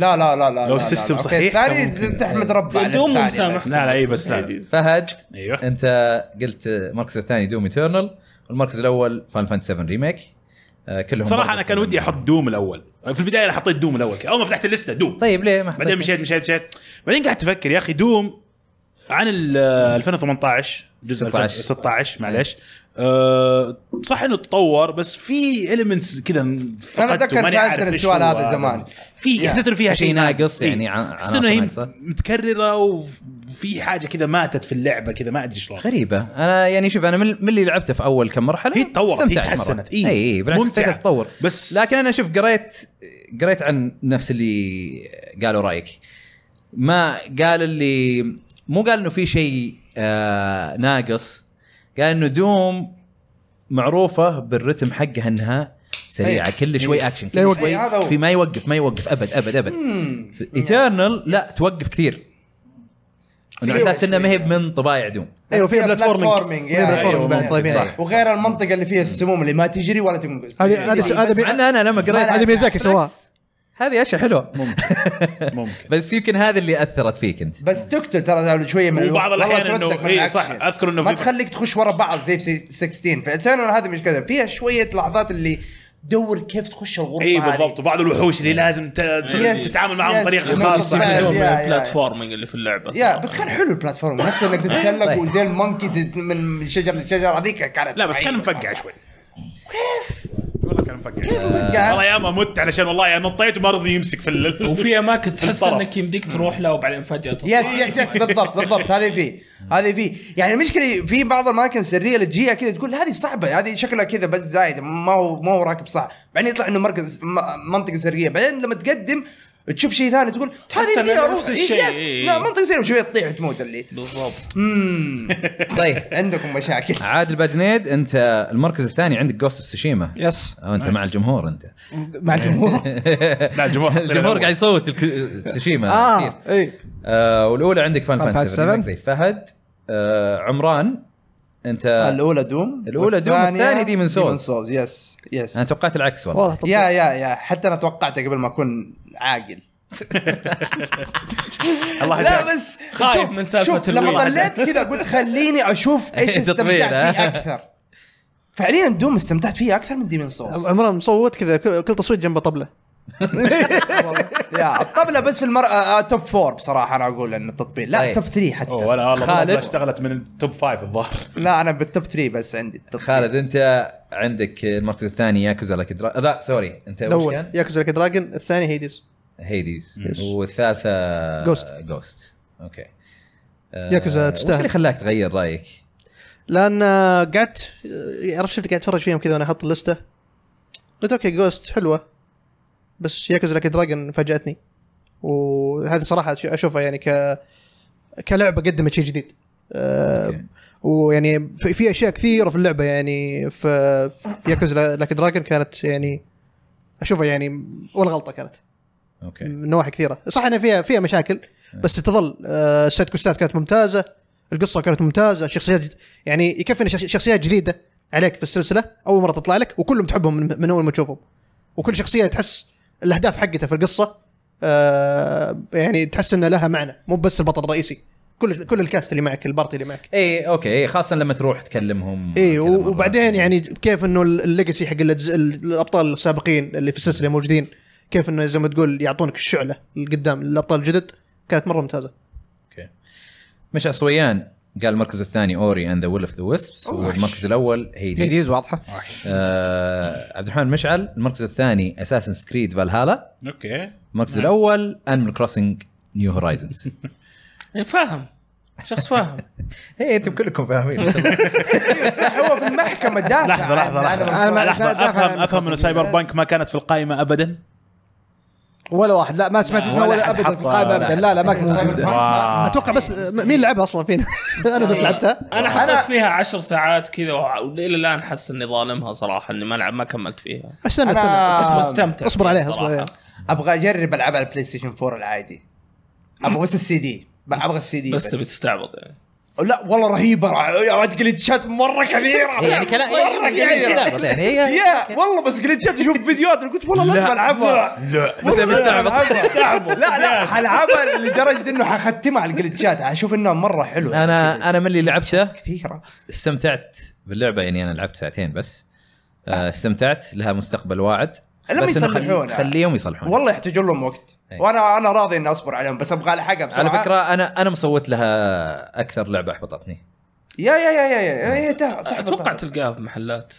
لا لا لا لا لا، لا. السيستم أوكي، صحيح، الثاني تحمد ربك على دوم الثاني مسامح بس. لا لا اي بس لا لا. هيديز. فهد ايوه انت قلت المركز الثاني دوم ايترنال والمركز الاول فان فانت 7 ريميك آه، كلهم صراحه برضو انا كان من- ودي احط دوم الاول في البدايه انا حطيت دوم الاول اول ما فتحت اللسته دوم طيب ليه ما بعدين حطيت مشيت مشيت مشيت بعدين قاعد تفكر يا اخي دوم عن ال 2018 جزء 16. 16 إيه. 16 معليش أه صح انه تطور بس في المنتس كذا انا اتذكر سالت السؤال هذا زمان في حسيت انه فيها شيء شيء ناقص إيه. يعني، عن- حسيت انه هي عناصر ناقصة. متكرره وفي حاجه كذا ماتت في اللعبه كذا ما ادري شلون غريبة انا يعني شوف انا من من اللي لعبته في اول كم مرحلة هي تطورت، هي استمتعت مرة. تحسنت، اي إي. اي بالعكس ممتعة. حسيتها تتطور بس- لكن انا شوف قريت قريت عن نفس اللي قالوا رايك ما قال اللي مو قال انه في شيء آه ناقص قال انه دوم معروفة بالرتم حقها انها إيه. سريعة كل شوي اكشن لا كل يوقف. شوي أي، هذا هو. في ما يوقف ما يوقف ابد ابد ابد أيوة، ايترنال لا توقف كثير على اساس انها ما هي من طبايع دوم ايوه فيها فيها بلاتفورمينج بلاتفورمينج، يا فيها طيب، بلاتفورمينج أيوة، بعد طيبين صح. وغير المنطقه اللي فيها السموم اللي ما تجري ولا تنقز يعني هذه هذه بس هذه انا انا لما قريت هذه ميزاكي سواها هذه اشياء حلوه ممكن بس يمكن هذه اللي اثرت فيك انت بس تقتل ترى شويه من وبعض الوقت. والله الأحيان إنه- تردك من إيه، الأكشن. صح، أذكر إنه ما في- تخليك تخش ورا بعض زي في 16 فالترنال هذه مش كذا فيها شويه لحظات اللي دور كيف تخش الغرفه اي هذه. إيه، بالضبط وبعض الوحوش اللي لازم ت- ت- Yes. تتعامل معهم Yes. بطريقه Yes. خاصه Yes. كذا. بدون من يا- يا- البلاتفورمينج اللي في اللعبه يا بس كان حلو البلاتفورم نفسه انك تتسلق طيب. وزي المونكي تت- من شجره لشجره هذيك كانت لا بس كان رهيبة. مفقع شوي كيف؟ والله كان مفقع مفقع؟ والله يا ما مت علشان والله يا نطيت وما رضي يمسك في ال... وفي اماكن تحس الطرف. انك يمديك تروح لها وبعدين فجاه تطلع. يس يس يس بالضبط بالضبط هذه فيه هذه فيه يعني المشكله في بعض الاماكن السريه اللي تجيها كذا تقول هذه صعبه هذه شكلها كذا بس زايد ما هو ما هو راكب صح بعدين يطلع انه مركز م- منطقه سريه بعدين لما تقدم تشوف شيء ثاني تقول إنه هذه يمديها نفس اروح الشيء، يس إيه. لا منطقه سريه وشويه تطيح تموت اللي بالضبط مم. طيب عندكم مشاكل عادل باجنيد انت المركز الثاني عندك جوست اوف سوشيما يس انت مع الجمهور انت مع الجمهور لا الجمهور الجمهور قاعد يصوت الك- سوشيما اه كثير. إيه. اي آه والاولى عندك فان Final فان 7 Fantasy 7. زي فهد آه عمران انت الاولى دوم الأولى دوم، والثانية والثانية Demon's Souls. Demon's Souls، يس يس انا توقعت العكس والله والله طب يا يا يا حتى انا توقعته قبل ما اكون عاقل الله لا يهديك. بس خايف شوف- من سالفة شوف لما الويل. طلعت كذا قلت خليني اشوف ايش تطويل، استمتعت ها؟ فيه اكثر فعليا دوم استمتعت فيه اكثر من ديمن سولز عمران مصوت كذا كل كل تصويت جنبه طبله إيه، يا الطبله بس في المرأة آه، توب فور بصراحه انا اقول ان التطبيل لا طيب. توب ثري اوه حتى ولا والله خالد. خالد اشتغلت من التوب فايف الظاهر لا انا بالتوب ثري بس عندي التطبيل خالد انت عندك المركز الثاني ياكوزا لك درا... لا سوري انت وش الاول كان؟ ياكوزا دراجون الثاني هيديز هيديز Yes. والثالثه Ghost. جوست اوكي Yakuza آه، تستاهل. وش اللي خلاك تغير رايك؟ لان آه، قعدت عرفت شفت قاعد اتفرج فيهم كذا وانا احط اللسته قلت اوكي جوست حلوه بس ياكوزا لك دراجون فاجاتني وهذا صراحه أش- اشوفها يعني ك كلعبه قدمت شيء جديد آه، أوكي. ويعني في, في اشياء كثيره في اللعبه يعني في في ياكوزا لك دراجون كانت يعني اشوفها يعني ولا غلطه كانت اوكي من نواحي كثيره صح انها فيها فيها مشاكل بس تظل آه، السايد كوستات كانت ممتازه القصه كانت ممتازه شخصيات جد... يعني يكفي ان شخ- شخصيات جديده عليك في السلسله اول مره تطلع لك وكلهم تحبهم من, من اول ما تشوفهم وكل شخصيه تحس الاهداف حقتها في القصه آه يعني تحس ان لها معنى مو بس البطل الرئيسي كل كل الكاست اللي معك البارتي اللي معك اي اوكي إيه، خاصه لما تروح تكلمهم اي كذا و- مرة. إيه، وبعدين يعني كيف انه ال- الليجسي حق الأجز- ال- الابطال السابقين اللي في السلسله موجودين كيف انه زي ما تقول يعطونك الشعله لقدام الابطال الجدد كانت مره ممتازه مش عصويان قال المركز الثاني اوري اند ذا ويل اوف ذا Oh, ويسبس والمركز الاول هيديز هيديز واضحه آه عبد الرحمن مشعل المركز الثاني اساسن سكريد فالهالا اوكي المركز الاول انيمال كروسنج نيو هورايزنز إيه، فاهم شخص فاهم اي انتم إيه، كلكم فاهمين يعني ما شاء الله. هو في المحكمه دافع لحظه لحظه أنا ما- لحظه لحظه دافع عن افهم افهم انه القصة دي. سايبر بانك ما كانت في القائمه ابدا ولا واحد لا ما سمعت لا، اسمه ولا ولا أحد ابدا في حط- القائمه لا ابدا لا لا ما كنت موجوده واو. اتوقع بس م- مين لعبها اصلا فينا انا بس لعبتها انا حطيت فيها عشر ساعات كذا وع- والى الان حس اني ظالمها صراحه اني ما لعب ما كملت فيها استنى أنا- استنى بس آه، مستمتع اصبر فيها عليها اصبر صراحة. عليها ابغى اجرب العب على البلاي ستيشن 4 العادي ابغى بس السي دي ابغى السي دي بس تبي تستعبط يعني لا والله رهيبه يا ولد جلتشات مره كثيره يعني كلام مره كثيره يعني هي يا والله بس جلتشات اشوف فيديوهات قلت والله لازم العبها لا بس أبي أستعبط. لا لا حلعبها لدرجه انه حختمها على الجلتشات اشوف انها مره حلوه انا انا من اللي لعبته كثيره استمتعت باللعبه يعني انا لعبت ساعتين بس آه، استمتعت لها مستقبل واعد لما بس إنه خل- يصلحونها. خليهم يصلحونها والله يحتاجون لهم وقت إيه. وانا انا راضي اني اصبر عليهم بس ابغى الحقها بسرعه على فكره انا انا مصوت لها اكثر لعبه احبطتني يا يا يا يا يا هي تع- تحبط. اتوقع تلقاها في محلات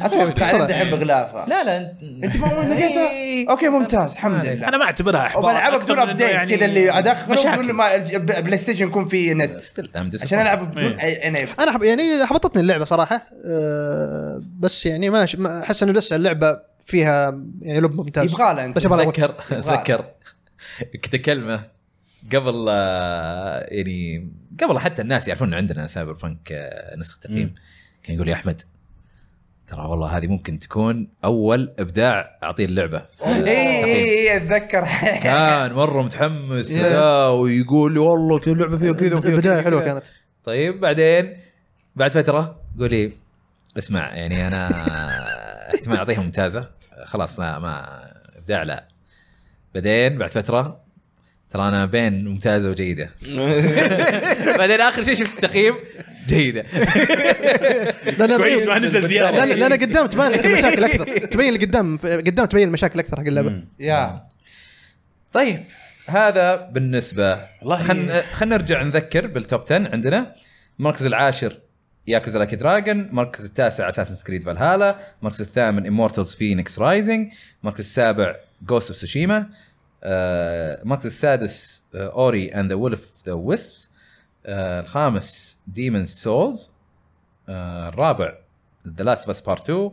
اتوقع بسرعة. انت الحين بغلافها لا لا انت ما وين لقيتها؟ اوكي ممتاز الحمد لله انا ما اعتبرها احباط وبلعبها أكثر بدون من إنه ابديت يعني كذا اللي ادخله مشاكل. بدون ما الج- ب- بلاي ستيشن يكون فيه نت عشان العب بدون انيبل انا حب يعني حبطتني اللعبه صراحه أه بس يعني ما ما- احس انه لسه اللعبه فيها يعني لب ممتاز يبغى لها انت بس يبغى لها وقت. اتذكر اتذكر كنت اكلمه قبل آه، يعني قبل حتى الناس يعرفون إن عندنا سايبر بانك آه، نسخه تقييم كان يقول يا احمد ترى والله هذه ممكن تكون اول ابداع اعطيه اللعبه اي اي اي اتذكر كان مره متحمس Yes. لا، ويقول لي والله كل لعبه فيها كذا وفيها البدايه كذا حلوه كذا. كانت طيب بعدين بعد فتره يقول لي اسمع يعني انا احتمال اعطيها ممتازه خلاص لا ما ابداع لا بعدين بعد فتره ترى انا بين ممتازه وجيده بعدين اخر شيء شفت التقييم جيده لأن- كويس ما نزل لا زياده لا لان قدام تبان لك المشاكل اكثر تبين اللي قدام قدام تبين المشاكل اكثر حق اللعبه يا آه. طيب هذا بالنسبه والله- خلينا خلينا نرجع نذكر بالتوب 10 عندنا المركز العاشر ياكوزا لاكي دراجون، المركز التاسع اساسن سكريد فالهالا، المركز الثامن امورتلز فينيكس رايزنج، المركز السابع جوست اوف سوشيما، المركز آه، السادس آه، اوري اند ذا وولف ذا ويسبس، آه، الخامس ديمون سولز، الرابع ذا لاست اوف اس بارت 2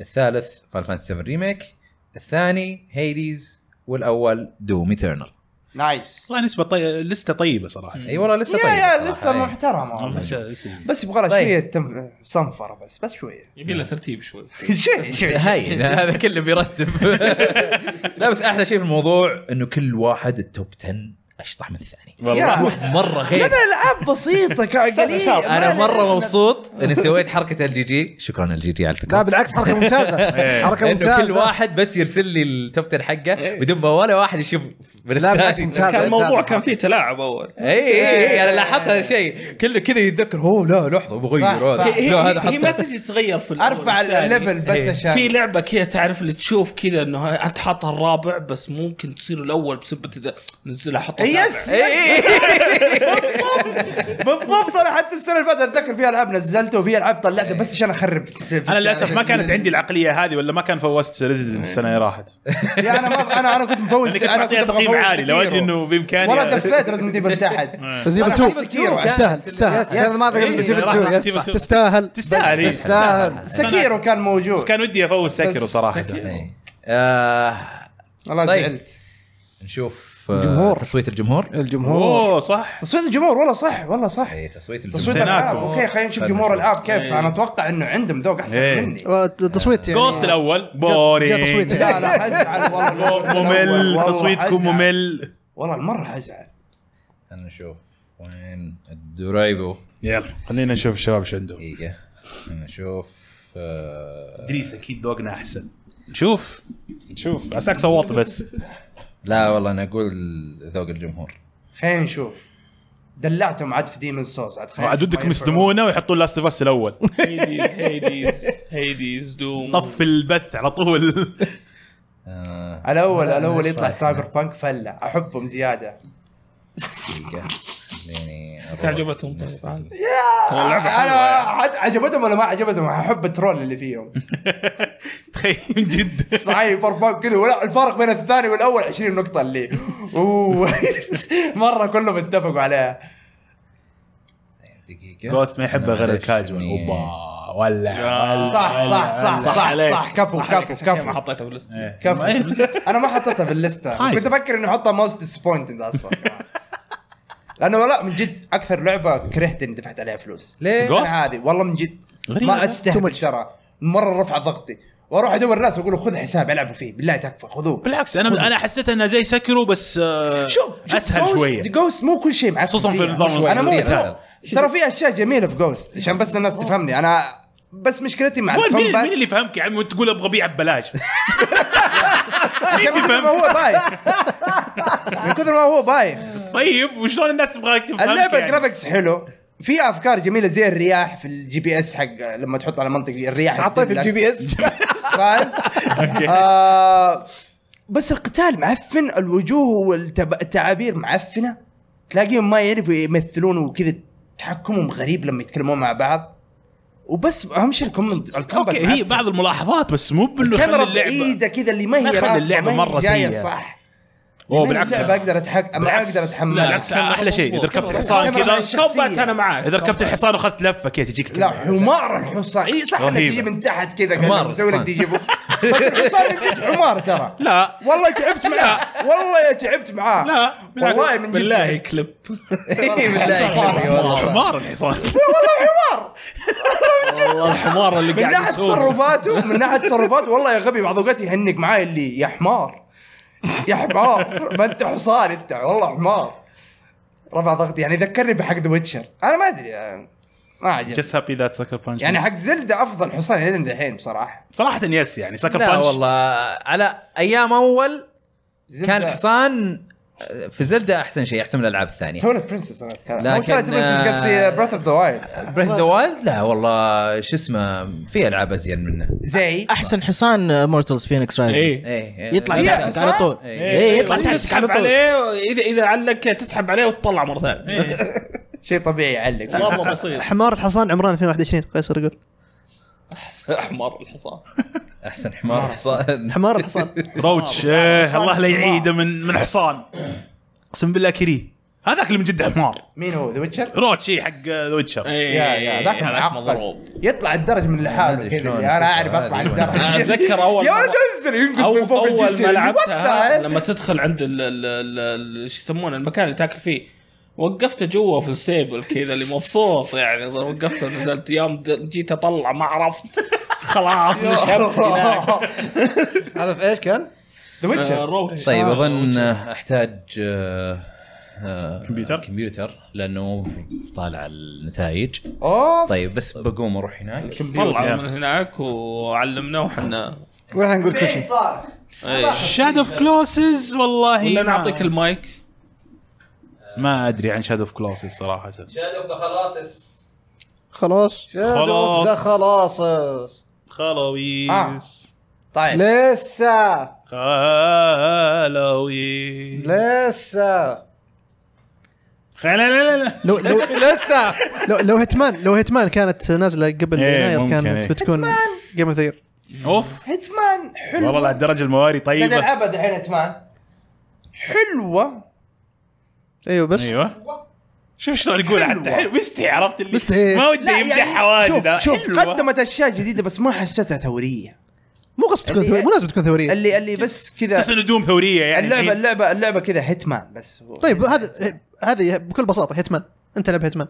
الثالث فان فانتسي 7 ريميك الثاني هيديز والاول دوم ايترنال نايس والله نسبه طي... لسته طيبه صراحه اي والله لسه يا طيب يا صراحة، لسه إي. محترمه بس- بس- بس يبغى لها طيب. شويه تم- صنفره بس بس شويه يبي له ترتيب شوي شوي شوي هاي هذا كله بيرتب لا بس احلى شيء في الموضوع انه كل واحد التوب 10 اشطح من الثاني يا. والله مره غير انا العاب بسيطه كا- قليل انا مره مبسوط اني سويت حركه الجي جي شكرا الجي جي على لا الفكره بالعكس حركه ممتازه حركه لانه إيه. كل ممتازه واحد بس يرسل لي التوب 10 إيه. حقه بدون ما ولا واحد يشوف من لا بالعكس الثاني ممتازه كان الموضوع ممتازة. كان فيه تلاعب اول اي إيه، اي اي انا إيه، لاحظت هذا الشيء كله كذا يتذكر هو لا لحظه بغير صح، هذا صح. هي, لا هذا هي, هي ما حطه تجي تغير في الأول ارفع والثاني. الليفل بس عشان في لعبه كذا تعرف اللي تشوف كذا انه ها- انت حاطها الرابع بس ممكن تصير الاول بسبه إذا نزلها حطها يس السابع يس. بالضبط انا حتى السنه اللي فاتت اتذكر في العاب نزلته وفي العاب طلعتها بس عشان اخرب انا للاسف ما كانت عندي العقليه هذه ولا ما كان فوزت ريزدنت السنه اللي راحت يا انا ما انا انا كنت مفوز انا كنت بعطيها تقييم عالي لو ادري انه بامكاني والله دفيت لازم تجيب تحت ريزنت أنا ايفل أحسب كيرو. 2 تستاهل تستاهل السنه الماضيه إيه، راح قبل تجيب التو- تستاهل تستاهل إيه. تستاهل سكيرو كان موجود بس كان ودي افوز سكرو صراحه إيه. آه، والله طيب. زعلت نشوف آه، الجمهور. تصويت الجمهور الجمهور اوه صح تصويت الجمهور والله صح والله صح إيه، تصويت تصويت الجمهور العاب أوه. اوكي خلينا نشوف خلنا جمهور نشوف. العاب كيف انا اتوقع انه عندهم ذوق احسن طيب، إيه. مني آه، تصويت يعني جوست الاول جا- جا بورينج تصويت لا يعني. لا حزعل والله ممل والله تصويتكم حزعل. ممل والله المره حزعل خلينا نشوف وين الدرايفو يلا خلينا نشوف الشباب ايش عندهم دقيقة خلينا نشوف آه، ادريس اكيد ذوقنا احسن نشوف نشوف عساك صوت بس لا والله انا اقول ذوق الجمهور خلينا نشوف دلعتهم عاد في ديمن سوز عاد خلينا عاد نشوف ودك ما يفعلون. مسدمونه ويحطون لاست اوف اس الاول هيديز هيديز هيديز دوم طف البث على طول آه، الاول الاول إيش يطلع رايك سايبر بانك فله احبهم زياده دقيقة خليني أروح. عجبتهم طيب، طبعا انا عاد عجبتهم ولا ما عجبتهم احب الترول اللي فيهم تخيل جد سايبر بانك كذا ولا الفارق بين الثاني والاول 20 نقطه اللي أوه. مره كلهم اتفقوا عليها دقيقة جوست ما يحبه غير معلش، الكاجوال يعني- اوبا ولع يا. ولع. صح صح آه، صح صح عليك. صح كفو ما كفو كفو حطيتها باللسته إيه. كفو انا ما حطيتها في الليسته خايس. كنت افكر اني احطها موست ديسبوينتد اصلا لانه لا من جد اكثر لعبه كرهت اني دفعت عليها فلوس ليه؟ السنة Ghost؟ هذه والله من جد ما استهبل ترى مره رفع ضغطي واروح ادور الناس واقول له خذ حساب العبوا فيه بالله تكفى خذوه بالعكس انا انا حسيت انها زي سكرو بس آه، اسهل شويه جوست مو كل شيء معك خصوصاً في النظام انا مو الوطني. ترى- ترى في اشياء جميله في جوست عشان بس الناس تفهمني انا بس مشكلتي مع وين مين, مين الكومبات اللي فهمك يا عمي وانت تقول ابغى ابيع ببلاش عشان من كثر ما هو بايخ من كثر ما هو بايخ طيب وشلون الناس تبغاك تفهمك اللعبه يعني؟ جرافيكس حلو فيها افكار جميله زي الرياح في الجي بي اس حق لما تحط على منطق الرياح حطيت تدلك. الجي بي اس فاهم؟ آه، بس القتال معفن الوجوه والتعابير معفنه تلاقيهم ما يعرفوا يمثلون وكذا تحكمهم غريب لما يتكلمون مع بعض وبس اهم شيء الكومنت الكومبات اوكي هي معفن. بعض الملاحظات بس مو بانه خلي الكاميرا اللعبه بعيده كذا اللي ما ما هي خلي رابطة، اللعبة ما هي مرة جاية سيئة. صح اوه ما هي بالعكس لعبة اقدر اتحكم ما بالعكس. اقدر لا، اتحملها بالعكس احلى شيء اذا ركبت الحصان الكاميرا كذا الشخصية. كومبات انا معاك اذا ركبت الحصان واخذت لفه كذا تجيك لا كاميرا. حمار الحصان اي صح انك يعني رهيبة. تجي من تحت كذا حمار كأنه مسوي لك الحصان. دي جيبو بس الحصان من جد حمار ترى لا والله تعبت معاه والله تعبت معاه لا، بالعكس. والله من جد بالله كليب إي بالله حمار. والله صح. حمار الحصان والله الحمار اللي من قاعد ناحيه يسوق تصرفاته من ناحيه تصرفاته والله يا غبي بعض اوقات يهنك معاه اللي يا حمار يا حمار ما انت حصان انت والله حمار رفع ضغطي يعني ذكرني بحق ذا ويتشر انا ما ادري يعني ما عجبني جست هابي ذات سكر بانش يعني حق زلدة افضل حصان لين دحين بصراحه صراحه يس يعني سكر لا بانش والله على ايام اول زلدة- كان حصان آه، في زلدة احسن شيء احسن من الالعاب الثانية تولت برنسس انا اتكلم لكن- لا تولت برنسس قصدي براث اوف ذا وايلد بريث ذا وايلد لا والله شو اسمه في العاب ازين منه زي احسن uh, حصان آه، مورتلز فينيكس رايز ايه ايه إيه. يطلع فيها تحتك على طول إيه. ايه يطلع تحتك على تسحب طول عليه اذا اذا علق تسحب عليه وتطلع مره ثانيه شيء طبيعي يعلق مره بسيط حمار الحصان عمران 2021 قيصر يقول احمر الحصان احسن حمار حصان حمار الحصان روتش إيه، الله لا يعيده من من حصان اقسم بالله كريه هذاك اللي من جد حمار مين هو ذا ويتشر؟ روتش إيه، حق ذا ويتشر يا يا ذاك معقد مضروب يطلع الدرج من لحاله أدري كذا إيه، شلون أيوة. اللي انا اعرف أشوفه، اطلع هذه الدرج أنا أتذكر أول يا مرة- ولد انزل ينقص اول من فوق اول الجسر ما What the لعبتها hell؟ لما تدخل عند ال ال- ال- ال- ايش يسمونه المكان اللي تاكل فيه وقفته جوا في السيبل كذا اللي مبسوط يعني وقفته نزلت يوم د- جيت اطلع ما عرفت خلاص نشبت هناك هذا في ايش كان؟ ذا آه، ويتشر روش طيب آه، اظن احتاج آه، آه، كمبيوتر؟ كمبيوتر لانه طالع النتائج اوف طيب بس بقوم اروح هناك طلع من هناك وعلمنا وحنا وراح نقول كل شيء إيه. شاد اوف كلوسز والله ما- ولا نعطيك المايك ما ادري عن شاد اوف كلوسز صراحه خلاص خلاص. خلاص آه. خلاويس طيب لسه خلاويس لسه لا لا لا لا لو لو لسه لو لو هيتمان لو هيتمان كانت نازله قبل إيه، يناير ممكن، كانت إيه. بتكون جيم اوف ذير اوف هيتمان حلو والله لهالدرجه المواري قاعد طيبه العبها دحين هيتمان حلوه ايوه بس ايوه شوف شلون يقول حتى حلو مستحي عرفت اللي مستحي. ما ودي يمدحها واجد يعني شوف, شوف حلوة. قدمت اشياء جديده بس ما حسيتها ثوريه مو غصب تكون اللي- ثورية مو لازم تكون ثوريه اللي اللي بس كذا اساس انه دوم ثوريه يعني اللعبه الحين. اللعبه اللعبه كذا هيتمان بس طيب هذا هذه بكل بساطه هيتمان انت لعب هيتمان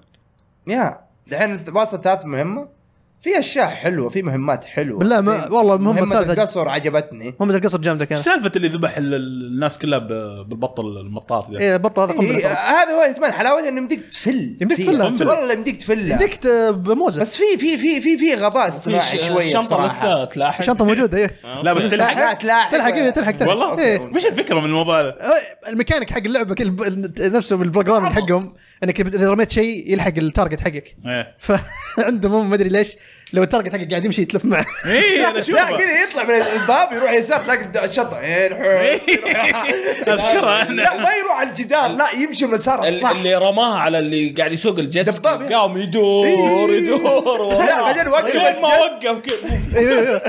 يا دحين انت واصل ثلاث مهمه في اشياء حلوه في مهمات حلوه بالله ما- في- والله المهمة مهمه الثالثة- القصر عجبتني مهمة القصر جامده كانت سالفه اللي ذبح ال- الناس كلها ب- بالبط المطاط ذا اي بطل هذا قنبله إيه، طبعاً. هذا هو الاتمان حلاوته انه يمديك تفل يمديك فيها. تفلها. والله يمديك تفلها يديك ت- بموزه بس في في في في في غباء في اصطناعي شويه شنطه بصراحه لسه تلاحق شنطه موجوده ايه آه، لا بس إيه، لا تلحق تلاحق تلحق ايه تلحق تلحق والله إيه. مش الفكره من الموضوع هذا إيه، الميكانيك حق اللعبه كل ب- نفسه بالبروجرامينج حقهم انك اذا رميت شيء يلحق التارجت حقك إيه. فعندهم ما ادري ليش لو التارجت حقك قاعد يمشي يتلف معه ايه انا اشوفه لا كذا يطلع من الباب يروح يسار تلاقي الشنطه إيه، يروح- اذكرها لا انا ما يروح على الجدار لا يمشي المسار الصح اللي رماها على اللي قاعد يسوق الجت سكي دباب، إيه. قام يدور يدور لا، وراه. بعدين وقف لين ما وقف كذا أيوه، أيوه.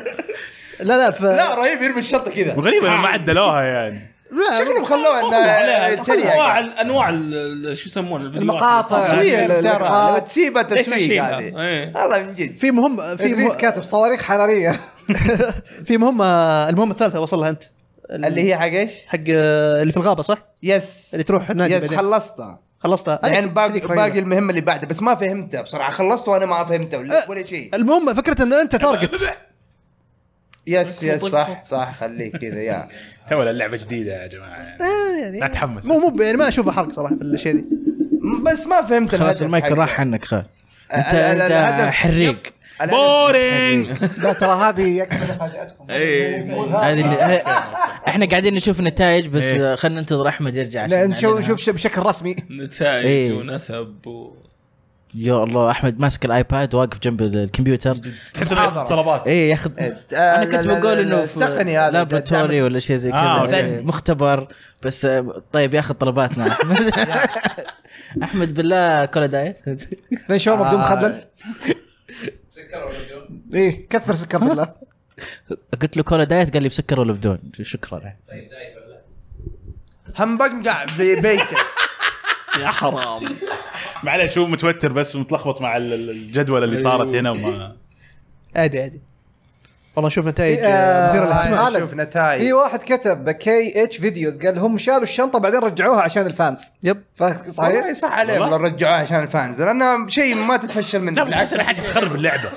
لا لا ف لا رهيب يرمي الشنطه كذا وغريبه آه. انه ما عدلوها يعني لا شكلهم خلوها انها انواع تريق ال- انواع ال- شو يسمونه الفيديوهات يعني. المقاطع. التصوير. لا، لا، تسويق لا. ترى تسيبها ليش تسويق اشيلها؟ هذه إيه. والله من جد في مهم في مه... ادريس كاتب صواريخ حراريه في مهمه المهمه الثالثه وصل لها انت اللي هي حق ايش؟ حق آه، اللي في الغابه صح؟ يس اللي تروح نادي يس بعدين. خلصتها خلصتها هذيك- يعني باقي هذيك قريبة. باقي المهمه اللي بعدها بس ما فهمتها بصراحه خلصت وانا ما فهمتها أه. ولا, ولا شيء المهم فكره ان انت تارجت يس يس صح صح خليك كذا يا تو اللعبه جديده يا جماعه آه، لا يعني تحمس مو مو يعني ما اشوفها حرق صراحه في الشيء ذي بس ما فهمت خلاص الهدف المايك حقه. راح عنك خال انت ال- ال- انت الهدف- حريق الهدف- بورينج لا ترى هذه يكفي مفاجاتكم هذه اللي- آه. احنا قاعدين نشوف النتائج بس إيه. آه، خلينا ننتظر احمد يرجع لا عشان نشوف نعلنها. شوف شوف بشكل رسمي نتائج إيه. ونسب و... يا الله احمد ماسك الايباد واقف جنب الكمبيوتر تحس انه طلبات ايه ياخذ آه، انا لا- كنت لا- بقول لا- انه التقني هذا لابراتوري ولا شيء زي كذا آه، أوكي. إيه، مختبر بس آه، طيب ياخذ طلباتنا احمد احمد بالله كولا دايت اثنين شاورما بدون مخلل ايه كثر سكر بالله قلت له كولا دايت قال لي بسكر ولا بدون شكرا همبقمقع ببيته يا حرام معلش هو متوتر بس متلخبط مع ال- ال- الجدول اللي صارت هنا وما عادي عادي والله نشوف نتائج آه، آه، مثيره للاهتمام خالد. شوف نتائج في واحد كتب كي اتش فيديوز قال هم شالوا الشنطه بعدين رجعوها عشان الفانز يب والله فصحيح صح عليهم لو رجعوها عشان الفانز لانها شيء ما تتفشل منه لا بس بالعكس احس انها حاجه تخرب اللعبه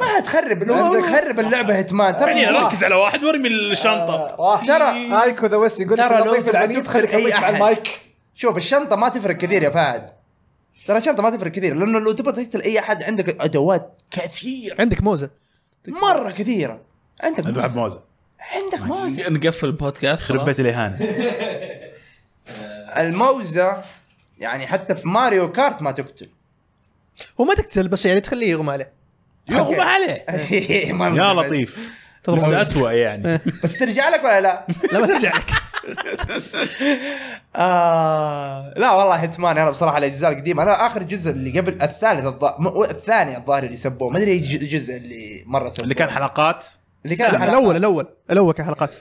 ما تخرب تخرب اللعبه هيتمان يعني ترى ركز على واحد وارمي الشنطه راح ترى- ايكو ذا ويست يقول لك ترى لو لطيف تبغى العنيف تدخل خليك أي لطيف مع أحد. المايك شوف الشنطه ما تفرق كثير يا فهد ترى الشنطه ما تفرق كثير لانه لو تبغى تقتل اي احد عندك ادوات كثيره عندك موزه مره كثيره عندك اذبح موز. بموزه عندك موز نقفل البودكاست خرب بيت الاهانه الموزه يعني حتى في ماريو كارت ما تقتل هو ما تقتل بس يعني تخليه يغمى عليه يغمى عليه ما يا بس- لطيف بس اسوء يعني بس ترجع لك ولا لا؟ لما ترجع لك آه لا والله هيتمان انا بصراحه الاجزاء القديمه انا اخر جزء اللي قبل الثالث الظ... م- الثاني الظاهر اللي سبوه ما ادري اي ج- جزء اللي مره سبوه اللي كان حلقات اللي كان لا، حلقة. الاول الاول الاول كان حلقات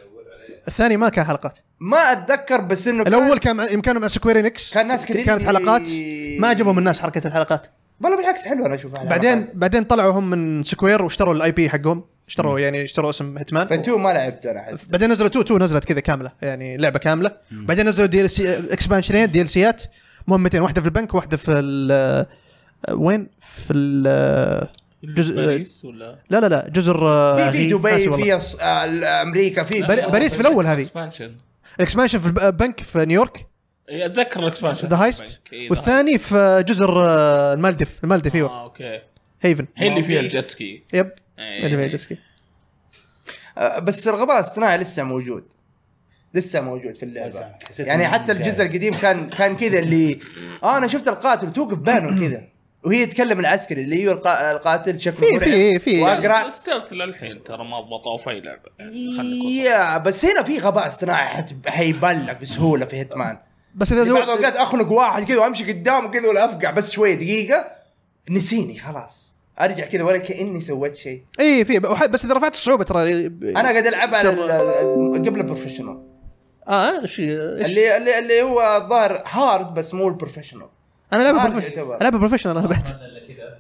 الثاني ما كان حلقات ما اتذكر بس انه كان- الاول كان مع- يوم كانوا مع سكوير انكس كان ناس كثير كانت ي- حلقات ما عجبهم الناس حركه الحلقات والله بالعكس حلو انا اشوفها بعدين بعدين طلعوا هم من سكوير واشتروا الاي بي حقهم اشتروا يعني اشتروا اسم هيتمان فتو ما لعبت انا حتى بعدين نزلوا تو تو نزلت كذا كامله يعني لعبه كامله بعدين نزلوا دي ال سي اكسبانشنين دي ال سيات مهمتين واحده في البنك واحده في ال وين في ال جزء باريس ولا لا لا لا جزر في آه، في غي- ناسي دبي والله. في أص- آه، ال- امريكا في آه، بري- باريس في الاول هذه اكسبانشن الاكسبانشن في البنك في نيويورك إيه، اتذكر الاكسبانشن ذا هايست إيه، والثاني في جزر آه، المالديف المالديف ايوه اه اوكي هيفن هي اللي فيها الجتسكي يب إيه. اللي في الديسكي. آه، بس الغباء الاصطناعي لسه موجود لسه موجود في اللعبه حسيت يعني إنه حتى الجزء القديم كان كان كذا اللي آه انا شفت القاتل توقف بينهم كذا وهي تكلم العسكري اللي هو القا- القاتل شكله في مرعب. في في واقرع ستيلث للحين ترى ما ضبطوه في أي لعبه إيه. يا بس هنا في غباء اصطناعي حت- حيبان لك بسهوله في هيتمان بس اذا في بعض زو... الاوقات اخنق واحد كذا وامشي قدامه كذا ولا افقع بس شويه دقيقه نسيني خلاص ارجع كذا ولا كاني سويت شيء اي إيه، في وح- بس اذا رفعت الصعوبه ترى إيه، انا قاعد العب على ال- ال- قبل البروفيشنال اه شيء إيش؟ اللي اللي اللي هو الظاهر هارد بس مو البروفيشنال انا ما لعبه بروفيشنال تعتبر. لعبه بروفيشنال انا بعد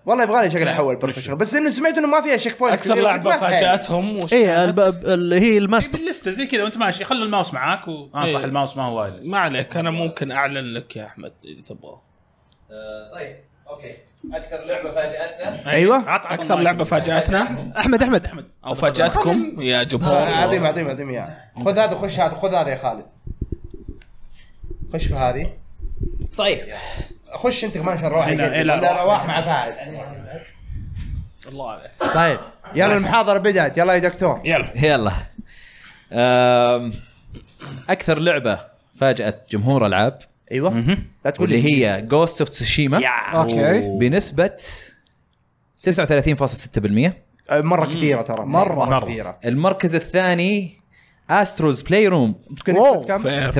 والله يبغى لي شكل نعم. احول بروفيشنال بس انه سمعت انه ما فيها شيك بوينت اكثر لعبه فاجاتهم وش اي كانت؟ إيه، الب- اللي هي في الماستر اللسته زي كذا وانت ماشي خلوا الماوس معاك و... اه صح إيه. الماوس ما هو وايرلس ما عليك انا ممكن اعلن لك يا احمد اذا تبغى طيب اوكي اكثر لعبه فاجاتنا أيوة. ايوه عط- عط اكثر المايك. لعبه فاجاتنا احمد احمد احمد او فاجاتكم يا جمهور عظيم عظيم عظيم يا خذ هذا خش هذا خذ هذا يا خالد خش في هذه طيب خش انت كمان عشان نروح هنا، نقدم. إيه، لا، ولا روح. رواح مع فهد الله عليك طيب يلا المحاضره بدات يلا يا دكتور يلا يلا أم، اكثر لعبه فاجات جمهور العاب ايوه لا تقول واللي لي هي جوست اوف تسوشيما اوكي بنسبه 39.6% آه، مره كثيره ترى مره مره, مرة. كثيره المركز الثاني استروز بلاي روم يمكن نسبة كم؟ فير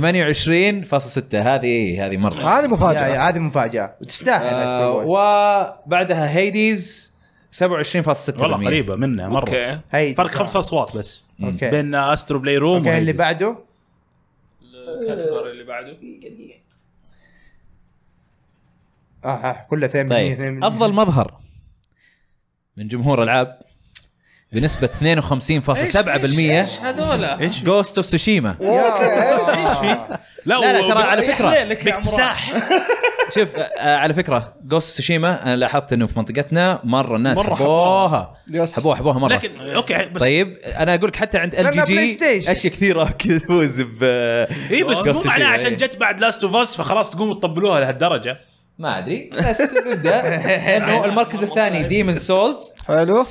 28.6 هذه هذه مره هذه يا- مفاجاه يا هذه مفاجاه وتستاهل آه، أستاذ بوي. وبعدها هيديز 27.6% والله قريبه منه مره اوكي هاي فرق خمس اصوات بس اوكي بين استرو بلاي روم اوكي اللي وهيدس. بعده الكاتيجوري اللي بعده اه آه، كله 2 طيب افضل مظهر من جمهور العاب بنسبه 52.7% هذولا ايش جوست اوف سوشيما لا لا، لا، و- ترى على فكرة، باكتساح شوف آه على فكره جوست اوف سوشيما انا لاحظت انه في منطقتنا مره الناس مرة حبوها يس. حبوها حبوها مره لكن اوكي بس طيب انا اقول لك حتى عند ال لما جي بلاي جي ستيشن. اشياء كثيره تفوز ب اي بس مو Ghost of معناها Tsushima، عشان إيه. جت بعد لاست اوف اس فخلاص تقوموا تطبلوها لهالدرجه ما ادري بس زبده انه المركز الثاني ديمن سولز حلو 36.9%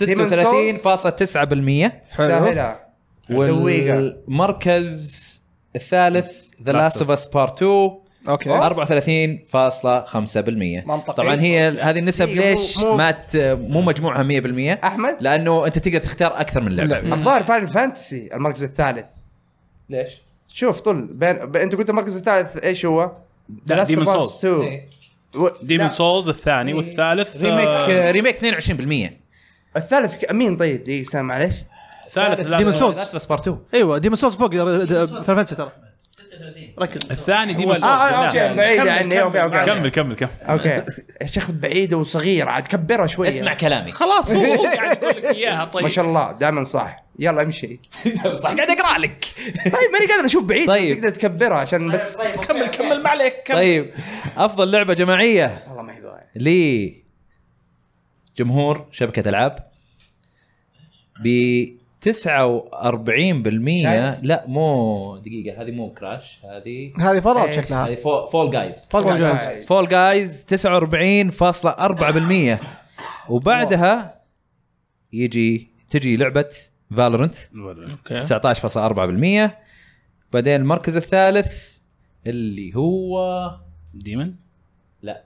تستاهلها لويقة. والمركز الثالث ذا لاست اوف اس بارت 2 اوكي 34.5% منطقي. طبعا هي هذه النسب إيه، مو- ليش مو- ما ت- مو مجموعها 100% احمد لانه انت تقدر تختار اكثر من لعبه الظاهر فاينل فانتسي المركز الثالث ليش؟ شوف طل بين ب... انت قلت المركز الثالث ايش هو؟ لا، The Last Demon's of Us Souls. 2. إيه. و... ديمون لا، سولز الثاني والثالث ريميك آه، ريميك 22% الثالث ك- مين طيب دقيقه سام معلش الثالث Last Demon's of Us. لاست Souls. اوف اس بارت 2 ايوه ديمون سولز فوق فانسي ترى ركز الثاني ديمون سولز اه آه، اوكي بعيد عني اوكي اوكي كمل كمل كمل اوكي شيخ بعيده وصغيره عاد كبرها شويه اسمع كلامي خلاص هو هو قاعد يقول لك اياها طيب ما شاء الله دائما صح يلا امشي صح قاعد اقرا لك طيب ماني قادر اشوف بعيد طيب. تقدر تكبرها عشان بس كمل كمل ما عليك كمل طيب افضل لعبه جماعيه والله ما هي قوية. لي جمهور شبكة ألعاب ب 49% لا مو دقيقة هذه مو كراش هذه هذه فضاء شكلها هذه فول, فول جايز فضاء جايز. فول جايز 49.4% وبعدها يجي تجي لعبة فالورنت اوكي 19.4% بعدين المركز الثالث اللي هو ديمون لا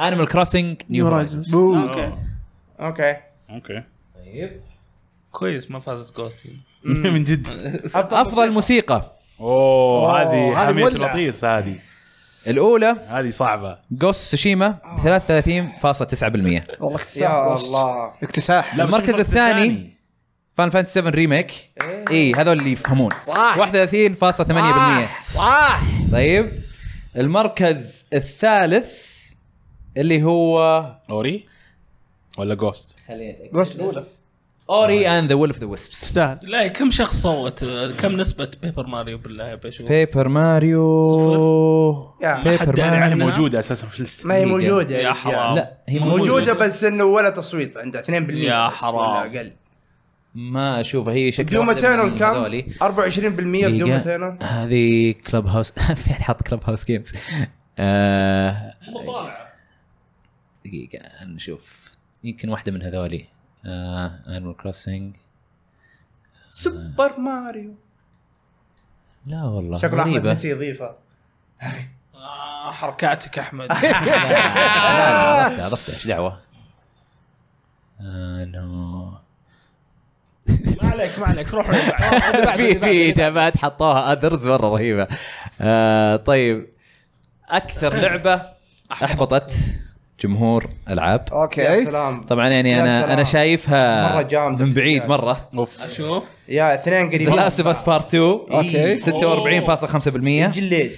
انيمال كروسنج نيو هورايزنز بو. اوكي اوكي اوكي طيب كويس ما فازت جوستي من جد افضل موسيقى اوه هذه هذه حامية ولع. البطيس هذه الاولى هذه صعبه جوست سوشيما 33.9% والله يا اكتساح الله اكتساح لا، بس المركز الثاني. فان فانتسي 7 ريميك اي إيه، هذول اللي يفهمون صح 31.8% صح طيب المركز الثالث اللي هو اوري ولا جوست خليني اتاكد جوست الأولى. اوري اند ذا وولف ذا ويسبس تستاهل لا كم شخص صوت كم نسبة بيبر ماريو بالله بشوف بيبر ماريو يا ما حد بيبر داري ماريو يعني عنها. موجوده اساسا في الليست ما هي موجوده يا حرام لا هي موجوده بس انه ولا تصويت عندها 2% يا بس ولا حرام. اقل ما اشوفها هي شكلها دوما تيرنر كم؟ 24% بدوما دقيقة. تيرنر هذه كلب هاوس في احد حط كلب هاوس جيمز آه، دقيقة خلينا نشوف يمكن واحدة من هذولي آه، انيمال كروسنج سوبر ماريو لا والله شكله احمد غريبة نسي يضيفها آه، حركاتك احمد آه، لا، عرفتها آه، عرفتها ايش دعوة؟ آه، انه ما عليك ما عليك روحوا اللي بعد. اللي بعد، في اللي بعد. في اجابات حطوها اذرز مره رهيبه آه طيب آه. اكثر لعبه احبطت جمهور العاب يا اوكي سلام طبعا يعني يا انا سلام. انا شايفها مرة جامدة. من بعيد مره اشوف يا اثنين ذا قريبين لاست اوف اس بارت 2 E أوكي. 46.5% جليد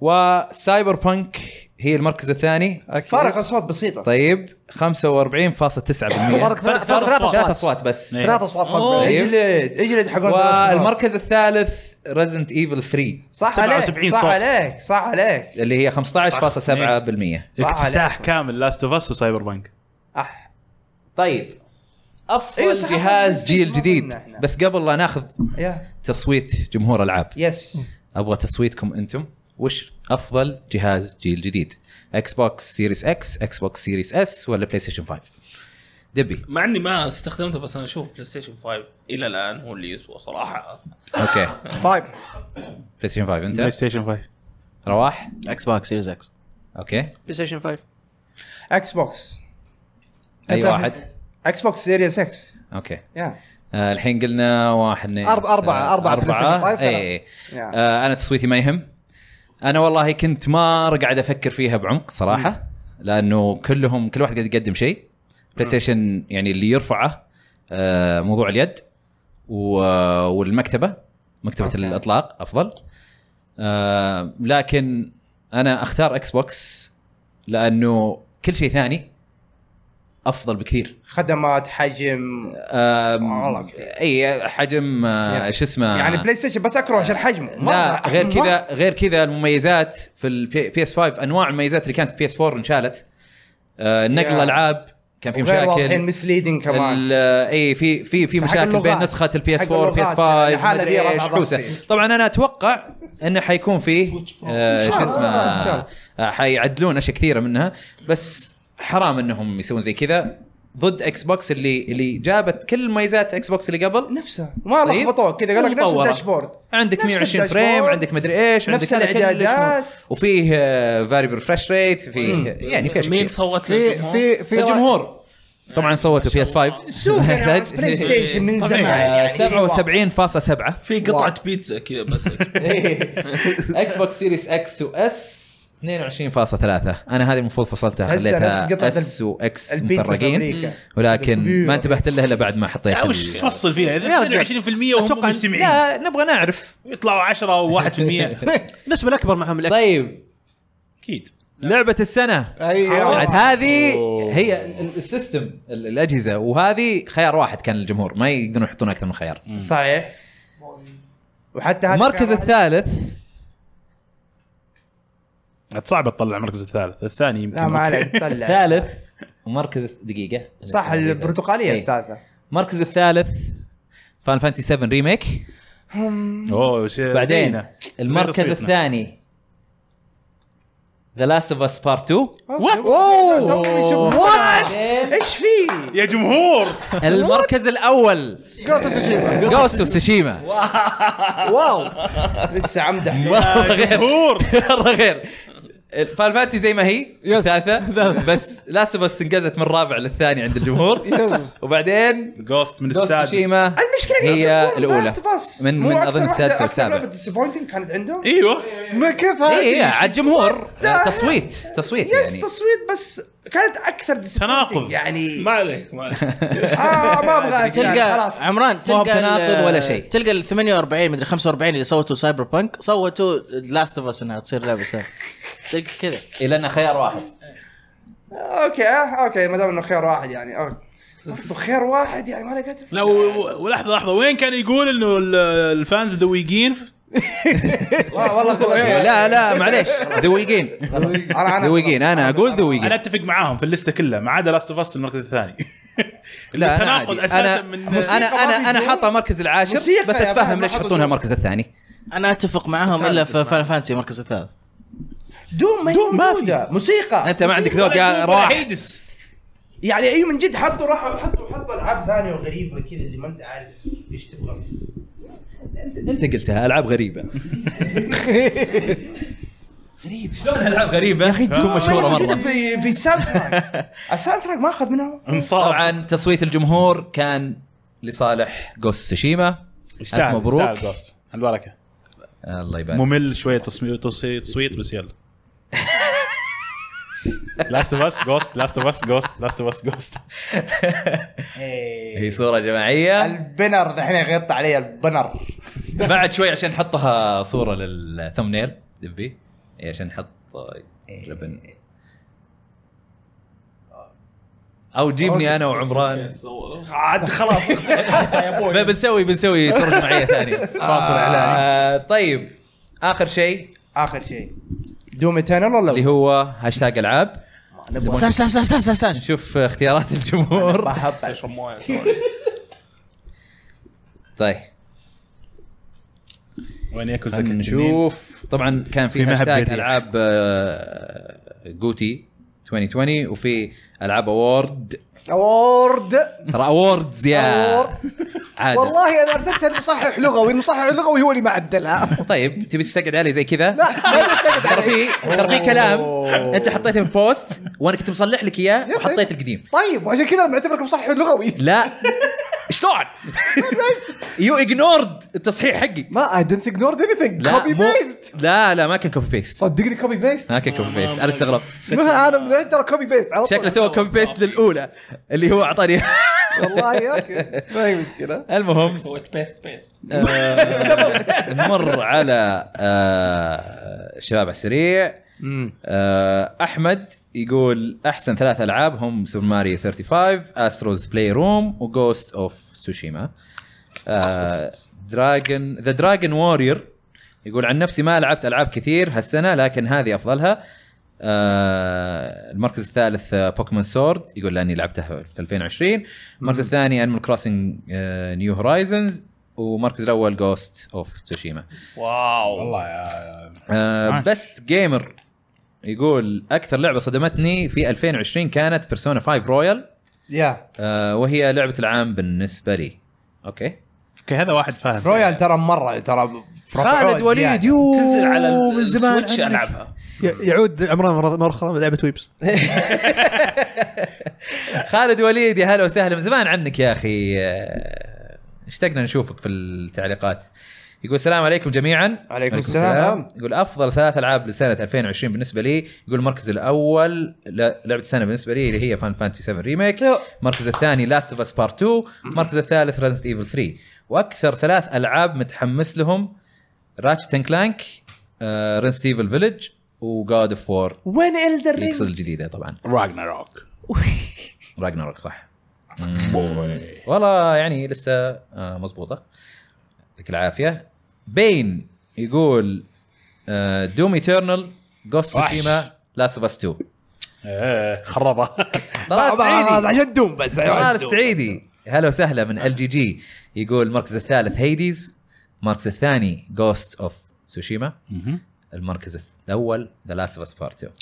وسايبر بانك هي المركز الثاني فارق اصوات بسيطه طيب 45.9% فرق ثلاث- ثلاث ثلاث أصوات. اصوات بس إيه. ثلاث اصوات فرق أوه. بينهم. اجلد اجلد حق والمركز الثالث ريزنت ايفل 3 صح عليك 77 صح صوت. عليك صح عليك اللي هي 15.7% صح اكتساح عليك. كامل لاست اوف اس وسايبر بانك أح. طيب افضل أيوة أيوة صح، جهاز أفضل جيل ما جديد قلنا إحنا. بس قبل لا ناخذ يا تصويت جمهور العاب يس ابغى تصويتكم انتم وش افضل جهاز جيل جديد اكس بوكس سيريس اكس اكس بوكس سيريس اس ولا بلاي ستيشن 5 دبي مع اني ما استخدمته بس انا اشوف بلاي ستيشن 5 الى الان هو اللي يسوى صراحه اوكي فايف بلاي ستيشن 5 بلاي انت ستيشن 5 رواح اكس بوكس سيريز اكس اوكي بلاي ستيشن 5 اكس بوكس اي أنت- واحد اكس بوكس سيريس اكس اوكي يا آه الحين قلنا واحد اثنين آه، إيه، أرب- أربعة- ثلاثة، أربعة بلاي ستيشن فايف، أي- ثلاثة. أي. يا. آه انا تصويتي ما يهم انا والله كنت ما قاعد افكر فيها بعمق صراحه لانه كلهم كل واحد قاعد يقدم شيء بلاي ستيشن يعني اللي يرفعه آه موضوع اليد و- والمكتبه مكتبه أوكي. الاطلاق افضل آه لكن انا اختار اكس بوكس لانه كل شيء ثاني افضل بكثير خدمات حجم آه، والله آم، كثير. اي حجم آه، يعني- شو اسمه يعني بلاي ستيشن بس اكره عشان حجمه لا مرة- غير مرة. كذا غير كذا المميزات في البي اس 5 انواع المميزات اللي كانت في بي اس 4 انشالت آه، نقل يا. الالعاب كان في غير واضحين مشاكل مسليدنج كمان ال- آه، اي في في في فحق مشاكل بين اللغات. نسخه البي اس حق 4 بي اس اللغات، 5 يعني الحالة مدري دي ايش رفع حوسه ضغطي. طبعا انا اتوقع انه حيكون فيه آه، شو اسمه آه، حيعدلون اشياء كثيره منها بس حرام انهم يسوون زي كذا ضد اكس بوكس اللي اللي جابت كل مميزات اكس بوكس اللي قبل نفسه ما طيب. لخبطوه كذا قال لك نفس مطورة. الداشبورد عندك نفس 120 فريم الداشبورد، عندك مدري ايش نفس عندك هذا كله الإعدادات. شلون. وفيه آه، فاريبل فريش ريت فيه يعني في اشياء مين كثير. صوت في للجمهور؟ في في الجمهور طبعا صوتوا بي اس 5 سوق يعني بلاي ستيشن من زمان آه، يعني 77.7 في قطعه بيتزا كذا بس إيه. اكس بوكس سيريس اكس واس 22.3 انا هذه المفروض فصلتها تحسها نفس خليتها قطعة اس واكس البيتزا في متفرقين أمريكا. ولكن كبيرة. ما انتبهت لها الا بعد ما حطيت لا، وش ال- تفصل فيها يا اذا رجال. 22% وهم أتوقع- مجتمعين لا نبغى نعرف يطلعوا 10 او 1% النسبه الاكبر معهم الاكس طيب اكيد لعبة آه. السنة عاد هذه هي ال- ال- السيستم ال- الأجهزة وهذه خيار واحد كان الجمهور ما يقدرون يحطون أكثر من خيار صحيح وحتى هذا المركز كان واحد- الثالث عاد صعب تطلع المركز الثالث الثاني يمكن لا أوكي. ما عليك طلع الثالث ومركز دقيقة صح البرتقاليه إيه. الثالثه المركز الثالث فان فانتسي 7 ريميك اوه شيء بعدين زينا. المركز تصويتنا. الثاني ذا لاست اوف اس بارت 2 Oh. وات ايش فيه؟ يا جمهور المركز الاول جوست اوف سوشيما واو لسه عمدح جمهور مره غير فان فانتسي زي ما هي الثالثه بس لاست اوف اس انقزت من الرابع للثاني عند الجمهور وبعدين جوست من جوست السادس سوشيما المشكله هي الاولى من من اظن السادسه والسابع ديسابوينتنج كانت عندهم ايوه ما كيف اي هذه اي على الجمهور آه، What the تصويت تصويت يس يعني تصويت بس كانت اكثر disappointing تناقض. يعني ما عليك ما عليك اه ما ابغى أتكلم، تلقى خلاص عمران صواب تلقى ال- يعني تناقض ولا شيء. تلقى ال 48 مدري 45 اللي صوتوا سايبر بانك صوتوا لاست اوف اس انها تصير لعبه سهله تلقى كذا الى انه خيار واحد اوكي آه، اوكي ما دام انه خيار واحد يعني أوكي. برضو خير واحد يعني ما لقيت لا و- و- ولحظه لحظه وين كان يقول انه ال- الفانز ذويقين والله والله غلط. لا لا معليش ذويقين انا انا ذويقين انا اقول انا ذويقين اتفق معاهم في الليسته كلها ما عدا لاست اوف اس المركز الثاني لا انا التناقض عادي. أساساً انا من- انا انا انا حاطه مركز العاشر موسيقى بس يا اتفهم فهد، ليش ما حطوا يحطونها دور. المركز الثاني انا اتفق معاهم الا في فان فانسي المركز الثالث دوم ما دوم ما في موسيقى انت ما عندك ذوق ولا يا راح هيدس يعني اي من جد حطوا راحوا حطوا حطوا العاب ثانيه وغريبه كذا اللي ما انت عارف ايش تبغى انت قلتها العاب غريبه غريب شلون العاب غريبه يا اخي تكون مشهوره كذا مره في في الساوند تراك الساوند تراك ما اخذ منها انصاف طبعا تصويت الجمهور كان لصالح جوست سوشيما يستاهل ألف مبروك. يستاهل Ghost. البركه الله يبارك ممل شويه تصويت تصويت, تصويت بس يلا لاست اوف اس جوست لاست اوف اس جوست لاست اوف اس جوست هي صوره جماعيه البنر دحين غيط علي البنر بعد شوي عشان نحطها صوره للثمنيل دبي إيه، عشان نحط آه، إيه. لبن او جيبني انا وعمران عاد خلاص يا ب- ابوي بنسوي بنسوي صوره جماعيه ثانيه فاصل اعلاني آه، طيب اخر شيء اخر شيء دوم ايترنال ولا اللي هو هاشتاج العاب نبغى- ساش ساش ساش ساش ساش نشوف اختيارات الجمهور بحط على- اشرب مويه طيب وين ياكل خلينا زكي نشوف طبعا كان في في مهب هاشتاج الريح. العاب آه، جوتي 2020 وفي العاب اوورد اورد ترى اووردز يا أوورد. عادة والله انا ارسلتها لمصحح لغوي المصحح اللغوي هو اللي معدلها طيب تبي تستقعد علي زي كذا؟ لا ما بستجد ترى عليك. في ترى في كلام انت حطيته في بوست وانا كنت مصلح لك اياه يا وحطيت سيد. القديم طيب وعشان كذا انا معتبرك مصحح لغوي لا شلون؟ يو اجنورد التصحيح حقي ما اي دونت اجنور anything لا كوبي مو بيست لا لا ما كان كوبي بيست صدقني كوبي بيست آه، ما كان كوبي بيست انا استغربت انا من عندي ترى كوبي بيست على طول شكله سوى كوبي بيست للاولى اللي هو اعطاني والله اوكي ما هي مشكله المهم سويت بيست بيست آه، نمر على آه، شباب على السريع آه، احمد يقول احسن ثلاث العاب هم سوبر ماريو 35 استروز بلاي روم وجوست اوف سوشيما آه، دراجون ذا دراجون وورير يقول عن نفسي ما لعبت العاب كثير هالسنه لكن هذه افضلها آه، المركز الثالث بوكيمون سورد يقول لاني لعبتها في 2020 المركز الثاني آه، انيمال كروسنج نيو هورايزنز ومركز الاول جوست اوف تسوشيما واو والله يا آه معك. بست جيمر يقول اكثر لعبه صدمتني في 2020 كانت بيرسونا 5 رويال يا آه وهي لعبه العام بالنسبه لي اوكي اوكي هذا واحد فاهم رويال ترى مره ترى خالد وليد يو تنزل على من زمان السويتش عنك. العبها ي- يعود عمران مرة- مره اخرى لعبه ويبس خالد وليد يا هلا وسهلا من زمان عنك يا اخي آه، اشتقنا نشوفك في التعليقات يقول السلام عليكم جميعا عليكم السلام. يقول افضل ثلاث العاب لسنه 2020 بالنسبه لي يقول المركز الاول ل- لعبه السنه بالنسبه لي اللي هي فان فانتسي 7 ريميك المركز الثاني لاست اوف اس بارت 2 المركز الثالث ريزنت ايفل 3 واكثر ثلاث العاب متحمس لهم راتشت كلانك ريزنت ايفل فيلج وجاد اوف وور وين الدر يقصد الجديده طبعا راجناروك راجناروك صح والله يعني لسه آه، مزبوطه يعطيك العافيه بين يقول آه، دوم ايترنال جوست وحش. سوشيما لاست اوف اس 2 إيه. خربها طلال السعيدي عشان دوم بس طلال السعيدي هلا وسهلا من ال جي جي يقول المركز الثالث هيديز المركز الثاني جوست اوف سوشيما المركز الاول ذا لاست اوف اس بارت 2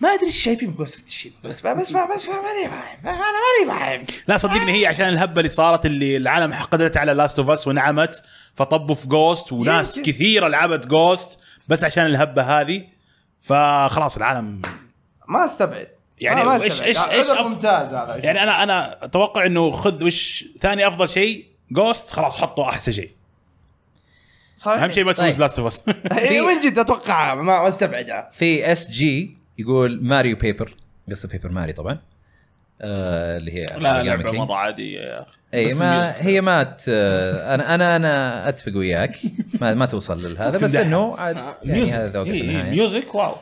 ما ادري ايش شايفين في جوست شيب بس ما بس ما بس ما ماني فاهم انا ماني فاهم لا صدقني هي عشان الهبه اللي صارت اللي العالم حقدت على لاست اوف اس ونعمت فطبوا في جوست وناس يمكن. كثيره لعبت جوست بس عشان الهبه هذه فخلاص العالم ما استبعد يعني آه، ما إيش- استبعد. إيش- إيش عذر أف- ممتاز هذا يعني انا انا اتوقع انه خذ وش ثاني افضل شيء جوست خلاص حطوا احسن شيء صحيح اهم شيء ما تفوز طيب. لاست اوف اس إيه، في- من جد اتوقع ما ما استبعدها في اس جي يقول ماريو بيبر قصه بيبر ماري طبعا آه اللي هي لا أوريجامي لعبه كينج. مره عاديه يا اخي اي بس ما الميوزك. هي ما ت- آه، انا انا انا اتفق وياك ما ما توصل لهذا بس تمدحها. انه عاد آه، يعني هذا ذوقك إيه، في النهايه ميوزك واو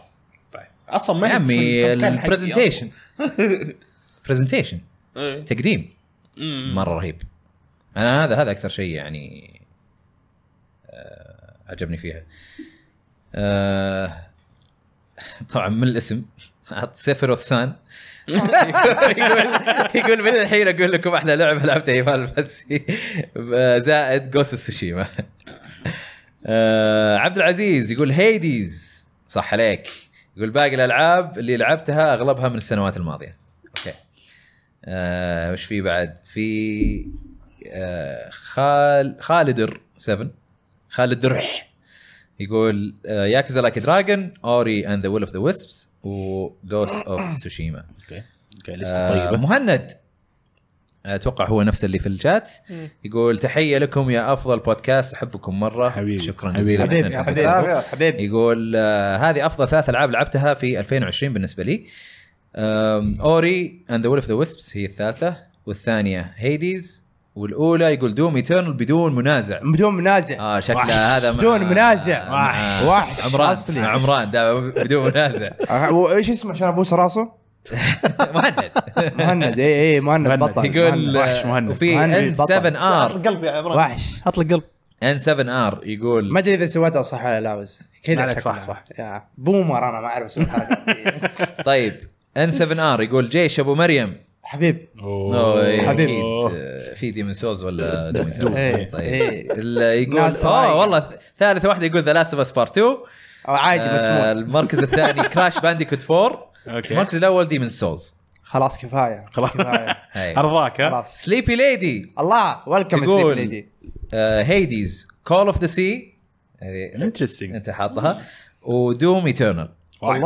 اصلا ما يا هي في عمي التوب 10 حقي. البرزنتيشن برزنتيشن إيه. تقديم أمم. مره رهيب انا هذا هذا اكثر شيء يعني آه، عجبني فيها آه، طبعا من الاسم سيفيروث سان يقول يقول من الحين اقول لكم احلى لعبه لعبتها هي فاينل فانتسي زائد جوست سوشيما آه، عبد العزيز يقول هيديز صح عليك يقول باقي الالعاب اللي لعبتها اغلبها من السنوات الماضيه اوكي آه، وش في بعد في آه، خال خالدر 7 خالد رح يقول آه، ياكوزا لايك دراجون اوري اند ذا ويل اوف ذا ويسبس وجوست اوف سوشيما اوكي لسه آه، طيبه مهند اتوقع هو نفسه اللي في الشات يقول تحيه لكم يا افضل بودكاست احبكم مره حبيبي. شكرا جزيلا حبيبي إحنا يا نحبكم. حبيبي بالعافية. حبيبي يقول آه، هذه افضل ثلاث العاب لعبتها في 2020 بالنسبه لي آم، اوري اند ذا وولف ذا ويسبس هي الثالثه والثانيه هيديز والاولى يقول دوم ايترنال بدون منازع بدون منازع اه وحش. شكله هذا مع- بدون منازع. مع- وحش. عمران أصلي. مع عمران ده بدون منازع أه، وايش اسمه عشان ابوس راسه؟ مهند مهند اي اي مهند مهند. بطل يقول آه، طيب، مهند. وحش مهند. وفي مهند ان بطل. 7 ار حط قلب يا عمران وحش حط لك قلب ان 7 ار يقول ما ادري اذا سويتها صح ولا لا بس كذا ما عليك، شكلها. صح، صح. يا بومر انا ما اعرف اسوي الحركه دي. طيب ان 7 ار يقول جيش ابو مريم حبيب أوه، حبيبي. أكيد. آه، في ديمن سولز ولا دوم إيترنال. إيه، طيب إيه. اللي يقول ناس اوه رايقة. والله ث- ثالث واحده يقول ذا لاست اوف اس بارت 2 او عادي آه، مسموح المركز الثاني كراش بانديكوت 4 أوكي. المركز الاول ديمن سولز خلاص كفايه خلاص. كفايه ارضاك ها خلاص سليبي ليدي الله ويلكم يقول- آه، ليدي هيديز كول اوف ذا سي انترستنج انت حاطها ودوم ايترنال الله.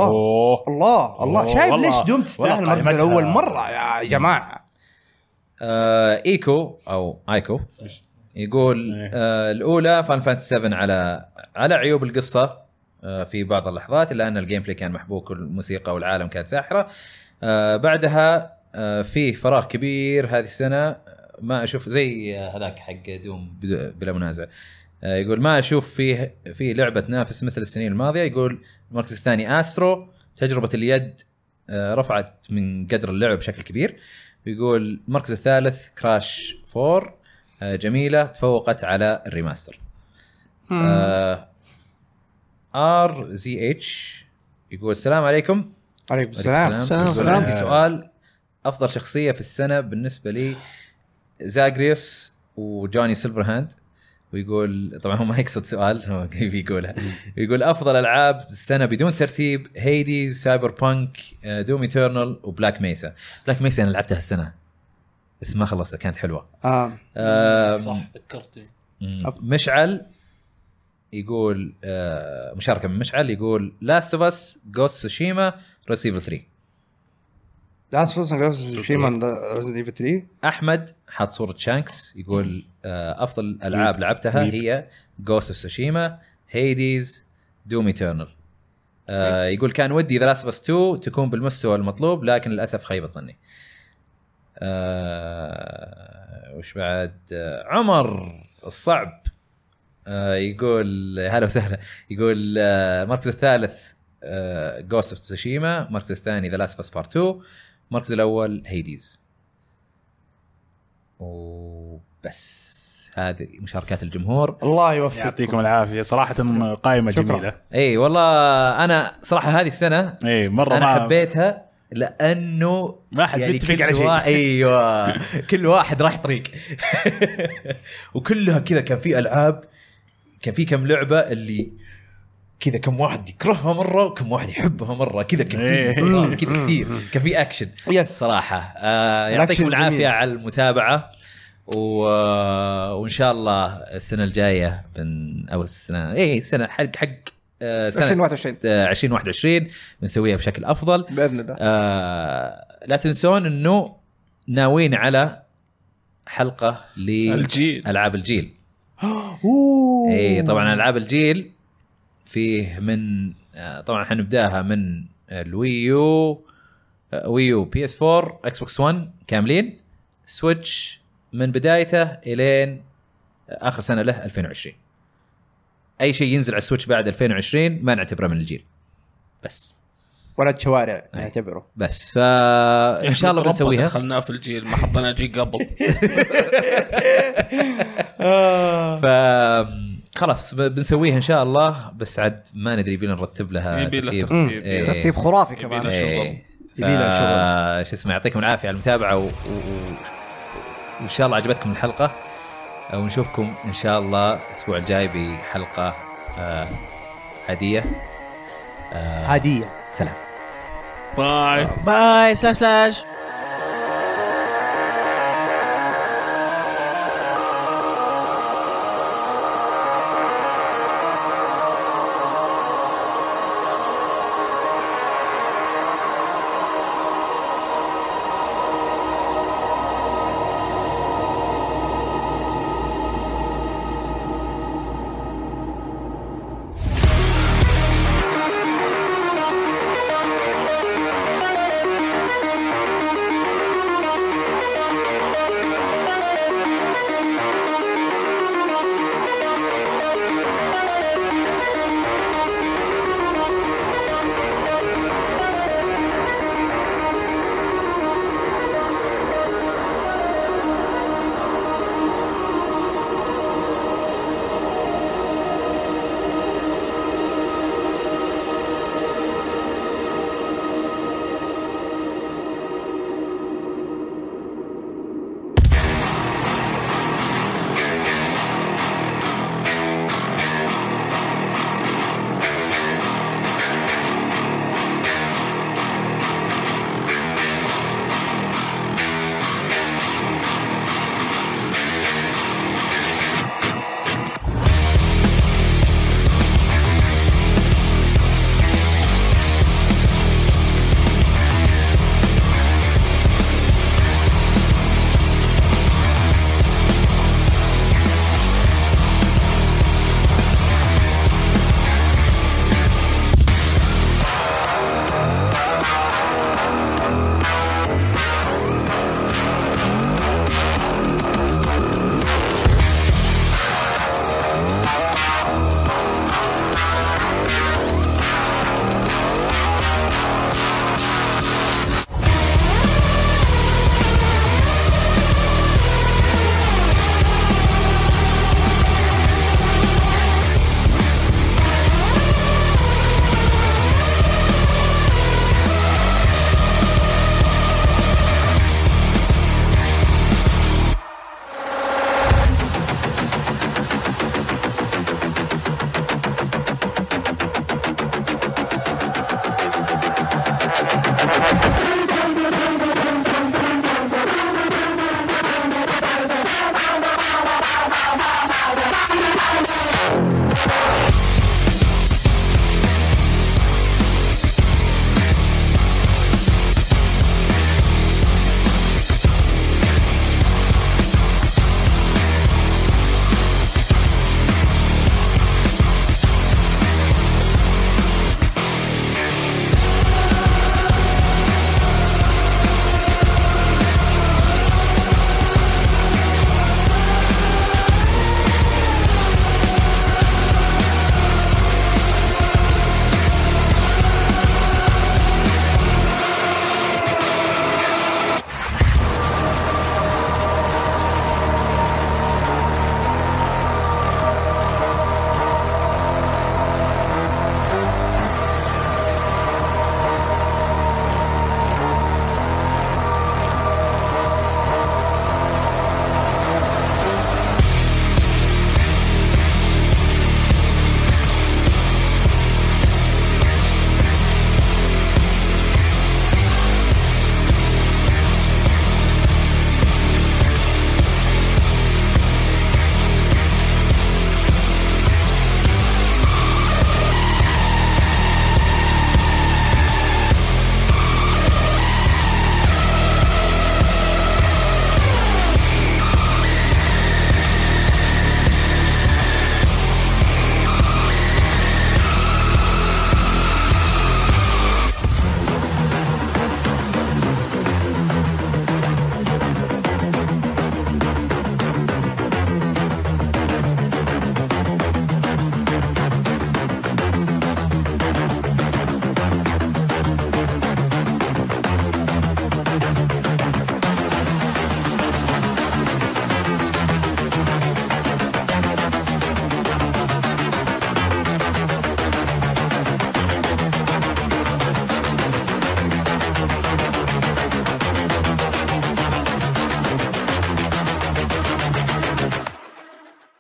الله الله أوه، شايف والله. ليش دوم تستاهل والله طيب. المركز قيمتها. الاول مره يا جماعه آه، ايكو او ايكو يقول إيه. آه الاولى فان فانتسي 7 على على عيوب القصه آه في بعض اللحظات الا ان الجيم بلاي كان محبوك والموسيقى والعالم كانت ساحره آه بعدها آه في فراغ كبير هذه السنه ما اشوف زي آه، هذاك حق دوم بد- بلا منازع آه يقول ما اشوف فيه في لعبه تنافس مثل السنين الماضيه يقول المركز الثاني استرو تجربه اليد آه رفعت من قدر اللعب بشكل كبير يقول المركز الثالث كراش 4 آه، جميله تفوقت على الريماستر آه. ار زي اتش يقول السلام عليكم عليكم وعليكم السلام السلام. يقول السلام. عندي سؤال افضل شخصيه في السنه بالنسبه لي زاغريوس وجوني سيلفر هاند ويقول طبعا هو ما يقصد سؤال هو كيف يقولها يقول افضل العاب السنه بدون ترتيب هيدي سايبر بانك دوم ايترنال وبلاك ميسا بلاك ميسا انا لعبتها السنه بس ما خلصتها كانت حلوه آه. آم، صح فكرتني مم. مشعل يقول آه، مشاركه من مشعل يقول لاست اوف اس جوست سوشيما ريسيفل 3 لاست فيرسون جوز شي من ريزن ايفل 3 احمد حط صوره شانكس يقول آه، افضل العاب لعبتها هي جوست اوف سوشيما هيديز دوم ايترنال آه، يقول كان ودي ذا لاست اوف اس 2 تكون بالمستوى المطلوب لكن للاسف خيبت ظني آه، وش بعد آه، عمر الصعب آه، يقول هلا وسهلا يقول آه، المركز الثالث آه، جوست اوف تسوشيما المركز الثاني ذا لاست اوف اس بارت 2 المركز الاول هيديز وبس هذه مشاركات الجمهور الله يوفقك يعطيكم العافيه صراحه قائمه جميله اي والله انا صراحه هذه السنه اي مره انا إيه، ما حبيتها لانه ما حد متفق كل على شيء. وا- ايوه كل واحد راح طريق وكلها كذا كان في العاب كان في كم لعبه اللي كذا كم واحد يكرهها مره وكم واحد يحبها مره كذا كان في إيه. كذا كثير كان في اكشن يس صراحه آه يعطيكم الأكشن العافيه جميل. على المتابعه و... وان شاء الله السنه الجايه بن... او السنه اي السنه إيه، حق حق آه، سنه 2021 آه، 2021 بنسويها بشكل افضل باذن الله آه لا تنسون انه ناويين على حلقه الجيل. لالعاب الجيل اي طبعا العاب الجيل فيه من آه، طبعا حنبداها من الويو آه، ويو بي اس 4 اكس بوكس 1 كاملين سويتش من بدايته الين اخر سنه له 2020 اي شيء ينزل على السويتش بعد 2020 ما نعتبره من الجيل بس ولد شوارع أي. نعتبره بس فان شاء الله ربنا بنسويها دخلناه في الجيل ما حطينا جيل قبل ف خلاص ب- بنسويها ان شاء الله بس عاد ما ندري يبينا نرتب لها يبي له ترتيب. ترتيب إيه. ترتيب خرافي كمان يبينا شغل إيه. يبينا فا- شو اسمه يعطيكم العافيه على المتابعه و... و... و... وان شاء الله عجبتكم الحلقه ونشوفكم ان شاء الله الاسبوع الجاي بحلقه آه، عاديه هديه سلام باي طيب. باي سلاش سلاش